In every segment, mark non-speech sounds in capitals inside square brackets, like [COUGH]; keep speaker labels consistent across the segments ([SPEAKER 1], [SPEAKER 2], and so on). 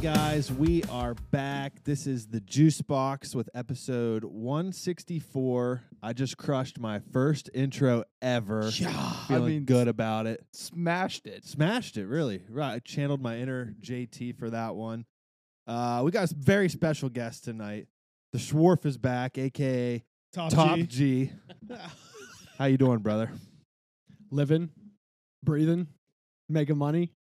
[SPEAKER 1] guys, we are back. This is the Juice Box with episode 164. I just crushed my first intro ever.
[SPEAKER 2] Yeah,
[SPEAKER 1] Feeling
[SPEAKER 2] I mean,
[SPEAKER 1] good about it.
[SPEAKER 2] smashed it.
[SPEAKER 1] Smashed it, really. Right. I channeled my inner JT for that one. Uh, we got a very special guest tonight. The Schwarf is back, aka
[SPEAKER 3] Top,
[SPEAKER 1] Top
[SPEAKER 3] G.
[SPEAKER 1] G. How you doing, brother?
[SPEAKER 3] Living, breathing, making money.
[SPEAKER 1] [LAUGHS]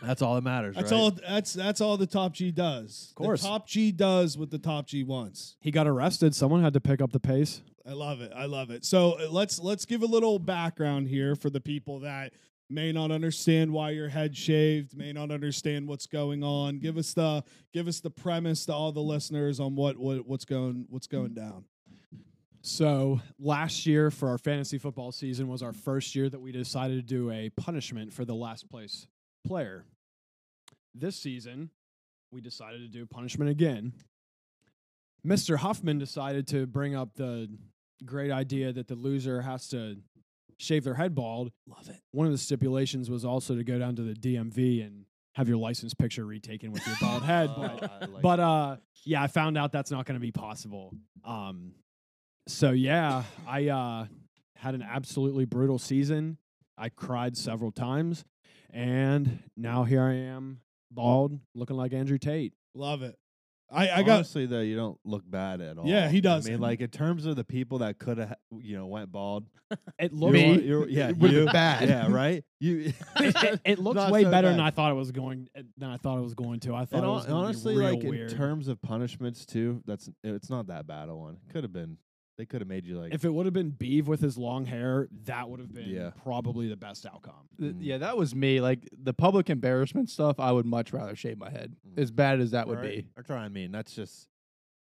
[SPEAKER 1] That's all that matters.
[SPEAKER 3] That's
[SPEAKER 1] right?
[SPEAKER 3] all. That's that's all the top G does. Of
[SPEAKER 1] course.
[SPEAKER 3] top G does what the top G wants.
[SPEAKER 4] he got arrested. Someone had to pick up the pace.
[SPEAKER 3] I love it. I love it. So uh, let's let's give a little background here for the people that may not understand why your head shaved, may not understand what's going on. Give us the give us the premise to all the listeners on what, what what's going what's going down.
[SPEAKER 4] So last year for our fantasy football season was our first year that we decided to do a punishment for the last place player. This season, we decided to do punishment again. Mr. Huffman decided to bring up the great idea that the loser has to shave their head bald.
[SPEAKER 3] Love it.
[SPEAKER 4] One of the stipulations was also to go down to the DMV and have your license picture retaken with your bald
[SPEAKER 3] [LAUGHS]
[SPEAKER 4] head. But but uh yeah i found out that's not going to be possible um so yeah i uh had an absolutely brutal season i cried several times and now here i am bald looking like andrew tate
[SPEAKER 3] Love it. I, I got
[SPEAKER 1] Honestly, though, you don't look bad at all.
[SPEAKER 3] Yeah, he
[SPEAKER 1] I
[SPEAKER 3] doesn't.
[SPEAKER 1] mean, like in terms of the people that could have, you know, went bald.
[SPEAKER 4] it
[SPEAKER 1] you're
[SPEAKER 4] looks
[SPEAKER 1] one- [LAUGHS]
[SPEAKER 2] Me?
[SPEAKER 1] you're- yeah,
[SPEAKER 2] With
[SPEAKER 1] you.
[SPEAKER 2] the bad.
[SPEAKER 1] Yeah, right. You. [LAUGHS]
[SPEAKER 4] it, it looks
[SPEAKER 1] Not
[SPEAKER 4] way
[SPEAKER 1] so
[SPEAKER 4] better than
[SPEAKER 1] bad.
[SPEAKER 4] i thought it was going eh, than i thought it was going to i thought
[SPEAKER 1] and
[SPEAKER 4] it
[SPEAKER 1] hon-
[SPEAKER 4] was gonna be
[SPEAKER 1] honestly,
[SPEAKER 4] real
[SPEAKER 1] like
[SPEAKER 4] weird.
[SPEAKER 1] in terms of punishments too, that's it's not that bad a one. Could have been. They could have made you like.
[SPEAKER 4] if it would have been Beeve with his long hair, that would have been
[SPEAKER 1] Yeah.
[SPEAKER 4] probably the best
[SPEAKER 1] [LAUGHS]
[SPEAKER 4] outcome.
[SPEAKER 2] Th-
[SPEAKER 1] Mm.
[SPEAKER 2] Yeah, that was me. Like the public embarrassment stuff, I would much rather shave my head.
[SPEAKER 1] Mm.
[SPEAKER 2] As bad as that would
[SPEAKER 1] Right?
[SPEAKER 2] be,
[SPEAKER 1] Or try. I mean, that's just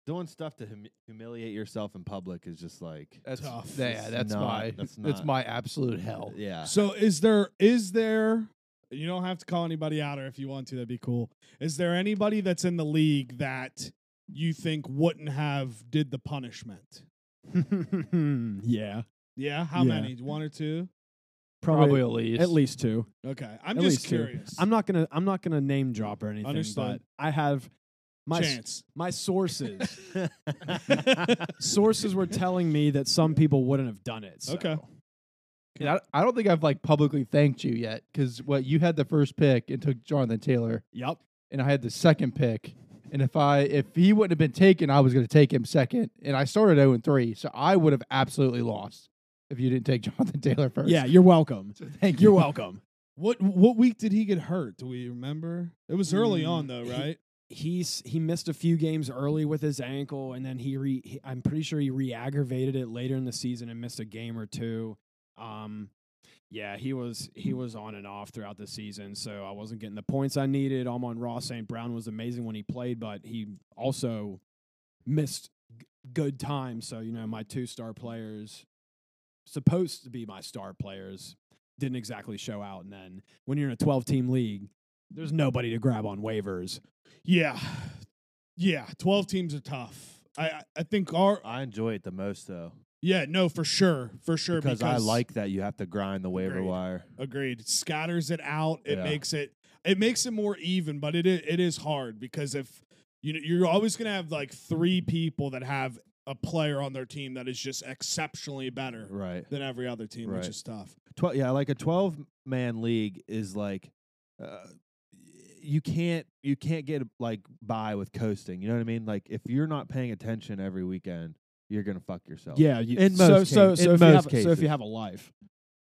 [SPEAKER 1] doing stuff to humi- humiliate yourself in public is just like.
[SPEAKER 2] that's
[SPEAKER 3] Tough.
[SPEAKER 2] Yeah,
[SPEAKER 1] It's
[SPEAKER 2] that's
[SPEAKER 1] not-
[SPEAKER 2] my
[SPEAKER 1] that's
[SPEAKER 2] that's,
[SPEAKER 1] not-
[SPEAKER 2] my absolute hell.
[SPEAKER 3] [LAUGHS]
[SPEAKER 1] Yeah. [LAUGHS]
[SPEAKER 3] So is there is there you don't have to call anybody out or if you want to that'd be cool. Is there anybody that's in the league that you think wouldn't have did the punishment?
[SPEAKER 4] yeah,
[SPEAKER 3] Yeah, how
[SPEAKER 4] Yeah.
[SPEAKER 3] many? One or two?
[SPEAKER 2] Probably at least.
[SPEAKER 4] at least two.
[SPEAKER 3] Okay. I'm
[SPEAKER 4] At
[SPEAKER 3] just
[SPEAKER 4] least two.
[SPEAKER 3] curious.
[SPEAKER 4] I'm not gonna I'm not gonna name drop or anything,
[SPEAKER 3] Understood.
[SPEAKER 4] but I have my s-
[SPEAKER 3] chance.
[SPEAKER 4] my sources.
[SPEAKER 1] That's
[SPEAKER 4] sources were telling me that some people wouldn't have done it. so-
[SPEAKER 3] Okay.
[SPEAKER 2] And I, I don't think I've like publicly thanked you yet because what you had the first pick and took Jonathan Taylor,
[SPEAKER 4] Yep.
[SPEAKER 2] and I had the second pick. And if I if he wouldn't have been taken, I was going to take him second. And I started zero and three, so I would have absolutely lost if you didn't take [LAUGHS] Jonathan Taylor first.
[SPEAKER 4] Yeah, you're welcome.
[SPEAKER 2] so thank you.
[SPEAKER 4] You're welcome.
[SPEAKER 3] What what week did he get hurt? Do we remember? It was early
[SPEAKER 4] Mm,
[SPEAKER 3] on though,
[SPEAKER 4] he-
[SPEAKER 3] right?
[SPEAKER 4] He's he missed a few games early with his ankle, and then he, re, he I'm pretty sure he re-aggravated it later in the season and missed a game or two. Um, yeah, he was he was on and off throughout the season, so I wasn't getting the points I needed. Amon Ross St. Brown was amazing when he played, but he also missed g- good time. So you know, my two star players, supposed to be my star players, didn't exactly show out. And then when you're in a 12 team league, there's nobody to grab on waivers.
[SPEAKER 3] Yeah. Yeah. Twelve teams are tough. I- I, I think our uh,
[SPEAKER 1] I enjoy it the most though,
[SPEAKER 3] yeah, no, for sure. For sure.
[SPEAKER 1] because, I like that you have to grind the waiver
[SPEAKER 3] Agreed.
[SPEAKER 1] wire.
[SPEAKER 3] Agreed. It scatters it out. It
[SPEAKER 1] Yeah.
[SPEAKER 3] makes it it makes it more even, but it i- it is hard because if you know you're always going to have like three people that have a player on their team that is just exceptionally better
[SPEAKER 1] Right.
[SPEAKER 3] than every other team,
[SPEAKER 1] Right.
[SPEAKER 3] which is tough.
[SPEAKER 1] 12 yeah like a 12 man league is like uh, you can't you can't get like by with coasting you know what i mean like if you're not paying attention every weekend you're gonna fuck yourself
[SPEAKER 4] Yeah, you,
[SPEAKER 1] In
[SPEAKER 4] so
[SPEAKER 1] most
[SPEAKER 4] so
[SPEAKER 1] case-
[SPEAKER 4] so
[SPEAKER 1] in
[SPEAKER 4] if you
[SPEAKER 1] most
[SPEAKER 4] have, so if
[SPEAKER 1] cases.
[SPEAKER 4] you have a life,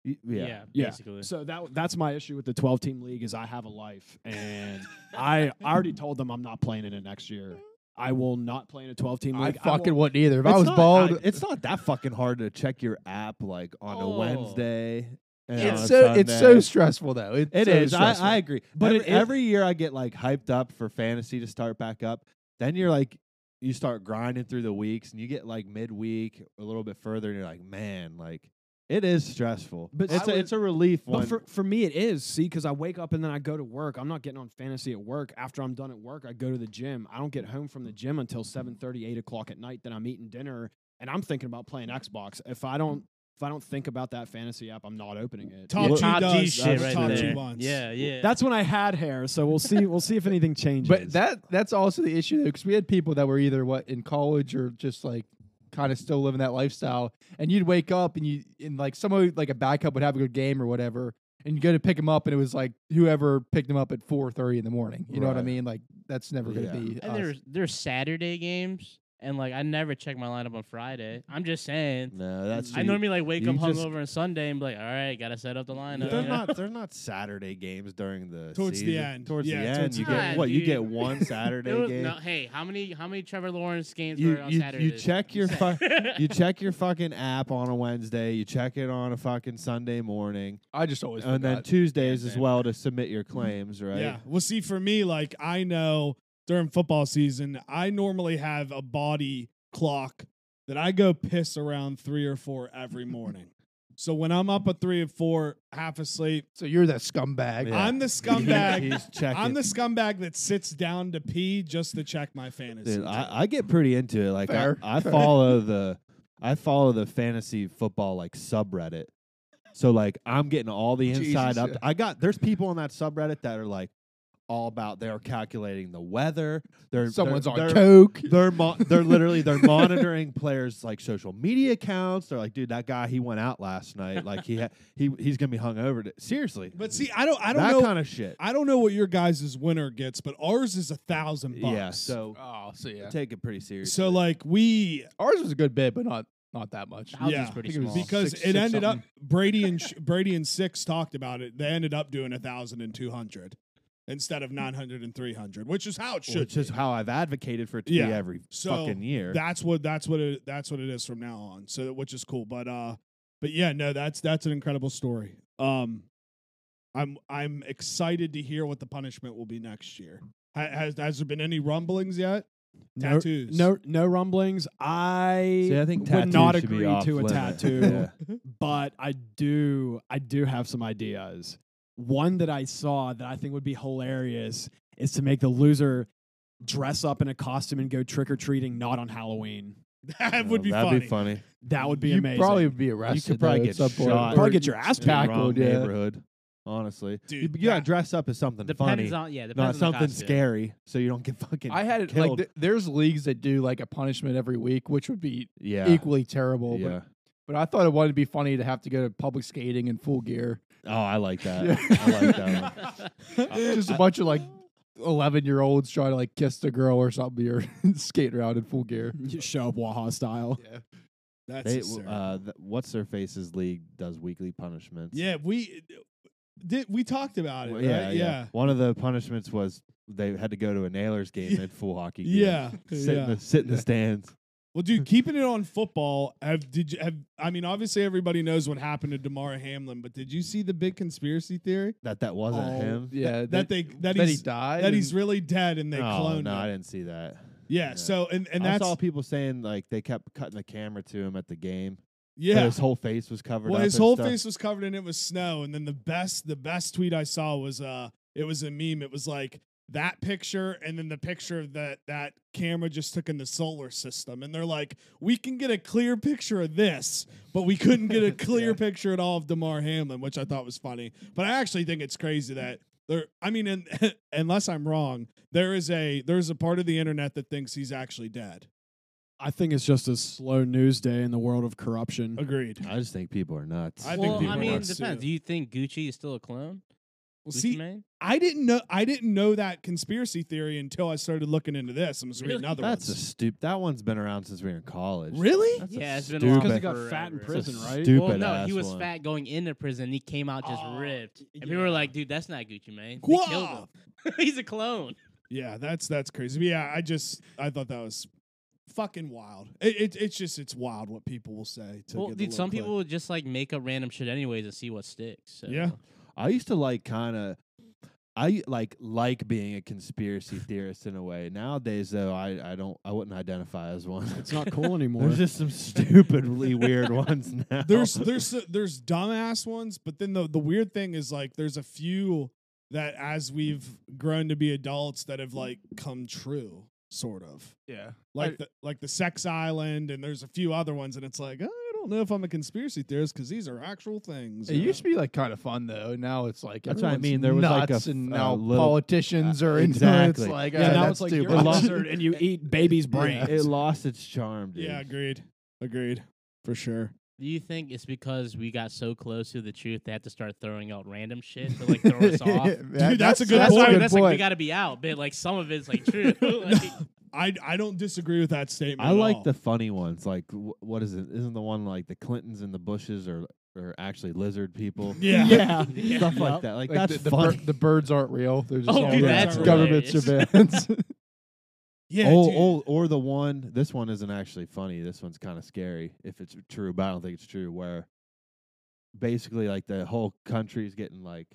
[SPEAKER 1] Y- yeah,
[SPEAKER 4] Yeah.
[SPEAKER 5] basically.
[SPEAKER 4] so that that's my issue with the twelve team league is I have a life, and I I already told them I'm not playing in it next year. I will not play in a twelve team
[SPEAKER 2] I
[SPEAKER 4] league.
[SPEAKER 2] fucking
[SPEAKER 4] will,
[SPEAKER 2] wouldn't either. If I
[SPEAKER 1] It's
[SPEAKER 2] was
[SPEAKER 1] not-
[SPEAKER 2] bald,
[SPEAKER 1] I- it's not that fucking hard to check your app like on a
[SPEAKER 5] Oh.
[SPEAKER 1] wednesday and on a
[SPEAKER 2] it's so it's so
[SPEAKER 1] Sunday.
[SPEAKER 2] stressful though. It's
[SPEAKER 1] It
[SPEAKER 2] so
[SPEAKER 1] is.
[SPEAKER 2] Stressful.
[SPEAKER 1] I, I agree.
[SPEAKER 4] But
[SPEAKER 1] But every,
[SPEAKER 4] it- it-
[SPEAKER 1] every year I get like hyped up for fantasy to start back up. Then you're like, you start grinding through the weeks, and you get like midweek, a little bit further, and you're like, man, like it is stressful.
[SPEAKER 4] But
[SPEAKER 1] But it's
[SPEAKER 4] I
[SPEAKER 1] a,
[SPEAKER 4] would-
[SPEAKER 1] it's a relief
[SPEAKER 4] But
[SPEAKER 1] one.
[SPEAKER 4] for, for me, it is see because I wake up and then I go to work. I'm not getting on fantasy at work. After I'm done at work, I go to the gym. I don't get home from the gym until 7, 8 o'clock at night. Then I'm eating dinner and I'm thinking about playing Xbox. If I don't If I don't think about that fantasy app, I'm not opening it.
[SPEAKER 3] Top
[SPEAKER 5] Yeah.
[SPEAKER 3] G
[SPEAKER 5] Top G
[SPEAKER 3] does.
[SPEAKER 5] shit
[SPEAKER 3] Oh, That's
[SPEAKER 5] right
[SPEAKER 3] top G
[SPEAKER 5] there.
[SPEAKER 3] wants.
[SPEAKER 5] Yeah, yeah.
[SPEAKER 4] That's when I had hair, so we'll see. We'll see if anything [LAUGHS] changes.
[SPEAKER 2] But that that's also the issue because we had people that were either what in college or just like kind of still living that lifestyle, and you'd wake up and you and like someone like a backup would have a good game or whatever, and you go to pick them up and it was like whoever picked them up at four thirty in the morning. You know what I
[SPEAKER 1] Right.
[SPEAKER 2] mean? Like that's never gonna
[SPEAKER 1] Yeah.
[SPEAKER 2] be.
[SPEAKER 5] and
[SPEAKER 2] us.
[SPEAKER 5] there's there's Saturday games, and like I never check my lineup on Friday. I'm just saying.
[SPEAKER 1] No, that's
[SPEAKER 5] I
[SPEAKER 1] you-
[SPEAKER 5] normally like wake
[SPEAKER 1] you
[SPEAKER 5] up
[SPEAKER 1] just-
[SPEAKER 5] hungover on Sunday and be like, all right, gotta set up the lineup.
[SPEAKER 1] They're
[SPEAKER 5] you know? [LAUGHS]
[SPEAKER 1] not. They're not Saturday games during the
[SPEAKER 3] Towards the
[SPEAKER 1] season.
[SPEAKER 3] end.
[SPEAKER 1] Towards
[SPEAKER 3] Yeah,
[SPEAKER 1] the end,
[SPEAKER 3] towards
[SPEAKER 1] you
[SPEAKER 5] the
[SPEAKER 1] get
[SPEAKER 5] end.
[SPEAKER 1] what? You
[SPEAKER 5] Nah,
[SPEAKER 1] get
[SPEAKER 5] dude.
[SPEAKER 1] one
[SPEAKER 5] There
[SPEAKER 1] Saturday
[SPEAKER 5] was-
[SPEAKER 1] game.
[SPEAKER 5] no, hey, how many how many Trevor Lawrence games
[SPEAKER 1] you
[SPEAKER 5] were on
[SPEAKER 1] you,
[SPEAKER 5] Saturday?
[SPEAKER 1] you
[SPEAKER 5] [LAUGHS]
[SPEAKER 1] check your fu- you check your fucking app on a Wednesday. You check it on a fucking Sunday morning,
[SPEAKER 2] I just always
[SPEAKER 1] and then
[SPEAKER 2] forgot.
[SPEAKER 1] Tuesdays as
[SPEAKER 5] damn.
[SPEAKER 1] well to submit your claims. Right?
[SPEAKER 3] Yeah. Well, see, for me, like I know during football season, I normally have a body clock that I go piss around three or four
[SPEAKER 1] [LAUGHS]
[SPEAKER 3] every morning. so when I'm up at three or four, half asleep,
[SPEAKER 2] so you're that
[SPEAKER 3] [LAUGHS]
[SPEAKER 2] scumbag.
[SPEAKER 1] Yeah. [LAUGHS]
[SPEAKER 3] I'm the
[SPEAKER 1] He-
[SPEAKER 3] scumbag.
[SPEAKER 1] he's checking.
[SPEAKER 3] I'm the scumbag that sits down to pee just to check my fantasy.
[SPEAKER 1] Dude, I, I get pretty into it. Like
[SPEAKER 2] Fair,
[SPEAKER 1] I, I
[SPEAKER 2] fair. [LAUGHS]
[SPEAKER 1] follow the I follow the fantasy football like subreddit. So like I'm getting all the inside
[SPEAKER 2] Jesus,
[SPEAKER 1] up.
[SPEAKER 2] yeah.
[SPEAKER 1] I got there's people on that subreddit that are like all about they're calculating the weather. They're
[SPEAKER 2] Someone's
[SPEAKER 1] they're,
[SPEAKER 2] on
[SPEAKER 1] they're,
[SPEAKER 2] coke.
[SPEAKER 1] They're
[SPEAKER 2] [LAUGHS]
[SPEAKER 1] mo- they're literally they're monitoring players like social media accounts. They're like, dude, that guy he went out last night. Like he ha- he he's gonna be hung over. To- Seriously,
[SPEAKER 3] but see, I don't. I don't
[SPEAKER 1] that
[SPEAKER 3] know.
[SPEAKER 1] kind of shit.
[SPEAKER 3] I don't know what your guys' winner gets, but ours is a thousand bucks.
[SPEAKER 1] yeah, so
[SPEAKER 2] oh, so yeah.
[SPEAKER 1] take it pretty seriously.
[SPEAKER 3] so like we
[SPEAKER 2] Ours was a good bit, but not not that much.
[SPEAKER 5] Thousands
[SPEAKER 3] Yeah.
[SPEAKER 5] pretty
[SPEAKER 2] I think it was
[SPEAKER 5] small.
[SPEAKER 3] because
[SPEAKER 2] because- Six-
[SPEAKER 3] it
[SPEAKER 2] six
[SPEAKER 3] ended
[SPEAKER 2] something.
[SPEAKER 3] up
[SPEAKER 1] [LAUGHS]
[SPEAKER 3] Brady and Sh- Brady and Six talked about it. They ended up doing a thousand and two hundred instead of 900 and 300, which is how it should.
[SPEAKER 1] which is
[SPEAKER 3] be.
[SPEAKER 1] how I've advocated for it to
[SPEAKER 3] Yeah.
[SPEAKER 1] be every
[SPEAKER 3] So,
[SPEAKER 1] fucking year.
[SPEAKER 3] that's what that's what it that's what it is from now on. So which is cool, but uh, but yeah, no, that's that's an incredible story. Um, I'm I'm excited to hear what the punishment will be next year. Ha- Has has there been any rumblings yet? [LAUGHS]
[SPEAKER 4] No-
[SPEAKER 3] Tattoos.
[SPEAKER 4] No, no rumblings. I
[SPEAKER 1] See, I think
[SPEAKER 4] would
[SPEAKER 1] tattoos
[SPEAKER 4] not
[SPEAKER 1] should be
[SPEAKER 4] agree
[SPEAKER 1] off
[SPEAKER 4] to a
[SPEAKER 1] limit.
[SPEAKER 4] tattoo, but I do. I do have some ideas. One that I saw that I think would be hilarious is to make the loser dress up in a costume and go trick or treating, not on Halloween.
[SPEAKER 3] that would be
[SPEAKER 1] that'd
[SPEAKER 3] funny.
[SPEAKER 1] be funny.
[SPEAKER 4] That would be
[SPEAKER 2] you
[SPEAKER 4] amazing.
[SPEAKER 2] probably would be arrested.
[SPEAKER 1] probably
[SPEAKER 2] though,
[SPEAKER 1] get
[SPEAKER 2] at some point.
[SPEAKER 1] shot.
[SPEAKER 2] Or
[SPEAKER 4] Probably get your ass
[SPEAKER 1] It's the
[SPEAKER 4] tackled.
[SPEAKER 1] wrong
[SPEAKER 2] yeah.
[SPEAKER 1] neighborhood, honestly.
[SPEAKER 3] Dude,
[SPEAKER 1] you, you gotta
[SPEAKER 3] that-
[SPEAKER 1] dress up as something
[SPEAKER 5] Depends
[SPEAKER 1] funny,
[SPEAKER 5] on yeah, depends
[SPEAKER 1] not
[SPEAKER 5] on
[SPEAKER 1] something
[SPEAKER 5] the costume. [LAUGHS]
[SPEAKER 1] scary, so you don't get fucking.
[SPEAKER 2] I had it like
[SPEAKER 1] killed.
[SPEAKER 2] th- there's leagues that do like a punishment every week, which would be
[SPEAKER 1] yeah,
[SPEAKER 2] equally terrible.
[SPEAKER 1] yeah.
[SPEAKER 2] But, but I thought it would be funny to have to go to public skating in full gear.
[SPEAKER 1] Oh, I like that.
[SPEAKER 2] Yeah.
[SPEAKER 1] I like that.
[SPEAKER 5] [LAUGHS]
[SPEAKER 1] One.
[SPEAKER 2] Just a bunch of like eleven year olds trying to like kiss the girl or [LAUGHS] something. You're skating around in full gear.
[SPEAKER 4] You show up Waha style.
[SPEAKER 2] Yeah.
[SPEAKER 3] That's
[SPEAKER 1] They,
[SPEAKER 3] hysterical.
[SPEAKER 1] uh, th- what's their faces league does weekly punishments.
[SPEAKER 3] yeah, we did. We talked about it.
[SPEAKER 1] Well, yeah,
[SPEAKER 3] right?
[SPEAKER 1] yeah, One of the punishments was they had to go to a Nailers game
[SPEAKER 3] Yeah.
[SPEAKER 1] at full hockey. Game.
[SPEAKER 3] Yeah.
[SPEAKER 1] [LAUGHS] sit
[SPEAKER 3] yeah.
[SPEAKER 1] in the sit in the
[SPEAKER 2] Yeah.
[SPEAKER 1] stands.
[SPEAKER 3] well, dude, keeping it on football. Have did you have? I mean, obviously everybody knows what happened to Damara Hamlin, but did you see the big conspiracy theory
[SPEAKER 1] That that wasn't
[SPEAKER 3] Oh,
[SPEAKER 1] him.
[SPEAKER 2] Yeah,
[SPEAKER 3] that they that,
[SPEAKER 2] Uh, that he
[SPEAKER 3] he's
[SPEAKER 2] died.
[SPEAKER 3] that he's
[SPEAKER 2] and-
[SPEAKER 3] really dead and they
[SPEAKER 1] oh,
[SPEAKER 3] cloned
[SPEAKER 1] no, I
[SPEAKER 3] him?
[SPEAKER 1] didn't see that.
[SPEAKER 3] Yeah,
[SPEAKER 1] Yeah.
[SPEAKER 3] So and and
[SPEAKER 1] I
[SPEAKER 3] that's
[SPEAKER 1] saw people saying like they kept cutting the camera to him at the game. but
[SPEAKER 3] yeah.
[SPEAKER 1] his whole face was covered.
[SPEAKER 3] Well,
[SPEAKER 1] up
[SPEAKER 3] his
[SPEAKER 1] and
[SPEAKER 3] whole
[SPEAKER 1] stuff.
[SPEAKER 3] face was covered and it was snow. And then the best the best tweet I saw was uh it was a meme. It was like that picture and then the picture that that camera just took in the solar system. And they're like, we can get a clear picture of this, but we couldn't
[SPEAKER 1] [LAUGHS]
[SPEAKER 3] get a clear
[SPEAKER 2] Yeah.
[SPEAKER 3] picture at all of Damar Hamlin, which I thought was funny. But I actually think it's crazy that there. I mean, and, [LAUGHS] unless I'm wrong, there is a there's a part of the internet that thinks he's actually dead.
[SPEAKER 4] I think it's just a slow news day in the world of corruption.
[SPEAKER 3] Agreed.
[SPEAKER 1] I just think people are nuts.
[SPEAKER 3] I think
[SPEAKER 5] well,
[SPEAKER 3] people
[SPEAKER 5] I
[SPEAKER 3] are
[SPEAKER 5] mean,
[SPEAKER 3] nuts,
[SPEAKER 5] depends.
[SPEAKER 3] too.
[SPEAKER 5] Do you think Gucci is still a clone?
[SPEAKER 3] Well,
[SPEAKER 5] Gucci
[SPEAKER 3] see,
[SPEAKER 5] Mane?
[SPEAKER 3] I didn't know I didn't know that conspiracy theory until I started looking into this. I'm just reading
[SPEAKER 5] Really?
[SPEAKER 3] other
[SPEAKER 1] that's a
[SPEAKER 3] ones.
[SPEAKER 1] stupid. That one's been around since we were in college.
[SPEAKER 3] really?
[SPEAKER 1] That's a
[SPEAKER 5] yeah, it's been
[SPEAKER 1] stupid-
[SPEAKER 5] a long
[SPEAKER 4] Because he
[SPEAKER 5] time
[SPEAKER 4] got
[SPEAKER 5] forever.
[SPEAKER 4] fat in
[SPEAKER 1] that's a
[SPEAKER 4] prison, right?
[SPEAKER 1] Stupid
[SPEAKER 5] Well, no, he
[SPEAKER 1] ass
[SPEAKER 5] was
[SPEAKER 1] one.
[SPEAKER 5] fat going into prison. He came out just
[SPEAKER 3] Oh,
[SPEAKER 5] ripped, and
[SPEAKER 3] yeah.
[SPEAKER 5] people were like, "Dude, that's not Gucci Mane. They killed him. [LAUGHS]
[SPEAKER 3] Wow.
[SPEAKER 5] He's a clone."
[SPEAKER 3] Yeah, that's that's crazy. But yeah, I just I thought that was fucking wild. It, it it's just it's wild what people will say. To
[SPEAKER 5] Well,
[SPEAKER 3] get a
[SPEAKER 5] dude,
[SPEAKER 3] little
[SPEAKER 5] some
[SPEAKER 3] click.
[SPEAKER 5] people would just like make up random shit anyways and see what sticks. So.
[SPEAKER 3] Yeah.
[SPEAKER 1] I used to like kind of. I like like being a conspiracy theorist in a way. Nowadays, though, I, I don't I wouldn't identify as one.
[SPEAKER 4] It's not cool anymore.
[SPEAKER 1] [LAUGHS] There's just some stupidly weird
[SPEAKER 3] [LAUGHS]
[SPEAKER 1] ones now.
[SPEAKER 3] there's
[SPEAKER 5] Oh.
[SPEAKER 3] there's there's dumbass ones, but then the the weird thing is like there's a few that as we've grown to be adults that have like come true, sort of
[SPEAKER 2] yeah.
[SPEAKER 3] like the like the Sex Island, and there's a few other ones, and it's like I don't don't know if I'm a conspiracy theorist because these are actual things.
[SPEAKER 2] It
[SPEAKER 3] you
[SPEAKER 2] used to
[SPEAKER 3] know?
[SPEAKER 2] be like kind of fun though. Now it's like
[SPEAKER 1] That's what I
[SPEAKER 2] everyone's
[SPEAKER 1] mean, there was, like, a
[SPEAKER 2] nuts
[SPEAKER 1] f-
[SPEAKER 2] and
[SPEAKER 1] a
[SPEAKER 2] now
[SPEAKER 1] little-
[SPEAKER 2] politicians are
[SPEAKER 1] Uh,
[SPEAKER 2] into it. It's
[SPEAKER 1] exactly.
[SPEAKER 2] like
[SPEAKER 1] Yeah,
[SPEAKER 2] uh,
[SPEAKER 1] now
[SPEAKER 2] that's
[SPEAKER 4] it's like
[SPEAKER 2] stupid.
[SPEAKER 4] you're a [LAUGHS]
[SPEAKER 2] [LAUGHS]
[SPEAKER 4] lizard and you eat babies' brains.
[SPEAKER 1] It lost its charm, dude.
[SPEAKER 3] Yeah, agreed. Agreed. For sure.
[SPEAKER 5] Do you think it's because we got so close to the truth they have to start throwing out random shit to like
[SPEAKER 2] [LAUGHS]
[SPEAKER 5] throw us off?
[SPEAKER 2] Dude,
[SPEAKER 3] that's a good point.
[SPEAKER 5] That's why
[SPEAKER 3] Good
[SPEAKER 5] that's like
[SPEAKER 2] [LAUGHS]
[SPEAKER 5] we gotta be out, but like some of it's
[SPEAKER 3] [LAUGHS]
[SPEAKER 5] like true. [LAUGHS] like,
[SPEAKER 3] I I don't disagree with that statement.
[SPEAKER 1] I
[SPEAKER 3] at
[SPEAKER 1] like
[SPEAKER 3] all.
[SPEAKER 1] the funny ones. Like, wh- what is it? Isn't the one like the Clintons in the bushes are are actually lizard people?
[SPEAKER 3] yeah.
[SPEAKER 2] yeah.
[SPEAKER 1] Stuff
[SPEAKER 2] Yep.
[SPEAKER 1] like that. Like,
[SPEAKER 2] the,
[SPEAKER 1] that's
[SPEAKER 2] the, bir-
[SPEAKER 1] funny.
[SPEAKER 2] the birds aren't real. They're just
[SPEAKER 5] Oh,
[SPEAKER 2] all
[SPEAKER 5] dude,
[SPEAKER 2] like
[SPEAKER 3] that's
[SPEAKER 2] government
[SPEAKER 5] hilarious.
[SPEAKER 2] surveillance. [LAUGHS]
[SPEAKER 3] Yeah.
[SPEAKER 1] oh,
[SPEAKER 3] dude.
[SPEAKER 1] oh, or the one. This one isn't actually funny. This one's kind of scary if it's true, but I don't think it's true. Where basically, like the whole country's getting like,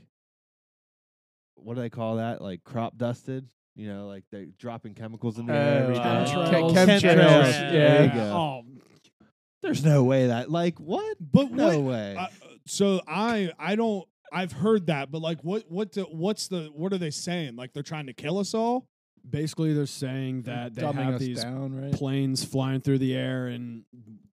[SPEAKER 1] what do they call that? Like crop dusted. You know, like they're dropping chemicals in the air. every day.
[SPEAKER 2] Oh,
[SPEAKER 5] uh,
[SPEAKER 2] Chem-
[SPEAKER 5] Chemtrails.
[SPEAKER 2] chemtrails.
[SPEAKER 5] Chemtrails.
[SPEAKER 1] There
[SPEAKER 2] Yeah.
[SPEAKER 1] you go.
[SPEAKER 3] Oh,
[SPEAKER 1] There's no way that. Like what?
[SPEAKER 3] but
[SPEAKER 1] No
[SPEAKER 3] what? uh,
[SPEAKER 1] way.
[SPEAKER 3] I- so I I don't I've heard that, but like what what do, what's the what are they saying? Like they're trying to kill us all? [LAUGHS]
[SPEAKER 4] Basically, they're saying that they
[SPEAKER 2] Dumbing
[SPEAKER 4] have
[SPEAKER 2] us
[SPEAKER 4] these
[SPEAKER 2] down, right?
[SPEAKER 4] planes flying through the air and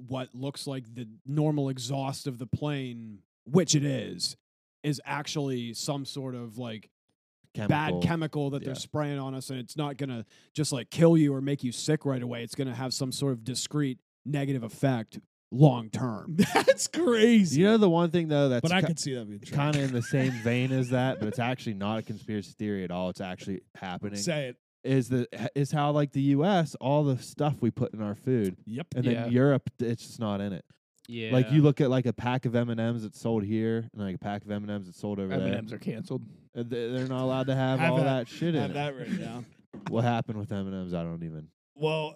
[SPEAKER 4] what looks like the normal exhaust of the plane, which it is, is actually some sort of like bad chemical that they're
[SPEAKER 1] Yeah.
[SPEAKER 4] spraying on us and it's not going to just like kill you or make you sick right away. It's going to have some sort of discrete negative effect long term.
[SPEAKER 3] That's crazy.
[SPEAKER 1] You know the one thing though that's
[SPEAKER 3] but I
[SPEAKER 1] ki-
[SPEAKER 3] could see that being true.
[SPEAKER 1] kind of in the same vein as that, but
[SPEAKER 3] [LAUGHS]
[SPEAKER 1] it's actually not a conspiracy theory at all. It's actually happening.
[SPEAKER 3] say it.
[SPEAKER 1] Is the is how like the U.S. all the stuff we put in our food,
[SPEAKER 3] Yep.
[SPEAKER 1] and
[SPEAKER 2] Yeah.
[SPEAKER 1] then Europe it's just not in it.
[SPEAKER 5] yeah.
[SPEAKER 1] Like you look at like a pack of M and M's that's sold here, and like a pack of M and M's that's sold over
[SPEAKER 2] M&Ms are canceled.
[SPEAKER 1] there. Uh, they- They're not allowed to have,
[SPEAKER 3] Have
[SPEAKER 1] all
[SPEAKER 3] that-
[SPEAKER 1] that, shit in
[SPEAKER 3] Have
[SPEAKER 1] it.
[SPEAKER 3] that written down.
[SPEAKER 1] What happened with M and M's? I don't even.
[SPEAKER 3] Well,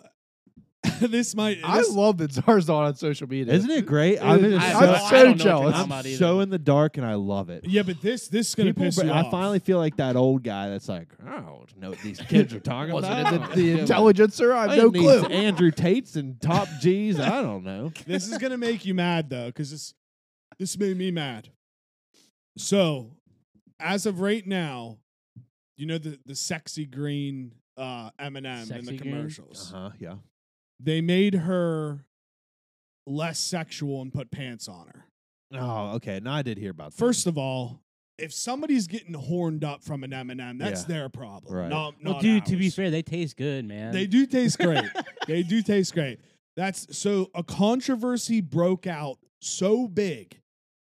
[SPEAKER 3] [LAUGHS] this might.
[SPEAKER 2] I
[SPEAKER 3] this-
[SPEAKER 2] love that Czar's not on social media.
[SPEAKER 1] Isn't
[SPEAKER 2] [LAUGHS]
[SPEAKER 1] it great?
[SPEAKER 2] It
[SPEAKER 1] I'm
[SPEAKER 2] is-
[SPEAKER 1] just
[SPEAKER 5] I,
[SPEAKER 2] I'm
[SPEAKER 1] so,
[SPEAKER 5] I don't know what you're
[SPEAKER 2] jealous.
[SPEAKER 5] talking
[SPEAKER 1] I'm
[SPEAKER 5] about either.
[SPEAKER 1] so in the dark, and I love it.
[SPEAKER 3] yeah, but this this is gonna
[SPEAKER 1] People
[SPEAKER 3] piss
[SPEAKER 1] br-
[SPEAKER 3] you
[SPEAKER 1] I
[SPEAKER 3] off.
[SPEAKER 1] finally feel like that old guy that's like, I don't know what these kids are talking
[SPEAKER 2] Wasn't
[SPEAKER 1] about.
[SPEAKER 2] it the, the
[SPEAKER 1] Yeah, but-
[SPEAKER 2] intelligencer? I have
[SPEAKER 1] I
[SPEAKER 2] no
[SPEAKER 1] no
[SPEAKER 2] clue.
[SPEAKER 1] Andrew Tate's and top G's. I don't know.
[SPEAKER 3] this is gonna make you mad though, because this this made me mad. So, as of right now, you know the the sexy green uh M&M in
[SPEAKER 5] Sexy
[SPEAKER 3] the
[SPEAKER 5] green? Uh-huh.
[SPEAKER 3] commercials.
[SPEAKER 1] huh. Uh-huh, Yeah.
[SPEAKER 3] They made her less sexual and put pants on her.
[SPEAKER 1] Oh, okay. Now I did hear about that.
[SPEAKER 3] First of all, if somebody's getting horned up from an M&M, that's
[SPEAKER 1] Yeah.
[SPEAKER 3] their problem.
[SPEAKER 1] Right.
[SPEAKER 3] Not,
[SPEAKER 5] well,
[SPEAKER 3] not
[SPEAKER 5] dude, to be
[SPEAKER 3] ours.
[SPEAKER 5] fair, they taste good, man.
[SPEAKER 3] They do
[SPEAKER 1] [LAUGHS]
[SPEAKER 3] taste great. they do taste great. That's so a controversy broke out so big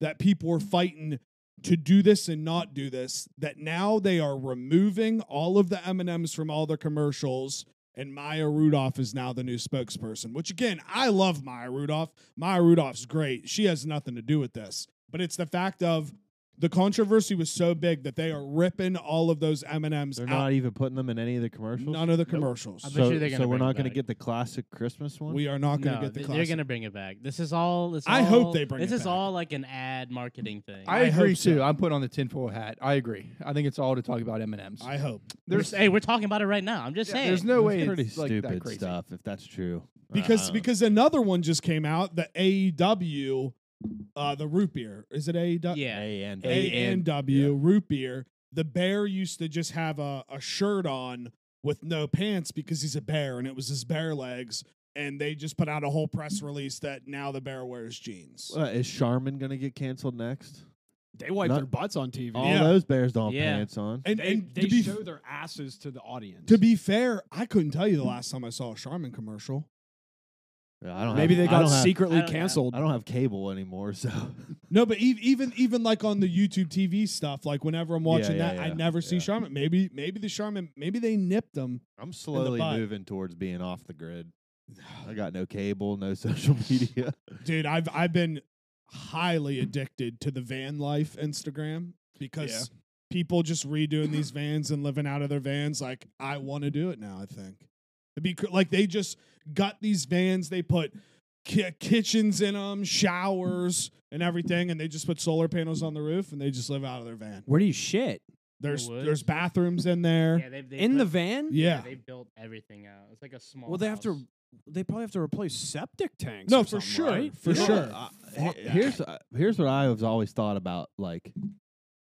[SPEAKER 3] that people were fighting to do this and not do this that now they are removing all of the M&Ms from all their commercials and Maya Rudolph is now the new spokesperson, which again, I love Maya Rudolph. Maya Rudolph's great. She has nothing to do with this. But it's the fact of the controversy was so big that they are ripping all of those M&Ms
[SPEAKER 1] they're
[SPEAKER 3] out.
[SPEAKER 1] not even putting them in any of the commercials.
[SPEAKER 3] none of the commercials.
[SPEAKER 5] I bet
[SPEAKER 1] so,
[SPEAKER 5] you they're gonna
[SPEAKER 1] so we're
[SPEAKER 5] bring
[SPEAKER 1] not
[SPEAKER 5] it
[SPEAKER 1] going to
[SPEAKER 5] back.
[SPEAKER 1] get the classic Christmas one.
[SPEAKER 3] We are not going to
[SPEAKER 5] No,
[SPEAKER 3] get the
[SPEAKER 5] they-
[SPEAKER 3] classic.
[SPEAKER 5] They're gonna bring it back. This is all. This
[SPEAKER 3] I hope
[SPEAKER 5] all-
[SPEAKER 3] they bring
[SPEAKER 5] This
[SPEAKER 3] it
[SPEAKER 5] is
[SPEAKER 3] back.
[SPEAKER 5] all like an ad marketing thing.
[SPEAKER 2] I
[SPEAKER 3] I
[SPEAKER 2] agree
[SPEAKER 3] hope so.
[SPEAKER 2] too. I'm putting on the tinfoil hat. I agree. I think it's all to talk about M&Ms.
[SPEAKER 3] I hope
[SPEAKER 5] [LAUGHS] there's, hey, we're talking about it right now. I'm just
[SPEAKER 2] Yeah,
[SPEAKER 5] saying.
[SPEAKER 2] there's no
[SPEAKER 1] That's
[SPEAKER 2] way
[SPEAKER 1] pretty
[SPEAKER 2] it's like
[SPEAKER 1] stupid
[SPEAKER 2] that crazy.
[SPEAKER 1] stuff if that's true.
[SPEAKER 5] Uh-uh.
[SPEAKER 1] I- I
[SPEAKER 3] because
[SPEAKER 1] don't know.
[SPEAKER 3] because another one just came out. The AEW, uh, the root beer is it AEW?
[SPEAKER 5] yeah.
[SPEAKER 1] A and
[SPEAKER 3] A and W root beer. The bear used to just have a, a shirt on with no pants because he's a bear and it was his bear legs. And they just put out a whole press release that now the bear wears jeans.
[SPEAKER 1] Uh, is Charmin going to get canceled next?
[SPEAKER 4] They wipe
[SPEAKER 1] Not- Oh.
[SPEAKER 4] their butts on TV.
[SPEAKER 1] All
[SPEAKER 3] Yeah.
[SPEAKER 1] those bears don't have
[SPEAKER 5] Yeah.
[SPEAKER 1] pants on.
[SPEAKER 3] and
[SPEAKER 4] They,
[SPEAKER 3] and
[SPEAKER 4] they
[SPEAKER 3] to be
[SPEAKER 4] show
[SPEAKER 3] f-
[SPEAKER 4] their asses to the audience.
[SPEAKER 3] to be fair, I couldn't tell you the last time I saw a Charmin commercial.
[SPEAKER 1] I don't.
[SPEAKER 4] Maybe
[SPEAKER 1] have,
[SPEAKER 4] they
[SPEAKER 1] I
[SPEAKER 4] got
[SPEAKER 1] don't have-
[SPEAKER 4] secretly
[SPEAKER 5] I don't-
[SPEAKER 4] canceled.
[SPEAKER 1] I don't have cable anymore, so
[SPEAKER 3] No, but ev- even even like on the YouTube TV stuff, like whenever I'm watching
[SPEAKER 1] yeah,
[SPEAKER 3] that, I
[SPEAKER 1] yeah,
[SPEAKER 3] never see
[SPEAKER 1] yeah.
[SPEAKER 3] Charmin. Maybe maybe the Charmin, maybe they nipped them.
[SPEAKER 1] I'm slowly
[SPEAKER 3] butt.
[SPEAKER 1] moving towards being off the grid. [SIGHS] I got no cable, no [LAUGHS] social media.
[SPEAKER 3] Dude, I've I've been highly addicted to the van life Instagram because
[SPEAKER 4] Yeah.
[SPEAKER 3] people just redoing these vans and living out of their vans. Like I want to do it now. I think it'd be cr- like they just got these vans. They put ki- kitchens in them, showers and everything, and they just put solar panels on the roof and they just live out of their van.
[SPEAKER 4] Where do you shit?
[SPEAKER 3] There's
[SPEAKER 5] woods.
[SPEAKER 3] there's bathrooms in there.
[SPEAKER 5] Yeah, they, they
[SPEAKER 4] In the
[SPEAKER 5] put-
[SPEAKER 4] van?
[SPEAKER 3] yeah.
[SPEAKER 5] They built everything out. It's like a small.
[SPEAKER 4] Well, they have to.
[SPEAKER 5] house.
[SPEAKER 4] They probably have to replace septic tanks.
[SPEAKER 3] No,
[SPEAKER 4] or
[SPEAKER 3] for
[SPEAKER 4] something,
[SPEAKER 3] sure,
[SPEAKER 4] right?
[SPEAKER 3] for
[SPEAKER 1] You know,
[SPEAKER 3] sure.
[SPEAKER 1] I-
[SPEAKER 3] Fuck
[SPEAKER 1] he-
[SPEAKER 3] that.
[SPEAKER 1] here's uh, here's what I have always thought about like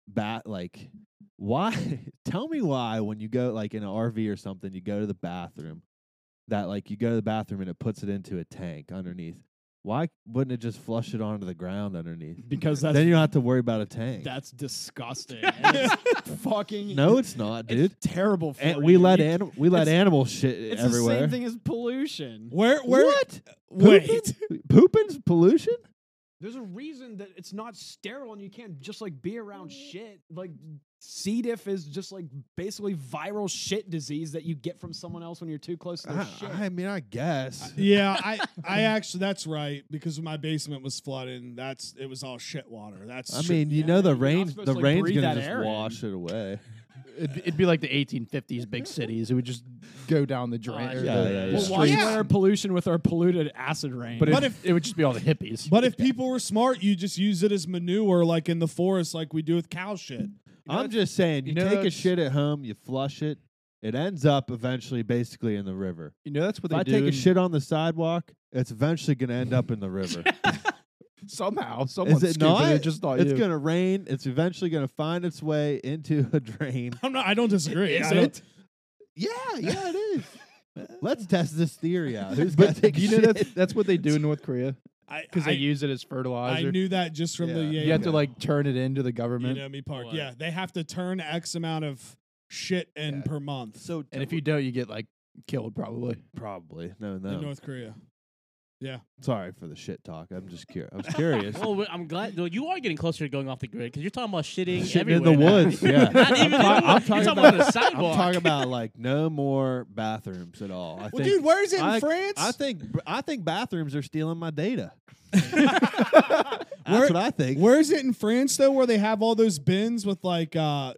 [SPEAKER 1] bat like why [LAUGHS] tell me why when you go like in an RV or something you go to the bathroom that like you go to the bathroom and it puts it into a tank underneath Why wouldn't it just flush it onto the ground underneath?
[SPEAKER 4] because that's [LAUGHS]
[SPEAKER 1] then you don't have to worry about a tank.
[SPEAKER 4] that's disgusting. and [LAUGHS] it's fucking
[SPEAKER 1] no, it's not,
[SPEAKER 4] it's
[SPEAKER 1] dude.
[SPEAKER 4] terrible. For
[SPEAKER 1] And we
[SPEAKER 4] you.
[SPEAKER 1] let
[SPEAKER 4] You-
[SPEAKER 1] anim- we let
[SPEAKER 4] it's-
[SPEAKER 1] animal shit
[SPEAKER 4] It's
[SPEAKER 1] everywhere.
[SPEAKER 4] the same thing as pollution.
[SPEAKER 3] Where where
[SPEAKER 1] What? [LAUGHS]
[SPEAKER 3] wait.
[SPEAKER 1] Pooping's pollution?
[SPEAKER 4] There's a reason that it's not sterile and you can't just like be around shit. Like C diff is just like basically viral shit disease that you get from someone else when you're too close to their
[SPEAKER 1] I,
[SPEAKER 4] shit.
[SPEAKER 1] Ah, I mean, I guess.
[SPEAKER 3] Yeah, I I actually that's right because my basement was flooded. And that's it was all shit water. That's
[SPEAKER 1] I
[SPEAKER 3] true.
[SPEAKER 1] mean, you
[SPEAKER 4] yeah,
[SPEAKER 1] know the
[SPEAKER 4] you're not
[SPEAKER 1] rain,
[SPEAKER 4] supposed
[SPEAKER 1] the
[SPEAKER 4] to, like,
[SPEAKER 1] rain's
[SPEAKER 4] breathe
[SPEAKER 1] gonna
[SPEAKER 4] that
[SPEAKER 1] just
[SPEAKER 4] air in.
[SPEAKER 1] wash it away.
[SPEAKER 2] It'd, it'd be like the 1850s big cities. It would just go down the drain.
[SPEAKER 4] Oh,
[SPEAKER 2] or
[SPEAKER 1] yeah,
[SPEAKER 2] the
[SPEAKER 1] yeah, yeah.
[SPEAKER 4] Well, why
[SPEAKER 2] streets.
[SPEAKER 3] Yeah.
[SPEAKER 4] wear pollution with our polluted acid rain?
[SPEAKER 2] But,
[SPEAKER 3] But
[SPEAKER 2] if,
[SPEAKER 3] if-
[SPEAKER 2] it would just be all the hippies.
[SPEAKER 3] But
[SPEAKER 2] [LAUGHS]
[SPEAKER 3] if people were smart, you just use it as manure, like in the forest, like we do with cow shit.
[SPEAKER 2] know
[SPEAKER 1] I'm just saying, you,
[SPEAKER 2] you know
[SPEAKER 1] take a
[SPEAKER 2] that's-
[SPEAKER 1] shit at home, you flush it, it ends up eventually basically in the river.
[SPEAKER 2] you know, that's what
[SPEAKER 1] If
[SPEAKER 2] they
[SPEAKER 1] I
[SPEAKER 2] do.
[SPEAKER 1] take a
[SPEAKER 2] in-
[SPEAKER 1] shit on the sidewalk, it's eventually gonna end up in the river.
[SPEAKER 2] somehow, someone
[SPEAKER 1] it not?
[SPEAKER 2] just thought
[SPEAKER 1] it's
[SPEAKER 2] you.
[SPEAKER 1] gonna rain. It's eventually gonna find its way into [LAUGHS] a drain.
[SPEAKER 3] I'm not. I don't disagree.
[SPEAKER 4] Is
[SPEAKER 3] I don't-
[SPEAKER 4] it?
[SPEAKER 1] [LAUGHS] Yeah, yeah, it is. Let's test this theory out. Who's gonna
[SPEAKER 2] [LAUGHS] but
[SPEAKER 1] take a
[SPEAKER 2] you know
[SPEAKER 1] shit?
[SPEAKER 2] that's, that's what they do in North Korea
[SPEAKER 3] I,
[SPEAKER 2] because
[SPEAKER 3] I-
[SPEAKER 2] they use it as
[SPEAKER 3] I
[SPEAKER 2] fertilizer.
[SPEAKER 3] knew that just from the
[SPEAKER 1] Yeah.
[SPEAKER 3] yeah,
[SPEAKER 2] you have to
[SPEAKER 1] Okay.
[SPEAKER 2] like turn it into the government,
[SPEAKER 3] Unami Park.
[SPEAKER 5] What?
[SPEAKER 3] Yeah, they have to turn X amount of shit in
[SPEAKER 2] Yeah.
[SPEAKER 3] per month
[SPEAKER 1] [LAUGHS] so
[SPEAKER 2] and if you don't, you get like killed probably.
[SPEAKER 1] probably no
[SPEAKER 3] in
[SPEAKER 1] no.
[SPEAKER 3] North Korea.
[SPEAKER 1] Sorry for the shit talk. I'm just curious. I was
[SPEAKER 5] [LAUGHS]
[SPEAKER 1] curious.
[SPEAKER 5] Well, we- I'm glad well, you are getting closer to going off the grid because you're talking about shitting,
[SPEAKER 1] Shitting in the
[SPEAKER 5] everywhere now. [LAUGHS]
[SPEAKER 1] woods. Yeah,
[SPEAKER 5] Not even in the
[SPEAKER 1] I'm,
[SPEAKER 5] woods.
[SPEAKER 1] talking
[SPEAKER 5] You're talking
[SPEAKER 1] about
[SPEAKER 5] on the
[SPEAKER 1] I'm
[SPEAKER 5] sidewalk.
[SPEAKER 1] talking about like no more bathrooms at all. I
[SPEAKER 3] Well,
[SPEAKER 1] think,
[SPEAKER 3] dude, where is it in
[SPEAKER 1] I-
[SPEAKER 3] France?
[SPEAKER 1] I think I think bathrooms are stealing my
[SPEAKER 5] [LAUGHS]
[SPEAKER 1] data. That's what I think.
[SPEAKER 3] Where is it in France though, where they have all those bins with like uh,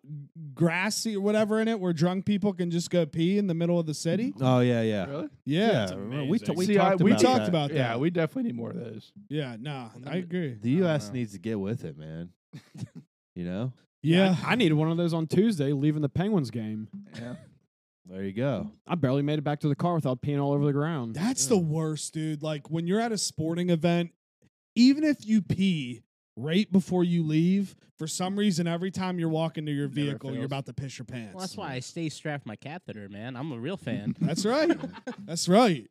[SPEAKER 3] grassy or whatever in it, where drunk people can just go pee in the middle of the city?
[SPEAKER 1] oh yeah, yeah,
[SPEAKER 2] Really?
[SPEAKER 3] Yeah,
[SPEAKER 1] yeah.
[SPEAKER 4] amazing.
[SPEAKER 1] We, ta- we
[SPEAKER 2] See, I-
[SPEAKER 1] talked
[SPEAKER 2] we
[SPEAKER 1] about
[SPEAKER 3] talked
[SPEAKER 1] that.
[SPEAKER 3] about that.
[SPEAKER 2] Yeah, we definitely need more of those.
[SPEAKER 3] yeah, nah, I agree.
[SPEAKER 1] The
[SPEAKER 2] I don't
[SPEAKER 1] U.S.
[SPEAKER 2] know.
[SPEAKER 1] needs to get with it,
[SPEAKER 5] [LAUGHS]
[SPEAKER 1] man. you know,
[SPEAKER 3] Yeah,
[SPEAKER 4] I, I needed one of those on Tuesday, leaving the Penguins game.
[SPEAKER 2] Yeah.
[SPEAKER 1] there you go.
[SPEAKER 4] I barely made it back to the car without peeing all over the ground.
[SPEAKER 3] That's the worst, dude. Like when you're at a sporting event, even if you pee right before you leave, for some reason, every time you're walking to your
[SPEAKER 2] Never
[SPEAKER 3] vehicle, you're
[SPEAKER 2] fails.
[SPEAKER 3] about to piss your pants.
[SPEAKER 5] Well, that's why I stay strapped my catheter, man. I'm a real fan.
[SPEAKER 3] That's
[SPEAKER 5] [LAUGHS]
[SPEAKER 3] right. that's right.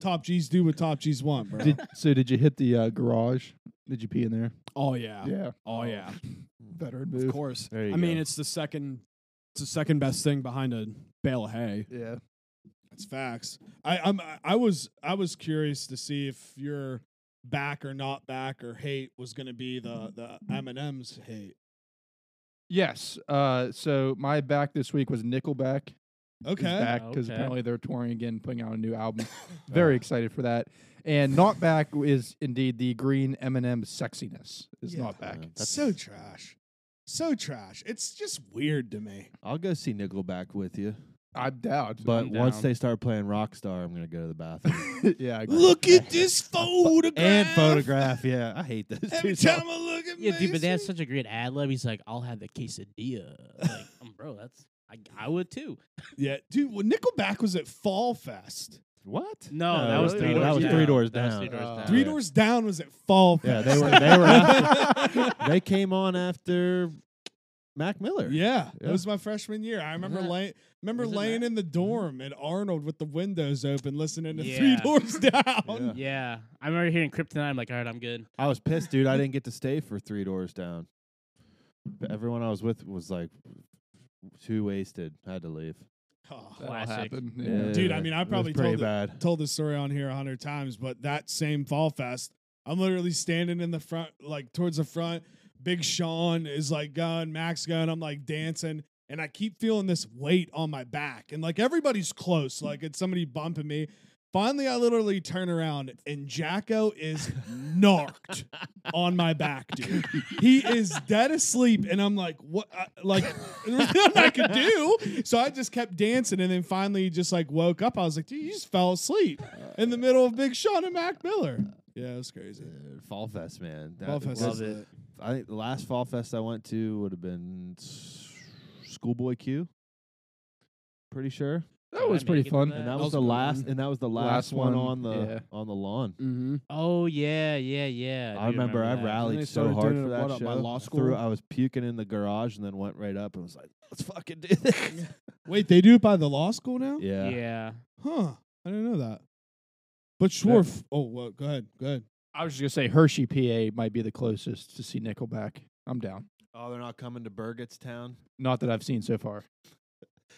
[SPEAKER 3] Top G's do what top G's want, bro.
[SPEAKER 2] Did, so did you hit the uh, garage? Did you pee in there?
[SPEAKER 4] Oh yeah.
[SPEAKER 2] Yeah.
[SPEAKER 4] Oh
[SPEAKER 1] [LAUGHS]
[SPEAKER 4] yeah.
[SPEAKER 2] Veteran
[SPEAKER 4] Of
[SPEAKER 2] move.
[SPEAKER 4] course.
[SPEAKER 1] There you
[SPEAKER 4] I mean,
[SPEAKER 1] go.
[SPEAKER 4] it's the second it's the second best thing behind a bale of hay.
[SPEAKER 2] Yeah.
[SPEAKER 3] That's facts. I, I'm. I- I was. I was curious to see if your back or not back or hate was going to be the the M and M's hate.
[SPEAKER 2] Yes. Uh, so my back this week was Nickelback.
[SPEAKER 3] Okay.
[SPEAKER 2] is back because
[SPEAKER 5] Okay.
[SPEAKER 2] apparently they're touring again, putting out a new album.
[SPEAKER 1] Uh.
[SPEAKER 2] Very excited for that. And Knockback is indeed the green M&M sexiness is
[SPEAKER 3] Yeah.
[SPEAKER 2] Knockback.
[SPEAKER 1] Yeah. That's-
[SPEAKER 3] so trash. So trash. It's just weird to me.
[SPEAKER 1] I'll go see Nickelback with you,
[SPEAKER 2] I doubt.
[SPEAKER 1] but
[SPEAKER 2] I'm
[SPEAKER 1] once
[SPEAKER 2] down.
[SPEAKER 1] they start playing Rockstar, I'm gonna go to the bathroom.
[SPEAKER 5] [LAUGHS]
[SPEAKER 3] [LAUGHS]
[SPEAKER 2] [LAUGHS] yeah, I agree.
[SPEAKER 3] Look at this photograph.
[SPEAKER 1] and photograph. Yeah, I hate those
[SPEAKER 3] Every
[SPEAKER 1] two.
[SPEAKER 3] time I look at
[SPEAKER 5] yeah, dude, but they had
[SPEAKER 3] Macy-
[SPEAKER 5] such a great ad lib. He's like, I'll have the quesadilla. Like, um, bro, that's I, I would too.
[SPEAKER 3] yeah, dude. Well, Nickelback was at Fall Fest.
[SPEAKER 1] What?
[SPEAKER 5] No,
[SPEAKER 1] No,
[SPEAKER 5] that was
[SPEAKER 2] really?
[SPEAKER 5] three
[SPEAKER 2] No,
[SPEAKER 5] doors
[SPEAKER 2] that was
[SPEAKER 1] Three Doors
[SPEAKER 5] down. That was
[SPEAKER 1] Down.
[SPEAKER 5] three doors
[SPEAKER 2] Uh,
[SPEAKER 5] down.
[SPEAKER 3] Three
[SPEAKER 1] yeah.
[SPEAKER 3] Doors Down was at Fall
[SPEAKER 1] Yeah,
[SPEAKER 3] Fest.
[SPEAKER 1] they were.
[SPEAKER 5] [LAUGHS]
[SPEAKER 1] They were. After, they came on after Mac Miller.
[SPEAKER 3] Yeah,
[SPEAKER 1] Yeah.
[SPEAKER 3] it was my freshman year. I remember
[SPEAKER 5] that-
[SPEAKER 3] laying remember
[SPEAKER 5] wasn't
[SPEAKER 3] laying
[SPEAKER 5] that- Mm-hmm.
[SPEAKER 3] in the dorm at Arnold with the windows open, listening to Three
[SPEAKER 5] [LAUGHS] Yeah.
[SPEAKER 3] Doors Down.
[SPEAKER 5] Yeah, I remember hearing Kryptonite. I'm like, all right, I'm good.
[SPEAKER 1] I was pissed, dude. I didn't get to stay for Three Doors Down. But everyone I was with was like too wasted. Had to leave.
[SPEAKER 3] Oh,
[SPEAKER 2] That'll
[SPEAKER 5] Classic.
[SPEAKER 2] happen, yeah.
[SPEAKER 3] Dude, I mean, I
[SPEAKER 1] it was
[SPEAKER 3] probably
[SPEAKER 1] pretty
[SPEAKER 3] told it-
[SPEAKER 1] bad.
[SPEAKER 3] told this story on here a hundred times, but that same Fall Fest, I'm literally standing in the front, like towards the front. Big Sean is like going, Max going. I'm like dancing, and I keep feeling this weight on my back, and like everybody's close, like it's somebody bumping me. Finally, I literally turn around, and Jacko is narked on my back, dude. He is dead asleep, and I'm like, what? I, like, there's nothing I could do. So I just kept dancing, and then finally, just like woke up. I was like, dude, you just fell asleep in the middle of Big Sean and Mac Miller. Yeah, it was crazy.
[SPEAKER 1] Dude, Fall Fest, man. That
[SPEAKER 3] Fall Fest
[SPEAKER 1] was-
[SPEAKER 3] is lit.
[SPEAKER 1] I think the last Fall Fest I went to would have been s- Schoolboy Q. Pretty sure.
[SPEAKER 5] Did
[SPEAKER 2] That
[SPEAKER 5] I
[SPEAKER 2] was
[SPEAKER 5] make
[SPEAKER 2] pretty
[SPEAKER 5] it to
[SPEAKER 2] fun.
[SPEAKER 5] that?
[SPEAKER 1] And that
[SPEAKER 5] That
[SPEAKER 1] was
[SPEAKER 2] was
[SPEAKER 1] the
[SPEAKER 2] a good
[SPEAKER 1] last.
[SPEAKER 2] one.
[SPEAKER 1] And that was the last,
[SPEAKER 2] Last
[SPEAKER 1] one,
[SPEAKER 2] one,
[SPEAKER 1] on the
[SPEAKER 2] yeah.
[SPEAKER 1] on the lawn.
[SPEAKER 4] Mm-hmm.
[SPEAKER 5] Oh yeah, yeah, yeah.
[SPEAKER 1] I
[SPEAKER 5] do
[SPEAKER 1] remember, I
[SPEAKER 5] that.
[SPEAKER 4] they
[SPEAKER 1] rallied so
[SPEAKER 4] started
[SPEAKER 1] hard
[SPEAKER 4] doing
[SPEAKER 1] for
[SPEAKER 4] it at
[SPEAKER 1] that
[SPEAKER 4] what, at
[SPEAKER 1] show.
[SPEAKER 4] my law
[SPEAKER 1] I
[SPEAKER 4] school?
[SPEAKER 1] Threw, I was puking in the garage and then went right up and was like, "Let's fucking do this."
[SPEAKER 3] Wait, they do it by the law school now?
[SPEAKER 1] yeah.
[SPEAKER 5] Yeah.
[SPEAKER 3] Huh. I didn't know that. But Schwarf. Oh, well, go ahead. Go ahead.
[SPEAKER 2] I was just gonna say Hershey, PA might be the closest to see Nickelback. I'm down.
[SPEAKER 1] Oh, they're not coming to Burgettstown.
[SPEAKER 2] Not that I've seen so far.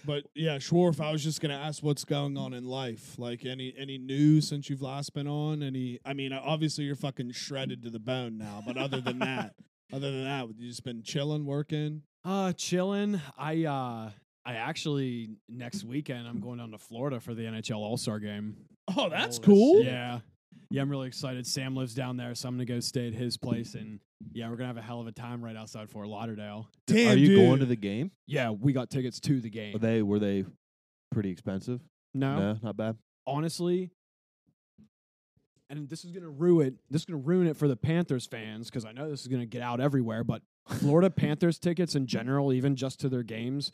[SPEAKER 3] But yeah, Schwarf, I was just gonna ask what's going on in life. Like any any news since you've last been on? Any I mean, obviously you're fucking shredded to the bone now, but other than [LAUGHS] that, other than that, you just been chilling, working.
[SPEAKER 4] Uh, chilling. I uh, I actually next weekend I'm going down to Florida for the NHL All Star game.
[SPEAKER 3] Oh, that's
[SPEAKER 5] Holy
[SPEAKER 3] cool.
[SPEAKER 5] shit.
[SPEAKER 4] Yeah, yeah, I'm really excited. Sam lives down there, so I'm gonna go stay at his place, and yeah, we're gonna have a hell of a time right outside Fort Lauderdale.
[SPEAKER 3] Damn,
[SPEAKER 1] Are you
[SPEAKER 3] dude.
[SPEAKER 1] going to the game?
[SPEAKER 4] Yeah, we got tickets to the game.
[SPEAKER 1] Are they were they pretty expensive?
[SPEAKER 4] no,
[SPEAKER 1] No, not bad.
[SPEAKER 4] honestly, and this is gonna ruin it. This is gonna ruin it for the Panthers fans because I know this is gonna get out everywhere. But Florida
[SPEAKER 1] [LAUGHS]
[SPEAKER 4] Panthers tickets in general, even just to their games,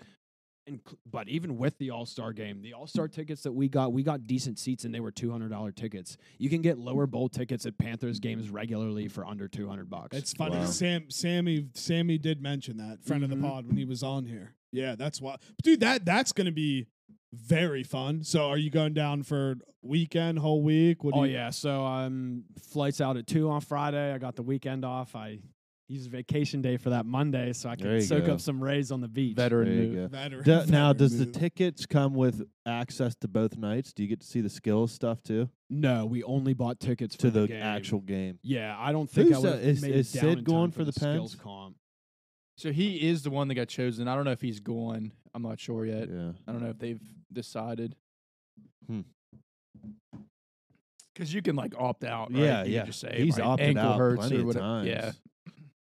[SPEAKER 4] and c- but even with the All Star game, the All Star tickets that we got, we got decent seats and they were two hundred dollar tickets. You can get
[SPEAKER 1] Mm.
[SPEAKER 4] lower bowl tickets at Panthers games regularly for under two hundred bucks.
[SPEAKER 3] It's funny.
[SPEAKER 1] Wow.
[SPEAKER 3] Sam Sammy Sammy did mention that friend of
[SPEAKER 4] Mhm.
[SPEAKER 3] the pod when he was on here. Yeah, that's why, dude. That that's gonna be very fun. So, are you going down for weekend, whole week? What do
[SPEAKER 4] oh
[SPEAKER 3] you,
[SPEAKER 4] yeah, so um, flights out at two on Friday. I got the weekend off. I use vacation day for that Monday, so I
[SPEAKER 1] There
[SPEAKER 4] can
[SPEAKER 1] you
[SPEAKER 4] soak
[SPEAKER 1] go.
[SPEAKER 4] up some rays on the beach.
[SPEAKER 1] There
[SPEAKER 2] Veteran.
[SPEAKER 1] you
[SPEAKER 2] move. [LAUGHS]
[SPEAKER 1] go.
[SPEAKER 3] Veteran-
[SPEAKER 1] Do- now,
[SPEAKER 3] veteran
[SPEAKER 1] does the
[SPEAKER 3] move.
[SPEAKER 1] tickets come with access to both nights? Do you get to see the skills stuff too
[SPEAKER 4] No, we only bought tickets for
[SPEAKER 1] to the,
[SPEAKER 4] game.
[SPEAKER 1] actual game?
[SPEAKER 4] Yeah, I don't think I
[SPEAKER 1] Who's,
[SPEAKER 4] would.
[SPEAKER 1] uh, is-
[SPEAKER 4] made
[SPEAKER 1] is
[SPEAKER 4] it down
[SPEAKER 1] Sid
[SPEAKER 4] in time
[SPEAKER 1] going for
[SPEAKER 4] the,
[SPEAKER 1] the
[SPEAKER 4] skills
[SPEAKER 1] Pens?
[SPEAKER 4] comp.
[SPEAKER 2] So he is the one that got chosen. I don't know if he's going. I'm not sure yet.
[SPEAKER 1] Yeah,
[SPEAKER 2] I don't know if they've decided.
[SPEAKER 1] Hmm.
[SPEAKER 2] Because you can like opt out. Right?
[SPEAKER 1] yeah,
[SPEAKER 2] You can
[SPEAKER 1] yeah.
[SPEAKER 2] Just say
[SPEAKER 1] He's
[SPEAKER 2] my
[SPEAKER 1] opted
[SPEAKER 2] ankle
[SPEAKER 1] out
[SPEAKER 2] hurts
[SPEAKER 1] plenty
[SPEAKER 2] or
[SPEAKER 1] of
[SPEAKER 2] whatever.
[SPEAKER 1] times.
[SPEAKER 2] Yeah.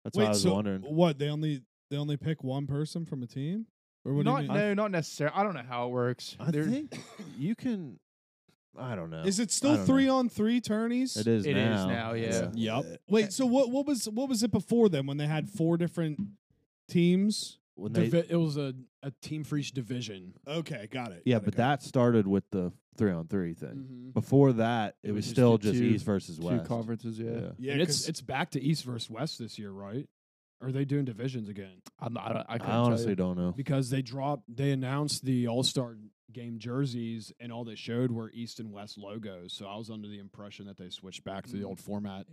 [SPEAKER 1] that's
[SPEAKER 3] Wait,
[SPEAKER 1] what I was
[SPEAKER 3] so
[SPEAKER 1] wondering.
[SPEAKER 3] What they only they only pick one person from a team, or what
[SPEAKER 2] not
[SPEAKER 3] do you mean?
[SPEAKER 2] no, not necessarily. I don't know how it works.
[SPEAKER 1] I
[SPEAKER 2] They're- [LAUGHS]
[SPEAKER 1] think you can. I don't know.
[SPEAKER 3] Is it
[SPEAKER 1] I
[SPEAKER 3] still
[SPEAKER 1] don't
[SPEAKER 3] three on three turnies?
[SPEAKER 1] It is
[SPEAKER 2] It
[SPEAKER 1] now.
[SPEAKER 2] is now, yeah.
[SPEAKER 4] Yep.
[SPEAKER 3] Wait, so what? What was what was it before then when they had four different teams?
[SPEAKER 1] When they,
[SPEAKER 4] Divi- it was a, a team for each division.
[SPEAKER 3] Okay, got it.
[SPEAKER 1] yeah,
[SPEAKER 3] got it,
[SPEAKER 1] but
[SPEAKER 3] got
[SPEAKER 1] that started with the three on three thing.
[SPEAKER 2] Mm-hmm.
[SPEAKER 4] Mhm.
[SPEAKER 1] Before that, it,
[SPEAKER 2] It
[SPEAKER 1] was,
[SPEAKER 2] was just
[SPEAKER 1] still
[SPEAKER 2] the
[SPEAKER 1] just
[SPEAKER 2] two-
[SPEAKER 1] East versus
[SPEAKER 2] Two
[SPEAKER 1] West.
[SPEAKER 2] conferences. Yeah.
[SPEAKER 1] Yeah.
[SPEAKER 3] it. yeah,
[SPEAKER 4] and it's
[SPEAKER 3] 'cause-
[SPEAKER 4] it's back to East versus West this year, right? Or are they doing divisions again?
[SPEAKER 2] I'm not, I, don't, I, couldn't
[SPEAKER 1] I
[SPEAKER 2] tell
[SPEAKER 1] honestly
[SPEAKER 2] you.
[SPEAKER 1] don't know.
[SPEAKER 4] Because they dropped, they announced the All Star game jerseys, and all they showed were East and West logos. So I was under the impression that they switched back to the
[SPEAKER 2] Mm.
[SPEAKER 4] old format.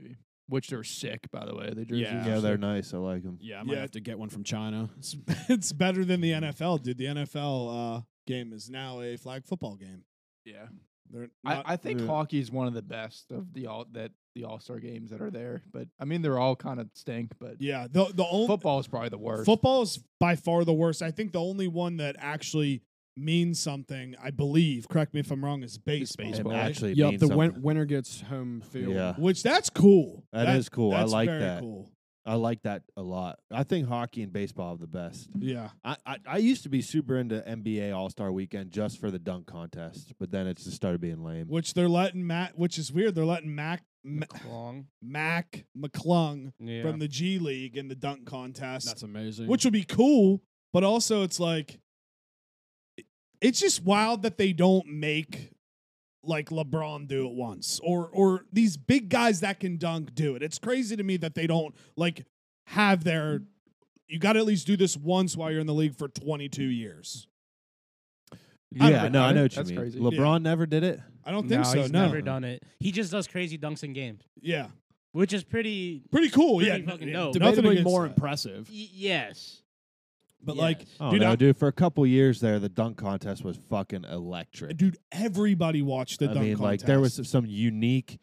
[SPEAKER 2] Which they're sick, by the way. They jerseys.
[SPEAKER 4] Yeah.
[SPEAKER 2] are
[SPEAKER 1] Yeah, they're
[SPEAKER 2] sick.
[SPEAKER 1] nice. I like them.
[SPEAKER 4] Yeah, I might
[SPEAKER 3] Yeah.
[SPEAKER 4] have to get one from China.
[SPEAKER 3] it's [LAUGHS] it's better than the NFL, dude. The NFL uh, game is now a flag football game.
[SPEAKER 2] Yeah.
[SPEAKER 3] They're not-
[SPEAKER 2] I, I think
[SPEAKER 1] Yeah.
[SPEAKER 2] hockey is one of the best of the all that the All Star games that are there. But I mean, they're all kind of stink. But
[SPEAKER 3] yeah, the the only
[SPEAKER 2] football is probably the worst.
[SPEAKER 3] Football is by far the worst. I think the only one that actually means something, I believe, correct me if I'm wrong, is baseball.
[SPEAKER 1] It
[SPEAKER 2] baseball.
[SPEAKER 3] right?
[SPEAKER 1] actually
[SPEAKER 4] Yep,
[SPEAKER 1] means
[SPEAKER 4] the
[SPEAKER 1] something.
[SPEAKER 4] win- winner gets home field.
[SPEAKER 1] Yeah.
[SPEAKER 3] Which that's cool.
[SPEAKER 1] That is cool. I
[SPEAKER 3] that's
[SPEAKER 1] like
[SPEAKER 3] very
[SPEAKER 1] that.
[SPEAKER 3] Cool.
[SPEAKER 1] I like that a lot. I think hockey and baseball have the best.
[SPEAKER 3] Yeah.
[SPEAKER 1] I, I, I used to be super into NBA All Star Weekend just for the dunk contest, but then it's just started being lame.
[SPEAKER 3] Which they're letting Matt which is weird, they're letting Mac Ma-
[SPEAKER 5] Long.
[SPEAKER 3] Mac McClung
[SPEAKER 5] Yeah.
[SPEAKER 3] from the G League in the dunk contest.
[SPEAKER 4] That's amazing.
[SPEAKER 3] which will be cool, but also it's like it- it's just wild that they don't make like LeBron do it once or or these big guys that can dunk do it. It's crazy to me that they don't like have their you got to at least do this once while you're in the league for 22 years.
[SPEAKER 2] I
[SPEAKER 1] yeah, no,
[SPEAKER 2] never done
[SPEAKER 1] I know
[SPEAKER 2] it.
[SPEAKER 1] what you
[SPEAKER 2] That's
[SPEAKER 1] mean.
[SPEAKER 2] crazy.
[SPEAKER 1] LeBron never did it.
[SPEAKER 3] I don't think
[SPEAKER 4] No,
[SPEAKER 3] so.
[SPEAKER 4] he's
[SPEAKER 3] No.
[SPEAKER 5] Never done it. He just does crazy dunks in games,
[SPEAKER 3] Yeah.
[SPEAKER 5] which is pretty.
[SPEAKER 3] Pretty cool.
[SPEAKER 5] Pretty
[SPEAKER 3] yeah.
[SPEAKER 5] fucking
[SPEAKER 3] yeah,
[SPEAKER 5] dope.
[SPEAKER 3] Nothing
[SPEAKER 4] debatably
[SPEAKER 3] against
[SPEAKER 4] more
[SPEAKER 3] that.
[SPEAKER 4] impressive.
[SPEAKER 5] Y- yes.
[SPEAKER 3] But like uh,
[SPEAKER 5] Yes.
[SPEAKER 1] Oh
[SPEAKER 3] Dude,
[SPEAKER 1] dude,
[SPEAKER 3] I-
[SPEAKER 1] dude, for a couple years there, the dunk contest was fucking electric.
[SPEAKER 3] dude, everybody watched the
[SPEAKER 1] I
[SPEAKER 3] dunk
[SPEAKER 1] mean, like
[SPEAKER 3] contest.
[SPEAKER 1] there was uh, some unique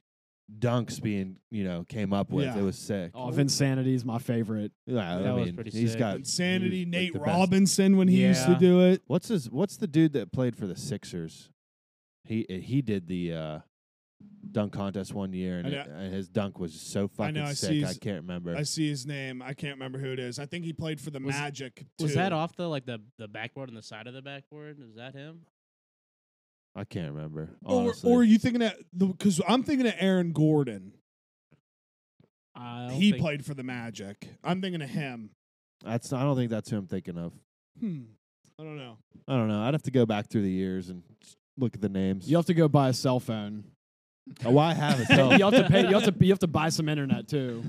[SPEAKER 1] dunks being you know came up with.
[SPEAKER 3] Yeah.
[SPEAKER 1] It was sick.
[SPEAKER 4] Oh, Vinsanity is my favorite.
[SPEAKER 1] yeah,
[SPEAKER 5] that
[SPEAKER 1] I
[SPEAKER 5] was
[SPEAKER 1] mean,
[SPEAKER 5] pretty
[SPEAKER 1] he's
[SPEAKER 5] sick.
[SPEAKER 1] got he's,
[SPEAKER 3] insanity
[SPEAKER 1] like,
[SPEAKER 3] Nate
[SPEAKER 1] the best.
[SPEAKER 3] Robinson when he used to
[SPEAKER 4] Yeah.
[SPEAKER 3] do it.
[SPEAKER 1] What's his? What's the dude that played for the Sixers? He eh, he did the uh, dunk contest one year, and,
[SPEAKER 3] I know.
[SPEAKER 1] it- and his dunk was so fucking
[SPEAKER 3] know, I see
[SPEAKER 1] sick. I
[SPEAKER 3] his-
[SPEAKER 1] can't remember.
[SPEAKER 3] I see his name. I can't remember who it is. I think he played for the
[SPEAKER 5] Was-
[SPEAKER 3] Magic.
[SPEAKER 5] Was
[SPEAKER 3] too.
[SPEAKER 5] that off the like the the backboard and the side of the backboard? Is that him?
[SPEAKER 1] I can't remember.
[SPEAKER 3] Or,
[SPEAKER 1] honestly.
[SPEAKER 3] or are you thinking that? Because I'm thinking of Aaron Gordon.
[SPEAKER 5] I don't
[SPEAKER 3] He
[SPEAKER 5] think-
[SPEAKER 3] played for the Magic. I'm thinking of him.
[SPEAKER 1] that's I don't think that's who I'm thinking of.
[SPEAKER 3] Hmm. I don't know.
[SPEAKER 1] I don't know. I'd have to go back through the years and s- look at the names.
[SPEAKER 4] You have to go buy a cell phone.
[SPEAKER 1] Oh, I
[SPEAKER 4] [LAUGHS]
[SPEAKER 1] have it.
[SPEAKER 4] you
[SPEAKER 1] so-
[SPEAKER 4] have to pay. You have to. You have to buy some internet too.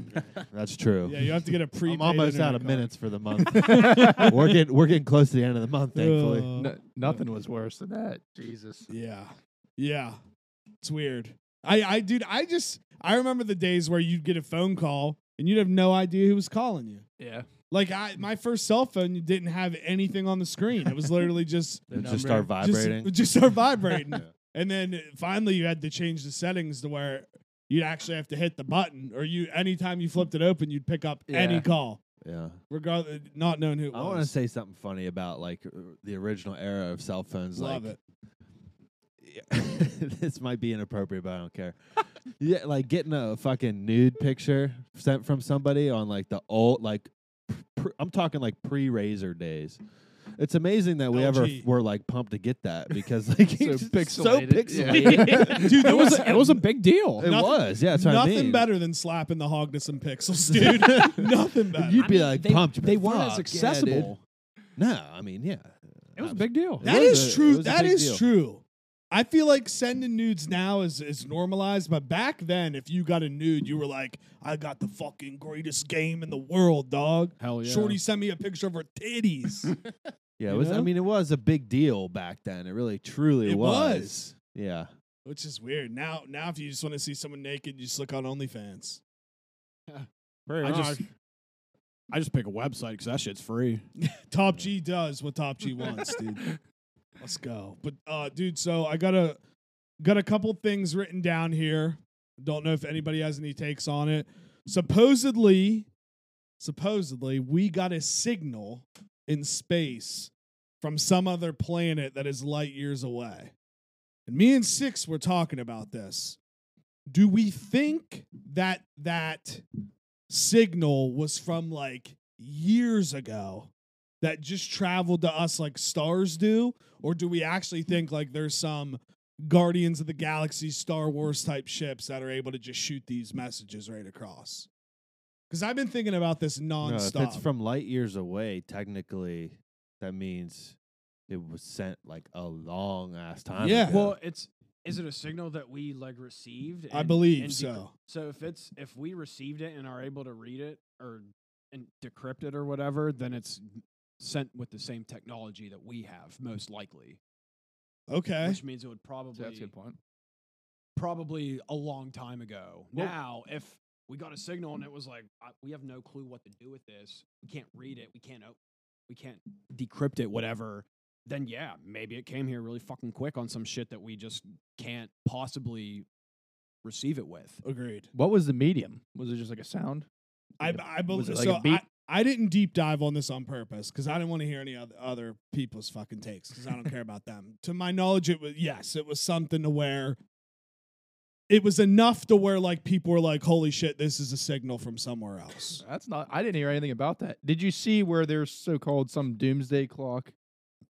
[SPEAKER 1] that's true.
[SPEAKER 3] Yeah, you have to get a pre.
[SPEAKER 1] Oh. [LAUGHS] I'm almost out of minutes for the month.
[SPEAKER 3] [LAUGHS]
[SPEAKER 2] Football.
[SPEAKER 1] we're getting we're getting close to the end of the month, thankfully.
[SPEAKER 2] nothing was worse than that. Jesus.
[SPEAKER 3] yeah, yeah. It's weird. I, I, dude, I just, I remember the days where you'd get a phone call and you'd have no idea who was calling you.
[SPEAKER 4] Yeah.
[SPEAKER 3] Like I, my first cell phone didn't have anything on the screen. It was
[SPEAKER 1] [LAUGHS]
[SPEAKER 3] literally just
[SPEAKER 1] It just start vibrating.
[SPEAKER 3] Just, just start vibrating.
[SPEAKER 1] [LAUGHS]
[SPEAKER 3] And then finally, you had to change the settings to where you'd actually have to hit the button, or you anytime you flipped it open, you'd pick up any
[SPEAKER 2] Yeah.
[SPEAKER 3] call,
[SPEAKER 1] yeah.
[SPEAKER 3] regardless, not knowing who it
[SPEAKER 1] I
[SPEAKER 3] was.
[SPEAKER 1] want to say something funny about like uh, the original era of cell phones.
[SPEAKER 3] love
[SPEAKER 1] like,
[SPEAKER 3] it.
[SPEAKER 1] yeah, [LAUGHS] this might be inappropriate, but I don't care. [LAUGHS] yeah, like getting a fucking nude picture sent from somebody on like the old, like pr- I'm talking like pre razor days. It's amazing that we ever
[SPEAKER 3] LG.
[SPEAKER 1] were like pumped to get that because like [LAUGHS] so
[SPEAKER 2] pixelated,
[SPEAKER 1] So
[SPEAKER 2] yeah.
[SPEAKER 1] pixelated.
[SPEAKER 3] [LAUGHS] Dude,
[SPEAKER 4] [LAUGHS] It
[SPEAKER 3] there
[SPEAKER 4] was
[SPEAKER 3] was
[SPEAKER 4] a, it was a big deal.
[SPEAKER 1] It
[SPEAKER 3] Nothing-
[SPEAKER 1] was, yeah. That's what I
[SPEAKER 3] nothing
[SPEAKER 1] mean.
[SPEAKER 3] better than slapping the hog to some
[SPEAKER 1] [LAUGHS]
[SPEAKER 3] pixels, dude. nothing better.
[SPEAKER 1] You'd
[SPEAKER 4] I
[SPEAKER 1] be
[SPEAKER 4] mean,
[SPEAKER 1] like
[SPEAKER 4] they-
[SPEAKER 1] pumped.
[SPEAKER 4] They weren't as
[SPEAKER 1] Fuck, yeah, dude.
[SPEAKER 4] accessible.
[SPEAKER 1] no, I mean, yeah.
[SPEAKER 4] it was a big deal.
[SPEAKER 1] It
[SPEAKER 3] that
[SPEAKER 1] was
[SPEAKER 3] is
[SPEAKER 1] a- it
[SPEAKER 3] true.
[SPEAKER 1] was a
[SPEAKER 3] That
[SPEAKER 1] big
[SPEAKER 3] is
[SPEAKER 1] deal.
[SPEAKER 3] true. I feel like sending nudes now is, is normalized, but back then, if you got a nude, you were like, I got the fucking greatest game in the world, dog.
[SPEAKER 1] Oh,
[SPEAKER 4] Hell yeah.
[SPEAKER 3] Shorty sent me a picture of her titties.
[SPEAKER 1] [LAUGHS] Yeah, it
[SPEAKER 3] You
[SPEAKER 1] was. I
[SPEAKER 3] know?
[SPEAKER 1] mean, it was a big deal back then. It really, truly
[SPEAKER 3] It
[SPEAKER 1] was.
[SPEAKER 3] was.
[SPEAKER 1] Yeah.
[SPEAKER 3] Which is weird. Now, now if you just want to see someone naked, you just look on OnlyFans.
[SPEAKER 4] I
[SPEAKER 1] Ah,
[SPEAKER 4] just I just pick a website because that shit's free.
[SPEAKER 3] Top G does what Top G wants, dude. Let's go. But uh, dude, so I got a got a couple things written down here. Don't know if anybody has any takes on it. Supposedly, supposedly we got a signal in space from some other planet that is light years away. And me and Six were talking about this. Do we think that that signal was from like years ago that just traveled to us like stars do? Or do we actually think like there's some Guardians of the Galaxy, Star Wars type ships that are able to just shoot these messages right across? Because I've been thinking about this
[SPEAKER 1] No,
[SPEAKER 3] nonstop.
[SPEAKER 1] if it's from light years away, technically, that means it was sent like a long ass time.
[SPEAKER 3] Yeah.
[SPEAKER 1] ago.
[SPEAKER 4] Well, it's is it a signal that we like received?
[SPEAKER 3] I believe
[SPEAKER 4] and
[SPEAKER 3] so.
[SPEAKER 4] So if it's if we received it and are able to read it or and decrypt it or whatever, then it's sent with the same technology that we have, most likely.
[SPEAKER 3] Okay.
[SPEAKER 4] Which means it would probably
[SPEAKER 2] That's a good point.
[SPEAKER 4] probably a long time ago.
[SPEAKER 1] Well-
[SPEAKER 4] now, if we got a signal and it was like I, we have no clue what to do with this, we can't read it, we can't op- we can't decrypt it, whatever. Then yeah, maybe it came here really fucking quick on some shit that we just can't possibly receive it with.
[SPEAKER 3] Agreed.
[SPEAKER 2] What was the medium? Was it just like a sound?
[SPEAKER 3] I,
[SPEAKER 2] Like
[SPEAKER 3] I believe
[SPEAKER 2] was it like
[SPEAKER 3] so.
[SPEAKER 2] a beat?
[SPEAKER 3] I, I didn't deep dive on this on purpose because I didn't want to hear any other, other people's fucking takes because I don't care about them. To my knowledge, it was yes, it was something to where it was enough to where like people were like, "Holy shit, this is a signal from somewhere else."
[SPEAKER 2] That's not. I didn't hear anything about that. Did you see where there's so-called some doomsday clock?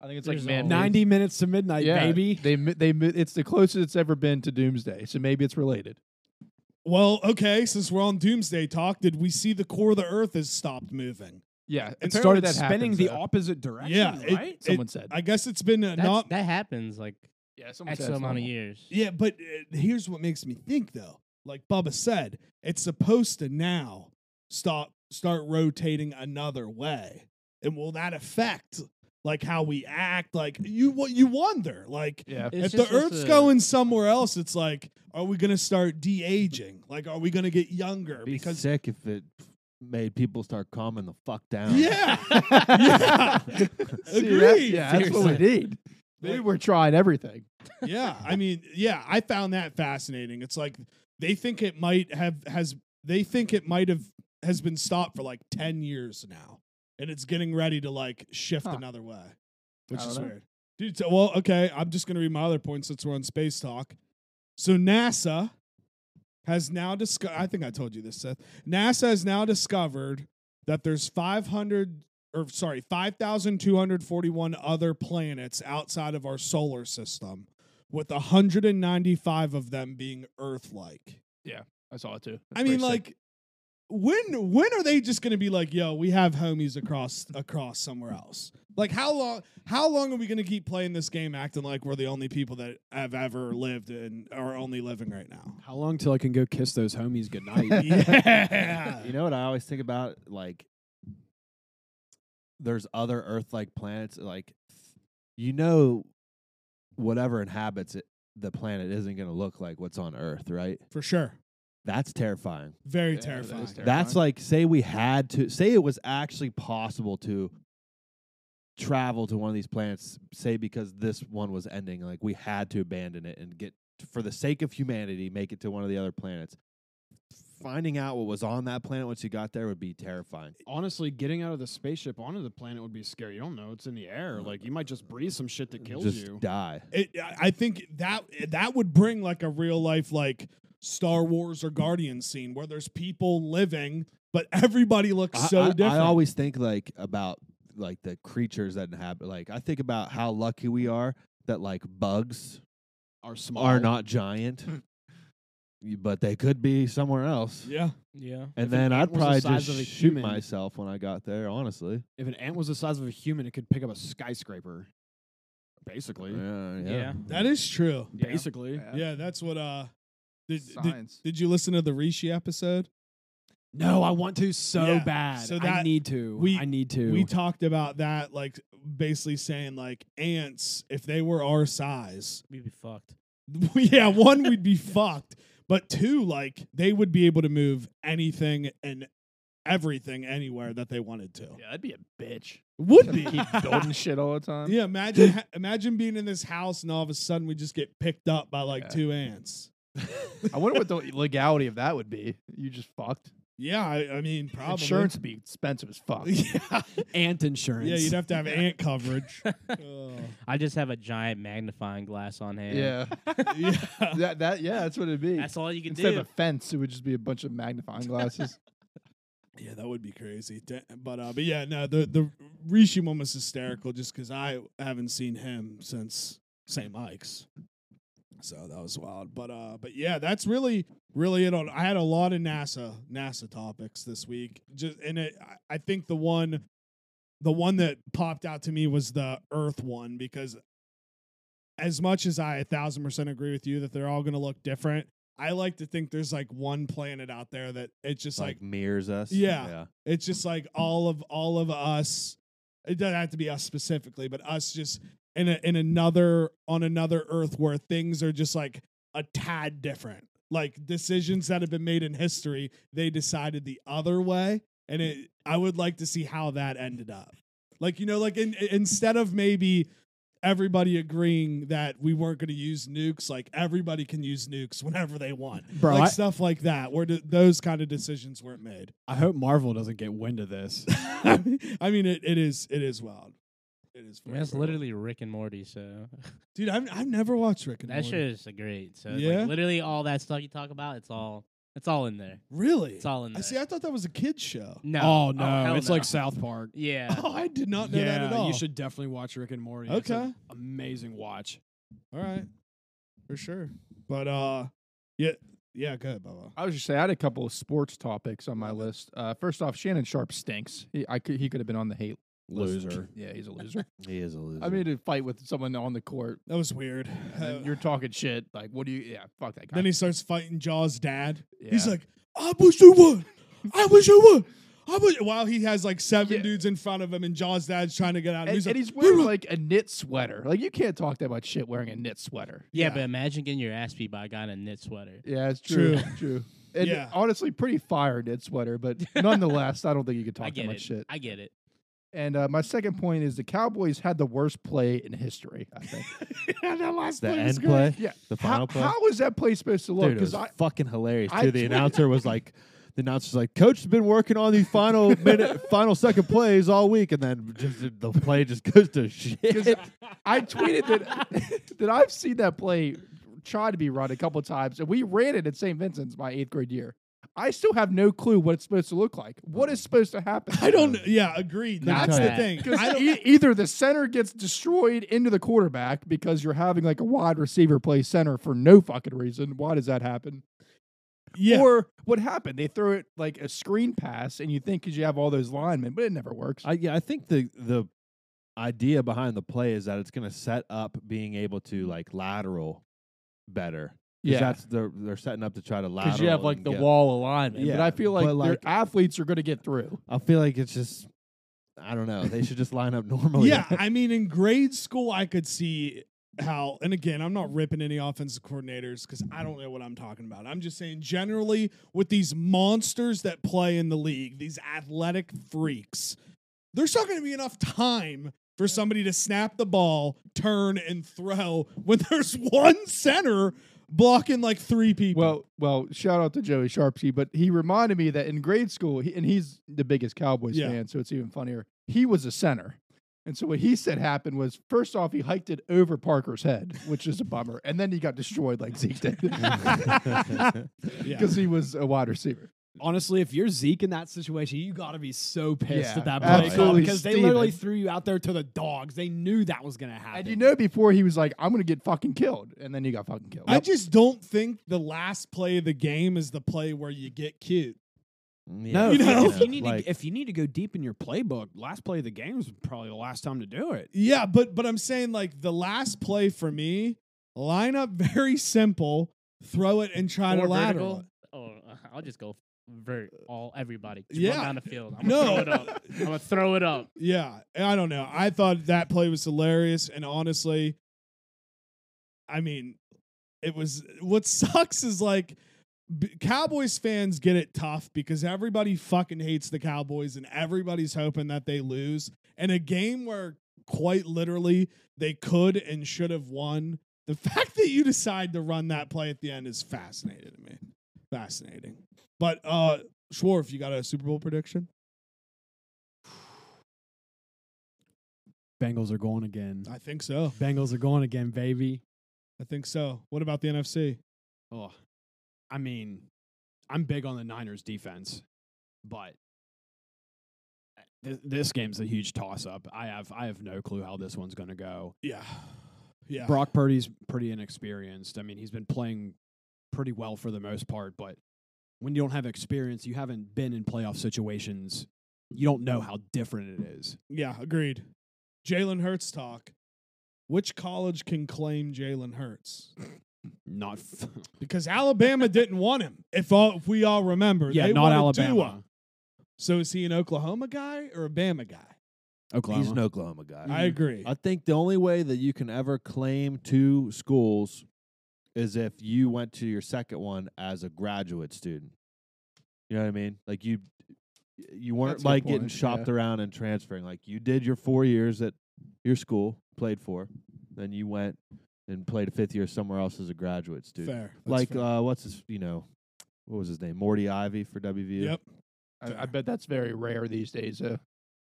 [SPEAKER 2] I think it's
[SPEAKER 5] There's
[SPEAKER 2] like man
[SPEAKER 5] always-
[SPEAKER 4] 90 minutes to midnight,
[SPEAKER 2] yeah,
[SPEAKER 4] baby.
[SPEAKER 3] [LAUGHS]
[SPEAKER 2] They mi- they mi- it's the closest it's ever been to doomsday. So maybe it's related.
[SPEAKER 3] Well, okay, since we're on doomsday talk, did we see the core of the Earth has stopped moving?
[SPEAKER 2] Yeah,
[SPEAKER 4] It
[SPEAKER 2] apparently
[SPEAKER 4] started
[SPEAKER 2] that
[SPEAKER 4] spinning
[SPEAKER 2] happens,
[SPEAKER 4] the
[SPEAKER 2] though.
[SPEAKER 4] opposite direction,
[SPEAKER 3] Yeah, it-
[SPEAKER 4] right?
[SPEAKER 3] it-
[SPEAKER 2] Someone said.
[SPEAKER 3] I guess it's been uh,
[SPEAKER 5] That's-
[SPEAKER 3] not
[SPEAKER 5] that happens like
[SPEAKER 2] yeah, someone
[SPEAKER 5] X
[SPEAKER 2] said it's
[SPEAKER 5] amount of
[SPEAKER 2] normal.
[SPEAKER 5] years.
[SPEAKER 3] Yeah, but uh, here's what makes me think though. Like Bubba said, it's supposed to now stop start rotating another way. And will that affect like how we act? Like you what you wonder. Like
[SPEAKER 2] Yeah,
[SPEAKER 5] It's
[SPEAKER 3] if
[SPEAKER 5] just
[SPEAKER 3] the
[SPEAKER 5] it's
[SPEAKER 3] earth's
[SPEAKER 5] a-
[SPEAKER 3] going somewhere else, it's like are we going to start de-aging? Like are we going to get younger
[SPEAKER 1] It'd be
[SPEAKER 3] because
[SPEAKER 1] sick if it made people start calming the fuck
[SPEAKER 4] [LAUGHS]
[SPEAKER 1] down. [LAUGHS]
[SPEAKER 5] [LAUGHS]
[SPEAKER 3] Yeah. yeah.
[SPEAKER 2] See, that-
[SPEAKER 3] Agreed.
[SPEAKER 2] yeah, that's what we
[SPEAKER 3] [LAUGHS]
[SPEAKER 2] need. Maybe
[SPEAKER 3] Like-
[SPEAKER 2] we're trying everything.
[SPEAKER 3] yeah i mean yeah i found that fascinating it's like they think it might have has they think it might have has been stopped for like 10 years now and it's getting ready to like shift
[SPEAKER 2] Huh.
[SPEAKER 3] another way which
[SPEAKER 2] I
[SPEAKER 3] is
[SPEAKER 2] don't know.
[SPEAKER 3] weird dude so, well okay i'm just gonna read my other point since we're on space talk so nasa has now discovered i think i told you this seth nasa has now discovered that there's 500 or sorry 5241 other planets outside of our solar system with 195 of them being earth-like
[SPEAKER 2] I saw it too.
[SPEAKER 3] i mean like when when are they just gonna be like yo we have homies across across somewhere else like how long how long are we gonna keep playing this game acting like we're the only people that have ever lived and are only living right now
[SPEAKER 1] [LAUGHS]
[SPEAKER 4] How long till I can go kiss those homies goodnight?
[SPEAKER 3] yeah
[SPEAKER 1] [LAUGHS] You know what I always think about? Like, there's other Earth-like planets. Like, you know, whatever inhabits it, the planet isn't going to look like what's on Earth, right?
[SPEAKER 3] for sure.
[SPEAKER 1] That's terrifying.
[SPEAKER 3] Very
[SPEAKER 2] Yeah, that is
[SPEAKER 3] terrifying.
[SPEAKER 2] terrifying.
[SPEAKER 1] That's like say we had to say it was actually possible to travel to one of these planets, say because this one was ending, like we had to abandon it and get for the sake of humanity, make it to one of the other planets. Finding out what was on that planet once you got there would be terrifying.
[SPEAKER 4] [LAUGHS] Honestly, getting out of the spaceship onto the planet would be scary. You don't know it's in the air. Like you might just breathe some shit that kills
[SPEAKER 1] Just
[SPEAKER 4] you.
[SPEAKER 1] die.
[SPEAKER 3] It, I- I think that that would bring like a real life like Star Wars or Guardian scene where there's people living, but everybody looks
[SPEAKER 1] I-
[SPEAKER 3] so
[SPEAKER 1] I,
[SPEAKER 3] different.
[SPEAKER 1] I always think like about like the creatures that inhabit. Like I think about how lucky we are that like bugs
[SPEAKER 4] Are small.
[SPEAKER 1] are not giant, y- but they could be somewhere else.
[SPEAKER 3] yeah.
[SPEAKER 5] Yeah.
[SPEAKER 1] And
[SPEAKER 4] If an ant
[SPEAKER 1] then I'd
[SPEAKER 4] was the
[SPEAKER 1] probably
[SPEAKER 4] size
[SPEAKER 1] just
[SPEAKER 4] of a
[SPEAKER 1] shoot
[SPEAKER 4] human-
[SPEAKER 1] myself when I got there. Honestly,
[SPEAKER 4] If an ant was the size of a human, it could pick up a skyscraper. Basically.
[SPEAKER 1] yeah,
[SPEAKER 5] Yeah.
[SPEAKER 3] That is true.
[SPEAKER 5] Yeah.
[SPEAKER 4] Basically.
[SPEAKER 3] Yeah, that's what uh did, did, [LAUGHS]
[SPEAKER 2] Science.
[SPEAKER 3] did you listen to the Rishi episode?
[SPEAKER 4] No, I want to so
[SPEAKER 3] Yeah,
[SPEAKER 4] bad.
[SPEAKER 3] so
[SPEAKER 4] I
[SPEAKER 3] that-
[SPEAKER 4] need to.
[SPEAKER 3] we-
[SPEAKER 4] I need to.
[SPEAKER 3] We talked about that like basically saying like ants if they were our size. [LAUGHS]
[SPEAKER 5] We'd be fucked.
[SPEAKER 3] yeah, one we'd
[SPEAKER 2] [LAUGHS]
[SPEAKER 3] be fucked, but two like they would be able to move anything and everything anywhere that they wanted to.
[SPEAKER 4] yeah, that'd be a bitch.
[SPEAKER 2] [LAUGHS]
[SPEAKER 3] Would be. [LAUGHS]
[SPEAKER 2] Keep building shit all the time.
[SPEAKER 3] Yeah, imagine ha- imagine being in this house and all of a sudden we just get picked up by like
[SPEAKER 2] Yeah.
[SPEAKER 3] two ants.
[SPEAKER 2] I wonder what the legality of that would be. You just fucked.
[SPEAKER 3] Yeah, I, I mean probably
[SPEAKER 2] Insurance would be expensive as [LAUGHS] fuck.
[SPEAKER 3] yeah.
[SPEAKER 4] Ant insurance.
[SPEAKER 3] yeah, you'd have to have ant coverage. Ugh.
[SPEAKER 5] I just have a giant magnifying glass on hand.
[SPEAKER 2] Yeah.
[SPEAKER 5] [LAUGHS]
[SPEAKER 3] yeah.
[SPEAKER 2] that that yeah, that's what it'd be.
[SPEAKER 5] That's all you can
[SPEAKER 2] Instead
[SPEAKER 5] do.
[SPEAKER 2] of a fence, it would just be a bunch of magnifying glasses.
[SPEAKER 3] Yeah, that would be crazy. Da- But uh, but yeah, no, the the Rishi one was hysterical just because I haven't seen him since St. Mike's, so that was wild. But uh, but yeah, that's really really it. On I had a lot of NASA NASA topics this week. Just and it, I- I think the one the one that popped out to me was the Earth one because as much as I a thousand percent agree with you that they're all going to look different. I like to think there's like one planet out there that it's just
[SPEAKER 1] It's like, mirrors us.
[SPEAKER 3] Yeah. it's just like all of all of us. It doesn't have to be us specifically, but us just in a, in another on another Earth where things are just like a tad different. Like decisions that have been made in history, they decided the other way, and it. I would like to see how that ended up. Like you know, like in, in- instead of maybe everybody agreeing that we weren't going to use nukes, like everybody can use nukes whenever they want,
[SPEAKER 4] [LAUGHS] Bro,
[SPEAKER 3] like
[SPEAKER 4] I-
[SPEAKER 3] stuff like that, where th- those kind of decisions weren't made.
[SPEAKER 4] I hope Marvel doesn't get wind of this.
[SPEAKER 3] I mean- [LAUGHS] I mean, it, it is it is wild. It is.
[SPEAKER 5] I mean, that's
[SPEAKER 3] very wild.
[SPEAKER 5] literally Rick and Morty, so
[SPEAKER 3] dude. I've I've never watched Rick and
[SPEAKER 5] that
[SPEAKER 3] Morty.
[SPEAKER 5] show is great. So it's
[SPEAKER 3] Yeah?
[SPEAKER 5] like literally all that stuff you talk about, it's all it's all in there.
[SPEAKER 3] Really?
[SPEAKER 5] It's all in
[SPEAKER 3] I
[SPEAKER 5] there.
[SPEAKER 3] see. I thought that was a kids show.
[SPEAKER 5] no.
[SPEAKER 4] Oh
[SPEAKER 5] hell
[SPEAKER 4] no, it's like
[SPEAKER 5] no.
[SPEAKER 4] South Park.
[SPEAKER 3] [LAUGHS]
[SPEAKER 5] yeah.
[SPEAKER 3] Oh, I did not know that at all.
[SPEAKER 4] You should definitely watch Rick and Morty. It's an amazing watch.
[SPEAKER 3] All right, for sure. But uh, yeah, yeah. Good, Bubba.
[SPEAKER 2] [LAUGHS] I was just saying, I had a couple of sports topics on my list. Uh, first off, Shannon Sharp stinks. He, I could, he could have been on the hate list. [LAUGHS] Yeah, he's a loser.
[SPEAKER 1] He is a loser.
[SPEAKER 2] I mean, to fight with someone on the court.
[SPEAKER 3] That was weird.
[SPEAKER 2] And then [LAUGHS]
[SPEAKER 3] Uh,
[SPEAKER 2] you're talking shit. Like, what do you? Yeah, fuck that guy.
[SPEAKER 3] then he starts fighting Jaws' dad. He's
[SPEAKER 2] Yeah.
[SPEAKER 3] like, "I wish you would. I wish you would." I wish. While he has like seven
[SPEAKER 2] Yeah.
[SPEAKER 3] dudes in front of him, and Jaws' dad's trying to get out.
[SPEAKER 2] and,
[SPEAKER 3] he's
[SPEAKER 2] and
[SPEAKER 3] like,
[SPEAKER 2] he's wearing like a knit sweater. Like, you can't talk that much shit wearing a knit sweater.
[SPEAKER 5] yeah,
[SPEAKER 3] yeah.
[SPEAKER 5] but imagine getting your ass beat by a guy in a knit sweater.
[SPEAKER 2] Yeah, it's true.
[SPEAKER 3] True.
[SPEAKER 2] [LAUGHS]
[SPEAKER 5] [LAUGHS]
[SPEAKER 2] true. And
[SPEAKER 3] Yeah.
[SPEAKER 2] honestly, pretty fire knit sweater, but nonetheless, I don't think you could
[SPEAKER 5] I
[SPEAKER 2] talk that
[SPEAKER 5] get
[SPEAKER 2] much
[SPEAKER 5] it.
[SPEAKER 2] shit.
[SPEAKER 5] I get it.
[SPEAKER 2] And uh, my second point is the Cowboys had the worst play in history. I
[SPEAKER 5] [LAUGHS]
[SPEAKER 2] think.
[SPEAKER 3] yeah, that last
[SPEAKER 1] the
[SPEAKER 3] play was
[SPEAKER 1] end
[SPEAKER 3] great.
[SPEAKER 1] play,
[SPEAKER 2] Yeah.
[SPEAKER 1] the
[SPEAKER 2] how,
[SPEAKER 1] final play.
[SPEAKER 2] how was that play supposed to look?
[SPEAKER 1] Dude, it was
[SPEAKER 2] I,
[SPEAKER 1] fucking hilarious.
[SPEAKER 2] I
[SPEAKER 1] Dude, the [LAUGHS]
[SPEAKER 2] tweeted-
[SPEAKER 1] announcer was like, the announcer's like, Coach's been working on these final [LAUGHS] minute, final second plays all week, and then just the play just goes to shit.
[SPEAKER 2] I tweeted that [LAUGHS] that I've seen that play try to be run a couple times, and we ran it at St. Vincent's my eighth grade year. I still have no clue what it's supposed to look like. What is supposed to happen?
[SPEAKER 3] I don't. kn- Yeah, agreed.
[SPEAKER 1] Not
[SPEAKER 3] That's the
[SPEAKER 5] that.
[SPEAKER 2] [LAUGHS]
[SPEAKER 3] thing. I
[SPEAKER 2] Because
[SPEAKER 3] don't,
[SPEAKER 2] e- either the center gets destroyed into the quarterback because you're having like a wide receiver play center for no fucking reason. Why does that happen?
[SPEAKER 3] yeah,
[SPEAKER 2] Or what happened? They throw it like a screen pass, and you think because you have all those linemen, but it never works.
[SPEAKER 1] I yeah, I think the the idea behind the play is that it's going to set up being able to like lateral better. 'Cause
[SPEAKER 2] Yeah.
[SPEAKER 1] that's they're they're setting up to try to lateral.
[SPEAKER 2] because you have like
[SPEAKER 1] and
[SPEAKER 2] the
[SPEAKER 1] get-
[SPEAKER 2] wall alignment. but
[SPEAKER 1] Yeah,
[SPEAKER 2] I feel like,
[SPEAKER 1] but,
[SPEAKER 2] their
[SPEAKER 1] like-
[SPEAKER 2] athletes are going to get through.
[SPEAKER 1] I feel like it's just Oh, [LAUGHS] I don't know. They should just line up normally.
[SPEAKER 3] yeah. I mean, in grade school, I could see how, and again, I'm not ripping any offensive coordinators because I don't know what I'm talking about. I'm just saying, generally, with these monsters that play in the league, these athletic freaks, there's not going to be enough time for somebody to snap the ball, turn, and throw when [LAUGHS] there's one center blocking like three people.
[SPEAKER 2] Well, well, shout out to Joey Sharpsky, but he reminded me that in grade school, he, and he's the biggest Cowboys
[SPEAKER 3] Yeah.
[SPEAKER 2] fan, so it's even funnier. He was a center. And so what he said happened was first off, he hiked it over Parker's head, which is a bummer. And then he got destroyed like Zeke did
[SPEAKER 3] [LAUGHS]
[SPEAKER 2] [LAUGHS]
[SPEAKER 3] yeah.
[SPEAKER 2] because he was a wide receiver.
[SPEAKER 4] Honestly, if you're Zeke in that situation, you got to be so pissed
[SPEAKER 2] Yeah,
[SPEAKER 4] at that play call
[SPEAKER 2] absolutely,
[SPEAKER 4] because they literally
[SPEAKER 2] Steven.
[SPEAKER 4] threw you out there to the dogs. They knew that was going to happen.
[SPEAKER 2] And you know, before he was like, I'm going to get fucking killed. And then he got fucking killed.
[SPEAKER 3] I just don't think the last play of the game is the play where you get cute.
[SPEAKER 4] no,
[SPEAKER 3] You
[SPEAKER 4] if,
[SPEAKER 3] know?
[SPEAKER 4] if you need
[SPEAKER 1] like,
[SPEAKER 4] to, if you need to go deep in your playbook, last play of the game is probably the last time to do it.
[SPEAKER 3] Yeah, but but I'm saying like the last play for me, line up very simple, throw it and try to
[SPEAKER 5] Or
[SPEAKER 3] lateral.
[SPEAKER 5] Oh, I'll just go vert all everybody. Just
[SPEAKER 3] Yeah.
[SPEAKER 5] run down the field. I'm
[SPEAKER 3] No.
[SPEAKER 5] gonna [LAUGHS] throw it up. I'm gonna throw it up.
[SPEAKER 3] Yeah, and I don't know. I thought that play was hilarious, and honestly, I mean, it was. What [LAUGHS] sucks is like b- Cowboys fans get it tough because everybody fucking hates the Cowboys, and everybody's hoping that they lose. And a game where quite literally they could and should have won. [LAUGHS] The fact that you decide to run that play at the end is fascinating to me. Fascinating. But uh Schwarf, you got a Super Bowl prediction?
[SPEAKER 4] Bengals are going again.
[SPEAKER 3] I think so.
[SPEAKER 4] Bengals are going again, baby.
[SPEAKER 3] I think so. What about the NFC?
[SPEAKER 4] Oh, I mean, I'm big on the Niners defense, but eh, th- this game's a huge toss up. I have I have no clue how this one's going to go.
[SPEAKER 3] Yeah. Yeah.
[SPEAKER 4] Brock Purdy's pretty inexperienced. I mean, he's been playing pretty well for the most part, but when you don't have experience, you haven't been in playoff situations. You don't know how different it is.
[SPEAKER 3] Yeah, agreed. Jalen Hurts talk. Which college can claim Jalen Hurts?
[SPEAKER 4] Not f-
[SPEAKER 3] Because Alabama didn't want him. If all if we all remember,
[SPEAKER 4] yeah,
[SPEAKER 3] they
[SPEAKER 4] not
[SPEAKER 3] wanted
[SPEAKER 4] Alabama,
[SPEAKER 3] Tua. So is he an Oklahoma guy or a Bama guy?
[SPEAKER 4] Oklahoma.
[SPEAKER 1] he's an Oklahoma guy.
[SPEAKER 3] I agree.
[SPEAKER 1] Mm, I think the only way that you can ever claim two schools is if you went to your second one as a graduate student. You know what I mean? Like you you weren't
[SPEAKER 2] That's a good
[SPEAKER 1] like getting
[SPEAKER 2] point,
[SPEAKER 1] shopped
[SPEAKER 2] yeah.
[SPEAKER 1] around and transferring. Like you did your 4 years at your school, played for, then you went and played a fifth year somewhere else as a graduate student.
[SPEAKER 3] fair. That's
[SPEAKER 1] Like
[SPEAKER 3] fair.
[SPEAKER 1] uh what's his, you know, what was his name? Morty Ivy for WVU.
[SPEAKER 3] Yep.
[SPEAKER 2] I, I bet that's very rare these days. Uh,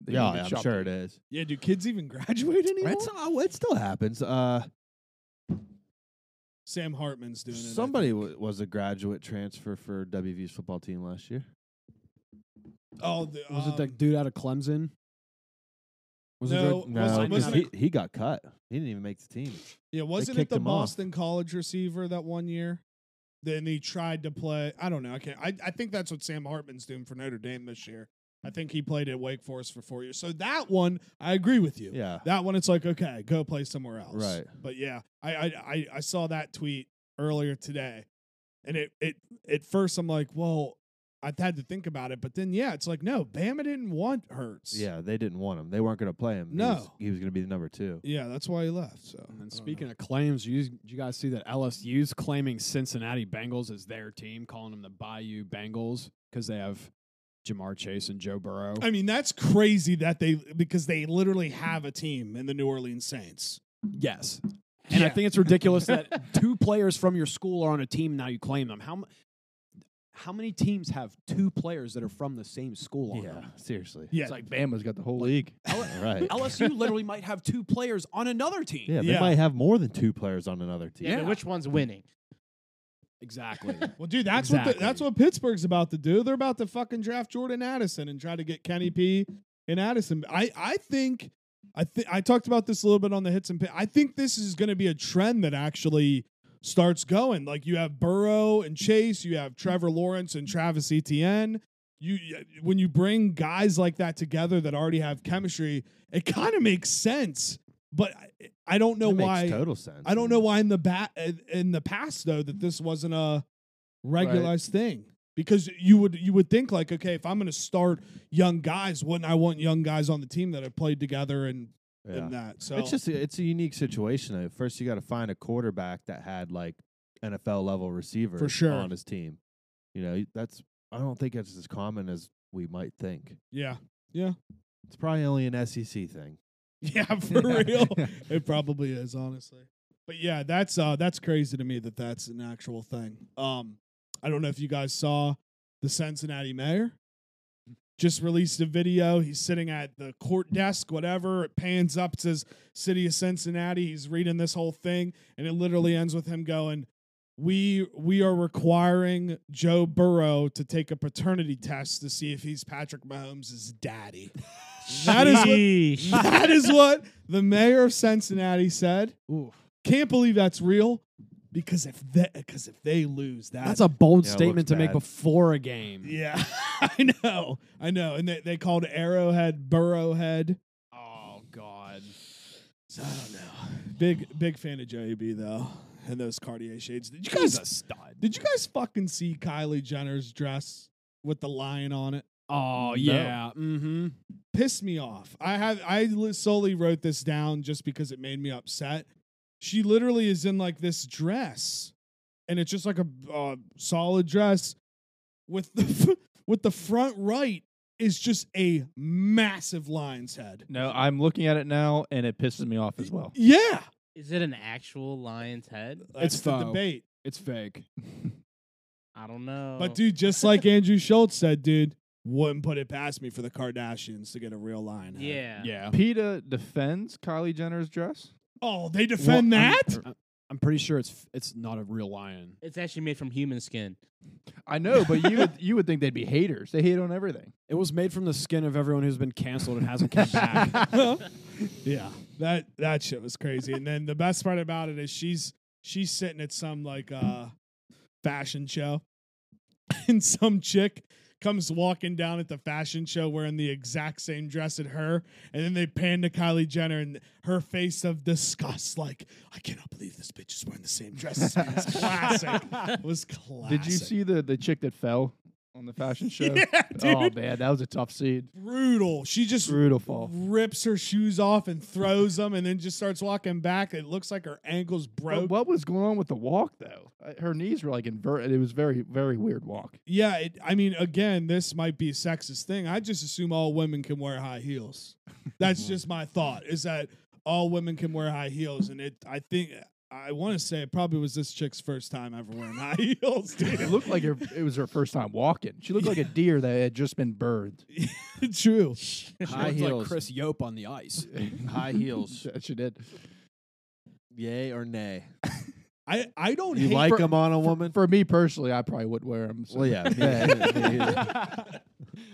[SPEAKER 2] that you
[SPEAKER 1] Yeah,
[SPEAKER 2] get
[SPEAKER 1] I'm
[SPEAKER 2] shopped
[SPEAKER 1] sure it
[SPEAKER 2] at.
[SPEAKER 1] is.
[SPEAKER 3] Yeah, do kids even [LAUGHS] graduate anymore?
[SPEAKER 1] It's, uh, it still happens. Uh
[SPEAKER 3] Sam Hartman's doing it. I
[SPEAKER 1] Somebody
[SPEAKER 3] think.
[SPEAKER 1] w- was a graduate transfer for WVU's football team last year.
[SPEAKER 3] Oh, the,
[SPEAKER 4] Was it
[SPEAKER 3] um,
[SPEAKER 4] that dude out of Clemson? Was
[SPEAKER 3] No,
[SPEAKER 4] it
[SPEAKER 3] No, wasn't-
[SPEAKER 1] because
[SPEAKER 3] wasn't
[SPEAKER 1] he,
[SPEAKER 3] it-
[SPEAKER 1] he got cut. He didn't even make the team.
[SPEAKER 3] Yeah, wasn't it
[SPEAKER 1] kicked
[SPEAKER 3] the
[SPEAKER 1] him off.
[SPEAKER 3] Boston College receiver that one year? Then he tried to play. I don't know. I can't. I, I think that's what Sam Hartman's doing for Notre Dame this year. I think he played at Wake Forest for four years. So that one, I agree with you.
[SPEAKER 1] Yeah.
[SPEAKER 3] That one, it's like okay, go play somewhere else.
[SPEAKER 1] Right.
[SPEAKER 3] But yeah, I I I, I saw that tweet earlier today, and it it at first I'm like, well, I've had to think about it, but then yeah, it's like no, Bama didn't want Hurts.
[SPEAKER 1] Yeah, they didn't want him. They weren't going to play him. He was-
[SPEAKER 3] No.
[SPEAKER 1] He was, going to be the number two.
[SPEAKER 3] Yeah, that's why he left. So
[SPEAKER 4] And
[SPEAKER 3] I
[SPEAKER 4] then
[SPEAKER 3] don't
[SPEAKER 4] speaking
[SPEAKER 3] know.
[SPEAKER 4] of claims, you, did you guys see that LSU's claiming Cincinnati Bengals as their team, calling them the Bayou Bengals because they have Jamar Chase and Joe Burrow.
[SPEAKER 3] I mean, that's crazy that they because they literally have a team in the New Orleans Saints.
[SPEAKER 4] yes. And I
[SPEAKER 3] Yeah.
[SPEAKER 4] think it's ridiculous [LAUGHS] that two players from your school are on a team now you claim them. How m- how many teams have two players that are from the same school on
[SPEAKER 1] Yeah,
[SPEAKER 4] them?
[SPEAKER 1] seriously.
[SPEAKER 3] Yeah,
[SPEAKER 2] It's like Bama's got the whole league.
[SPEAKER 1] Right.
[SPEAKER 4] LSU literally might have two players on another team.
[SPEAKER 1] [LAUGHS] Yeah, they
[SPEAKER 3] Yeah.
[SPEAKER 1] might have more than two players on another team.
[SPEAKER 5] Yeah. but which one's winning?
[SPEAKER 4] Exactly.
[SPEAKER 3] well, dude, that's what the,
[SPEAKER 4] Exactly.
[SPEAKER 3] that's what Pittsburgh's about to do. They're about to fucking draft Jordan Addison and try to get Kenny P and Addison. I I think I think I talked about this a little bit on the hits and pit. I think this is going to be a trend that actually starts going. Like you have Burrow and Chase, you have Trevor Lawrence and Travis Etienne. You when you bring guys like that together that already have chemistry, it kind of makes sense. But I, I don't know
[SPEAKER 1] That makes
[SPEAKER 3] why.
[SPEAKER 1] total sense.
[SPEAKER 3] I don't know why in the bat in the past though that this wasn't a regularized thing because you would you would think like okay if I'm going to start young guys wouldn't I want young guys on the team that have played together and
[SPEAKER 1] Yeah.
[SPEAKER 3] in that. So
[SPEAKER 1] It's just a, it's a unique situation. Though. First, you got to find a quarterback that had like NFL level receivers
[SPEAKER 3] sure.
[SPEAKER 1] on his team. You know, that's I don't think it's as common as we might think.
[SPEAKER 3] yeah, [LAUGHS]
[SPEAKER 1] It's probably only an SEC thing. [LAUGHS]
[SPEAKER 3] yeah, [LAUGHS] for real, it probably is honestly. But yeah, that's uh that's crazy to me that that's an actual thing. Um, I don't know if you guys saw the Cincinnati mayor just released a video. He's sitting at the court desk, whatever. It pans up, it says City of Cincinnati. He's reading this whole thing, and it literally ends with him going, "We we are requiring Joe Burrow to take a paternity test to see if he's Patrick Mahomes' daddy." that is
[SPEAKER 4] [LAUGHS]
[SPEAKER 3] what
[SPEAKER 5] Sheesh.
[SPEAKER 3] [LAUGHS] that is what the mayor of Cincinnati said. Can't believe that's real. Because if they, because if they lose, that
[SPEAKER 4] That's a bold
[SPEAKER 1] Yeah, it
[SPEAKER 4] statement
[SPEAKER 1] looks
[SPEAKER 4] to make
[SPEAKER 1] bad.
[SPEAKER 4] before a game.
[SPEAKER 3] [LAUGHS] yeah, [LAUGHS] I know, I know, and they, they called Arrowhead Burrowhead.
[SPEAKER 4] Oh God.
[SPEAKER 3] So I don't know. Big big fan of Joey B though, and those Cartier shades. Did you
[SPEAKER 4] He's
[SPEAKER 3] guys
[SPEAKER 4] a stud.
[SPEAKER 3] did you guys fucking see Kylie Jenner's dress with the lion on it?
[SPEAKER 4] Oh yeah. Mm-hmm.
[SPEAKER 3] Pissed me off. I have I li- solely wrote this down just because it made me upset. She literally is in like this dress, and it's just like a uh, solid dress with the [LAUGHS] with the front right is just a massive lion's head.
[SPEAKER 2] [LAUGHS] No, I'm looking at it now, and it pisses me off as well.
[SPEAKER 3] Yeah,
[SPEAKER 5] Is it an actual lion's head?
[SPEAKER 3] that's
[SPEAKER 4] It's
[SPEAKER 3] the
[SPEAKER 4] faux.
[SPEAKER 3] debate.
[SPEAKER 4] It's fake.
[SPEAKER 5] I don't know.
[SPEAKER 3] But dude, just like Andrew Schultz said, dude, wouldn't put it past me for the Kardashians to get a real line. huh?
[SPEAKER 5] yeah,
[SPEAKER 4] Yeah.
[SPEAKER 2] [LAUGHS] PETA defends Kylie Jenner's dress.
[SPEAKER 3] Oh, they defend
[SPEAKER 4] Well, I'm-
[SPEAKER 3] that?
[SPEAKER 4] I'm, I'm pretty sure it's f- it's not a real lion.
[SPEAKER 5] it's actually made from human skin.
[SPEAKER 2] I know, but you would, you would think they'd be haters. They hate on [LAUGHS] everything.
[SPEAKER 4] It was made from the skin of everyone who's been canceled and hasn't come
[SPEAKER 3] [LAUGHS]
[SPEAKER 4] back.
[SPEAKER 3] yeah. That that shit was crazy. And then the best part about it is she's she's sitting at some like uh fashion show [LAUGHS] and some chick comes walking down at the fashion show wearing the exact same dress at her and then they pan to Kylie Jenner and her face of disgust like I cannot believe this bitch is wearing the same dress as me."
[SPEAKER 2] [LAUGHS]
[SPEAKER 3] It's classic was classic
[SPEAKER 2] Did you see the the chick that fell on
[SPEAKER 3] [LAUGHS]
[SPEAKER 2] the fashion show?
[SPEAKER 3] Yeah, dude.
[SPEAKER 2] Oh man, that was a tough scene.
[SPEAKER 3] brutal. She just
[SPEAKER 2] Brutal fall.
[SPEAKER 3] rips her shoes off and throws them, and then just starts walking back. It looks like her ankles
[SPEAKER 2] But
[SPEAKER 3] broke.
[SPEAKER 2] Oh, what was going on with the walk though? Uh, Her knees were like inverted. It was very very weird walk.
[SPEAKER 3] Yeah, it, I mean, again, this might be a sexist thing. I just assume all women can wear high heels.
[SPEAKER 2] [LAUGHS]
[SPEAKER 3] That's just my thought. Is that all women can wear high heels? And it, I think, I want to say it probably was this chick's first time ever wearing high [LAUGHS] heels.
[SPEAKER 2] It
[SPEAKER 3] Dude.
[SPEAKER 2] looked like her, it was her first time walking. She looked like a deer that had just been birthed.
[SPEAKER 3] [LAUGHS] True.
[SPEAKER 4] She
[SPEAKER 1] High
[SPEAKER 4] looked
[SPEAKER 1] heels.
[SPEAKER 4] like Chris Yope on the ice.
[SPEAKER 1] [LAUGHS] High
[SPEAKER 2] [LAUGHS]
[SPEAKER 1] heels.
[SPEAKER 2] That she did.
[SPEAKER 1] Yay or nay?
[SPEAKER 3] I I don't
[SPEAKER 1] You
[SPEAKER 3] hate
[SPEAKER 1] like
[SPEAKER 2] for-
[SPEAKER 1] them on a woman?
[SPEAKER 2] For me personally, I probably would wear them.
[SPEAKER 1] [LAUGHS] well, yeah. [LAUGHS] Me,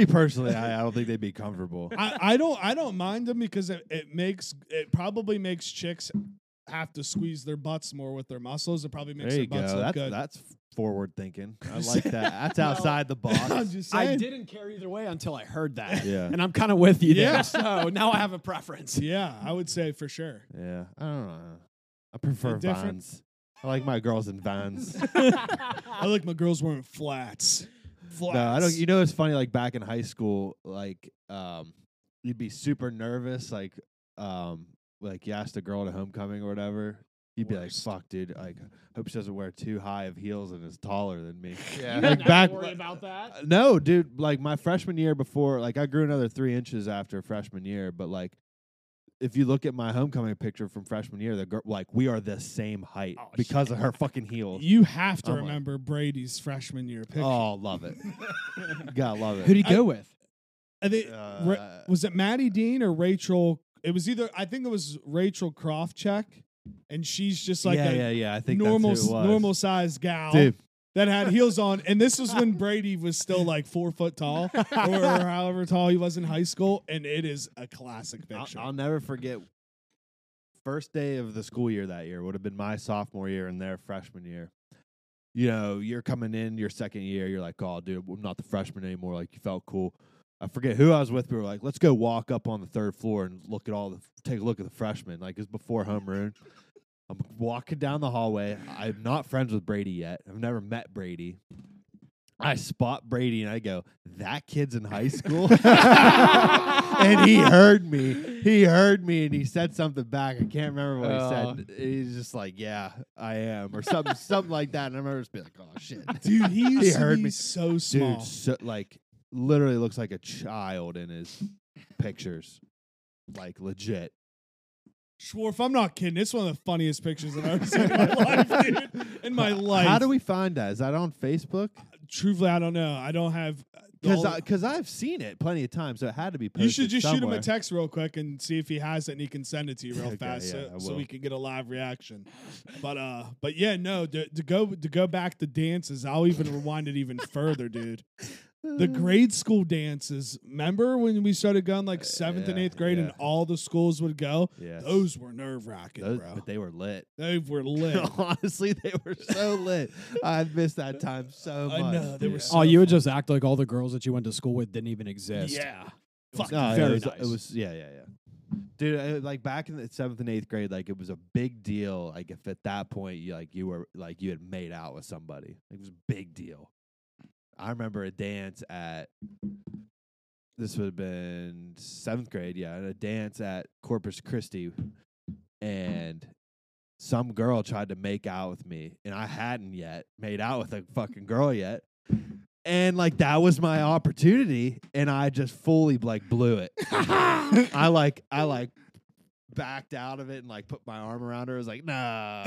[SPEAKER 1] me personally, I, I don't think they'd be comfortable.
[SPEAKER 3] I, I don't I don't mind them because it, it makes it probably makes chicks have to squeeze their butts more with their muscles. It probably makes
[SPEAKER 1] There you
[SPEAKER 3] their butts
[SPEAKER 1] go.
[SPEAKER 3] look
[SPEAKER 1] That's
[SPEAKER 3] good.
[SPEAKER 1] that's forward thinking. I like that. That's outside the
[SPEAKER 3] [LAUGHS] I'm
[SPEAKER 1] box.
[SPEAKER 3] just saying.
[SPEAKER 4] I didn't care either way until I heard that.
[SPEAKER 1] Yeah.
[SPEAKER 4] [LAUGHS] And I'm kind of with you
[SPEAKER 3] Yeah.
[SPEAKER 4] there. [LAUGHS] So now I have a preference.
[SPEAKER 3] Yeah, I would say for sure.
[SPEAKER 1] Yeah, I don't know. I prefer
[SPEAKER 3] different-
[SPEAKER 1] vans. I like my girls in
[SPEAKER 3] [LAUGHS]
[SPEAKER 1] vans.
[SPEAKER 3] I like my girls wearing flats. Flats.
[SPEAKER 1] No, I don't. You know, it's funny. Like back in high school, like um, you'd be super nervous. Like um, like you asked a girl to homecoming or whatever. You'd be like,
[SPEAKER 3] Worst.
[SPEAKER 1] "Fuck, dude! Like, hope she doesn't wear too high of heels and is taller than me."
[SPEAKER 2] Yeah.
[SPEAKER 1] Like
[SPEAKER 5] [LAUGHS]
[SPEAKER 1] back, uh,
[SPEAKER 4] about that.
[SPEAKER 1] no, dude. Like my freshman year before, like I grew another three inches after freshman year. But like, if you look at my homecoming picture from freshman year, the girl, like we are the same height
[SPEAKER 4] Oh,
[SPEAKER 1] because of her fucking heels.
[SPEAKER 3] You have to
[SPEAKER 1] I'm like-
[SPEAKER 3] remember Brady's freshman year picture.
[SPEAKER 1] Oh, love it. Gotta love it.
[SPEAKER 4] Who'd he go with?
[SPEAKER 3] I think- Ra-
[SPEAKER 1] Uh,
[SPEAKER 3] was it Maddie Dean or Rachel? It was either I think it was Rachel Krofcheck, and she's just like
[SPEAKER 1] yeah,
[SPEAKER 3] a
[SPEAKER 1] yeah, yeah. I think
[SPEAKER 3] normal
[SPEAKER 1] that's who it was.
[SPEAKER 3] normal sized gal.
[SPEAKER 1] dude.
[SPEAKER 3] that had heels on, and this was when Brady was still like four foot tall, [LAUGHS] or however tall he was in high school, and it is a classic
[SPEAKER 1] I'll,
[SPEAKER 3] picture.
[SPEAKER 1] I'll never forget. First day of the school year that year would have been my sophomore year and their freshman year. You know, you're coming in your second year. You're like, oh, dude, I'm not the freshman anymore. Like, you felt cool. I forget who I was with. We were like, let's go walk up on the third floor and look at all the take a look at the freshmen. Like, it's before homeroom. I'm walking down the hallway. I'm not friends with Brady yet. I've never met Brady.
[SPEAKER 2] [LAUGHS]
[SPEAKER 1] I spot Brady and I go, that kid's in high school. [LAUGHS] and he heard me. He heard me, and he said something back. I can't remember what
[SPEAKER 2] Oh.
[SPEAKER 1] he said. He's just like, "Yeah, I am," or something, something like that. And I remember just being like, "Oh shit, [LAUGHS]
[SPEAKER 3] Dude, he used to
[SPEAKER 1] heard
[SPEAKER 3] be
[SPEAKER 1] me.
[SPEAKER 3] so small.
[SPEAKER 1] dude, so, like literally looks like a child in his pictures, like [LAUGHS] legit."
[SPEAKER 3] Schwarf, I'm not kidding. It's one of the funniest pictures that I've ever seen in my life, dude. In my life.
[SPEAKER 1] How do we find that? Is that on Facebook?
[SPEAKER 3] Truthfully, I don't know. I don't have. all-
[SPEAKER 1] Because I've seen it plenty of times, so it had to be posted
[SPEAKER 3] you should just shoot him
[SPEAKER 1] somewhere.
[SPEAKER 3] a text real quick and see if he has it, and he can send it to you real
[SPEAKER 1] Okay,
[SPEAKER 3] fast,
[SPEAKER 1] yeah, I
[SPEAKER 3] so, so
[SPEAKER 1] will.
[SPEAKER 3] we can get a live reaction. But uh, but yeah, no, to, to go to go back to dances, I'll even rewind it even further, dude. The grade school dances. Remember when we started going like seventh and
[SPEAKER 1] Uh, yeah,
[SPEAKER 3] eighth grade, and
[SPEAKER 1] yeah.
[SPEAKER 3] all the schools would go.
[SPEAKER 1] Yes.
[SPEAKER 3] Those were nerve wracking,
[SPEAKER 1] Those-
[SPEAKER 3] bro.
[SPEAKER 1] but they were lit. [LAUGHS]
[SPEAKER 3] They were lit.
[SPEAKER 1] Honestly, they were so lit. I missed that time so much.
[SPEAKER 3] I know they were.
[SPEAKER 4] [LAUGHS]
[SPEAKER 3] So
[SPEAKER 4] oh, you would
[SPEAKER 3] fun.
[SPEAKER 4] just act like all the girls that you went to school with didn't even exist.
[SPEAKER 3] yeah.
[SPEAKER 1] Fuck,
[SPEAKER 3] Fuck,
[SPEAKER 1] Oh, no, it
[SPEAKER 4] very
[SPEAKER 1] was,
[SPEAKER 4] nice.
[SPEAKER 1] It was yeah, yeah, yeah. Dude, I, like back in the seventh and eighth grade, like it was a big deal. Like if at that point you like you were like you had made out with somebody, it was a big deal. I remember a dance at this would have been seventh grade, yeah, and a dance at Corpus Christi, and some girl tried to make out with me, and I hadn't yet made out with a fucking girl yet. And like that was my opportunity, and I just fully like blew it. I like I like backed out of it and like put my arm around her. I was like, nah,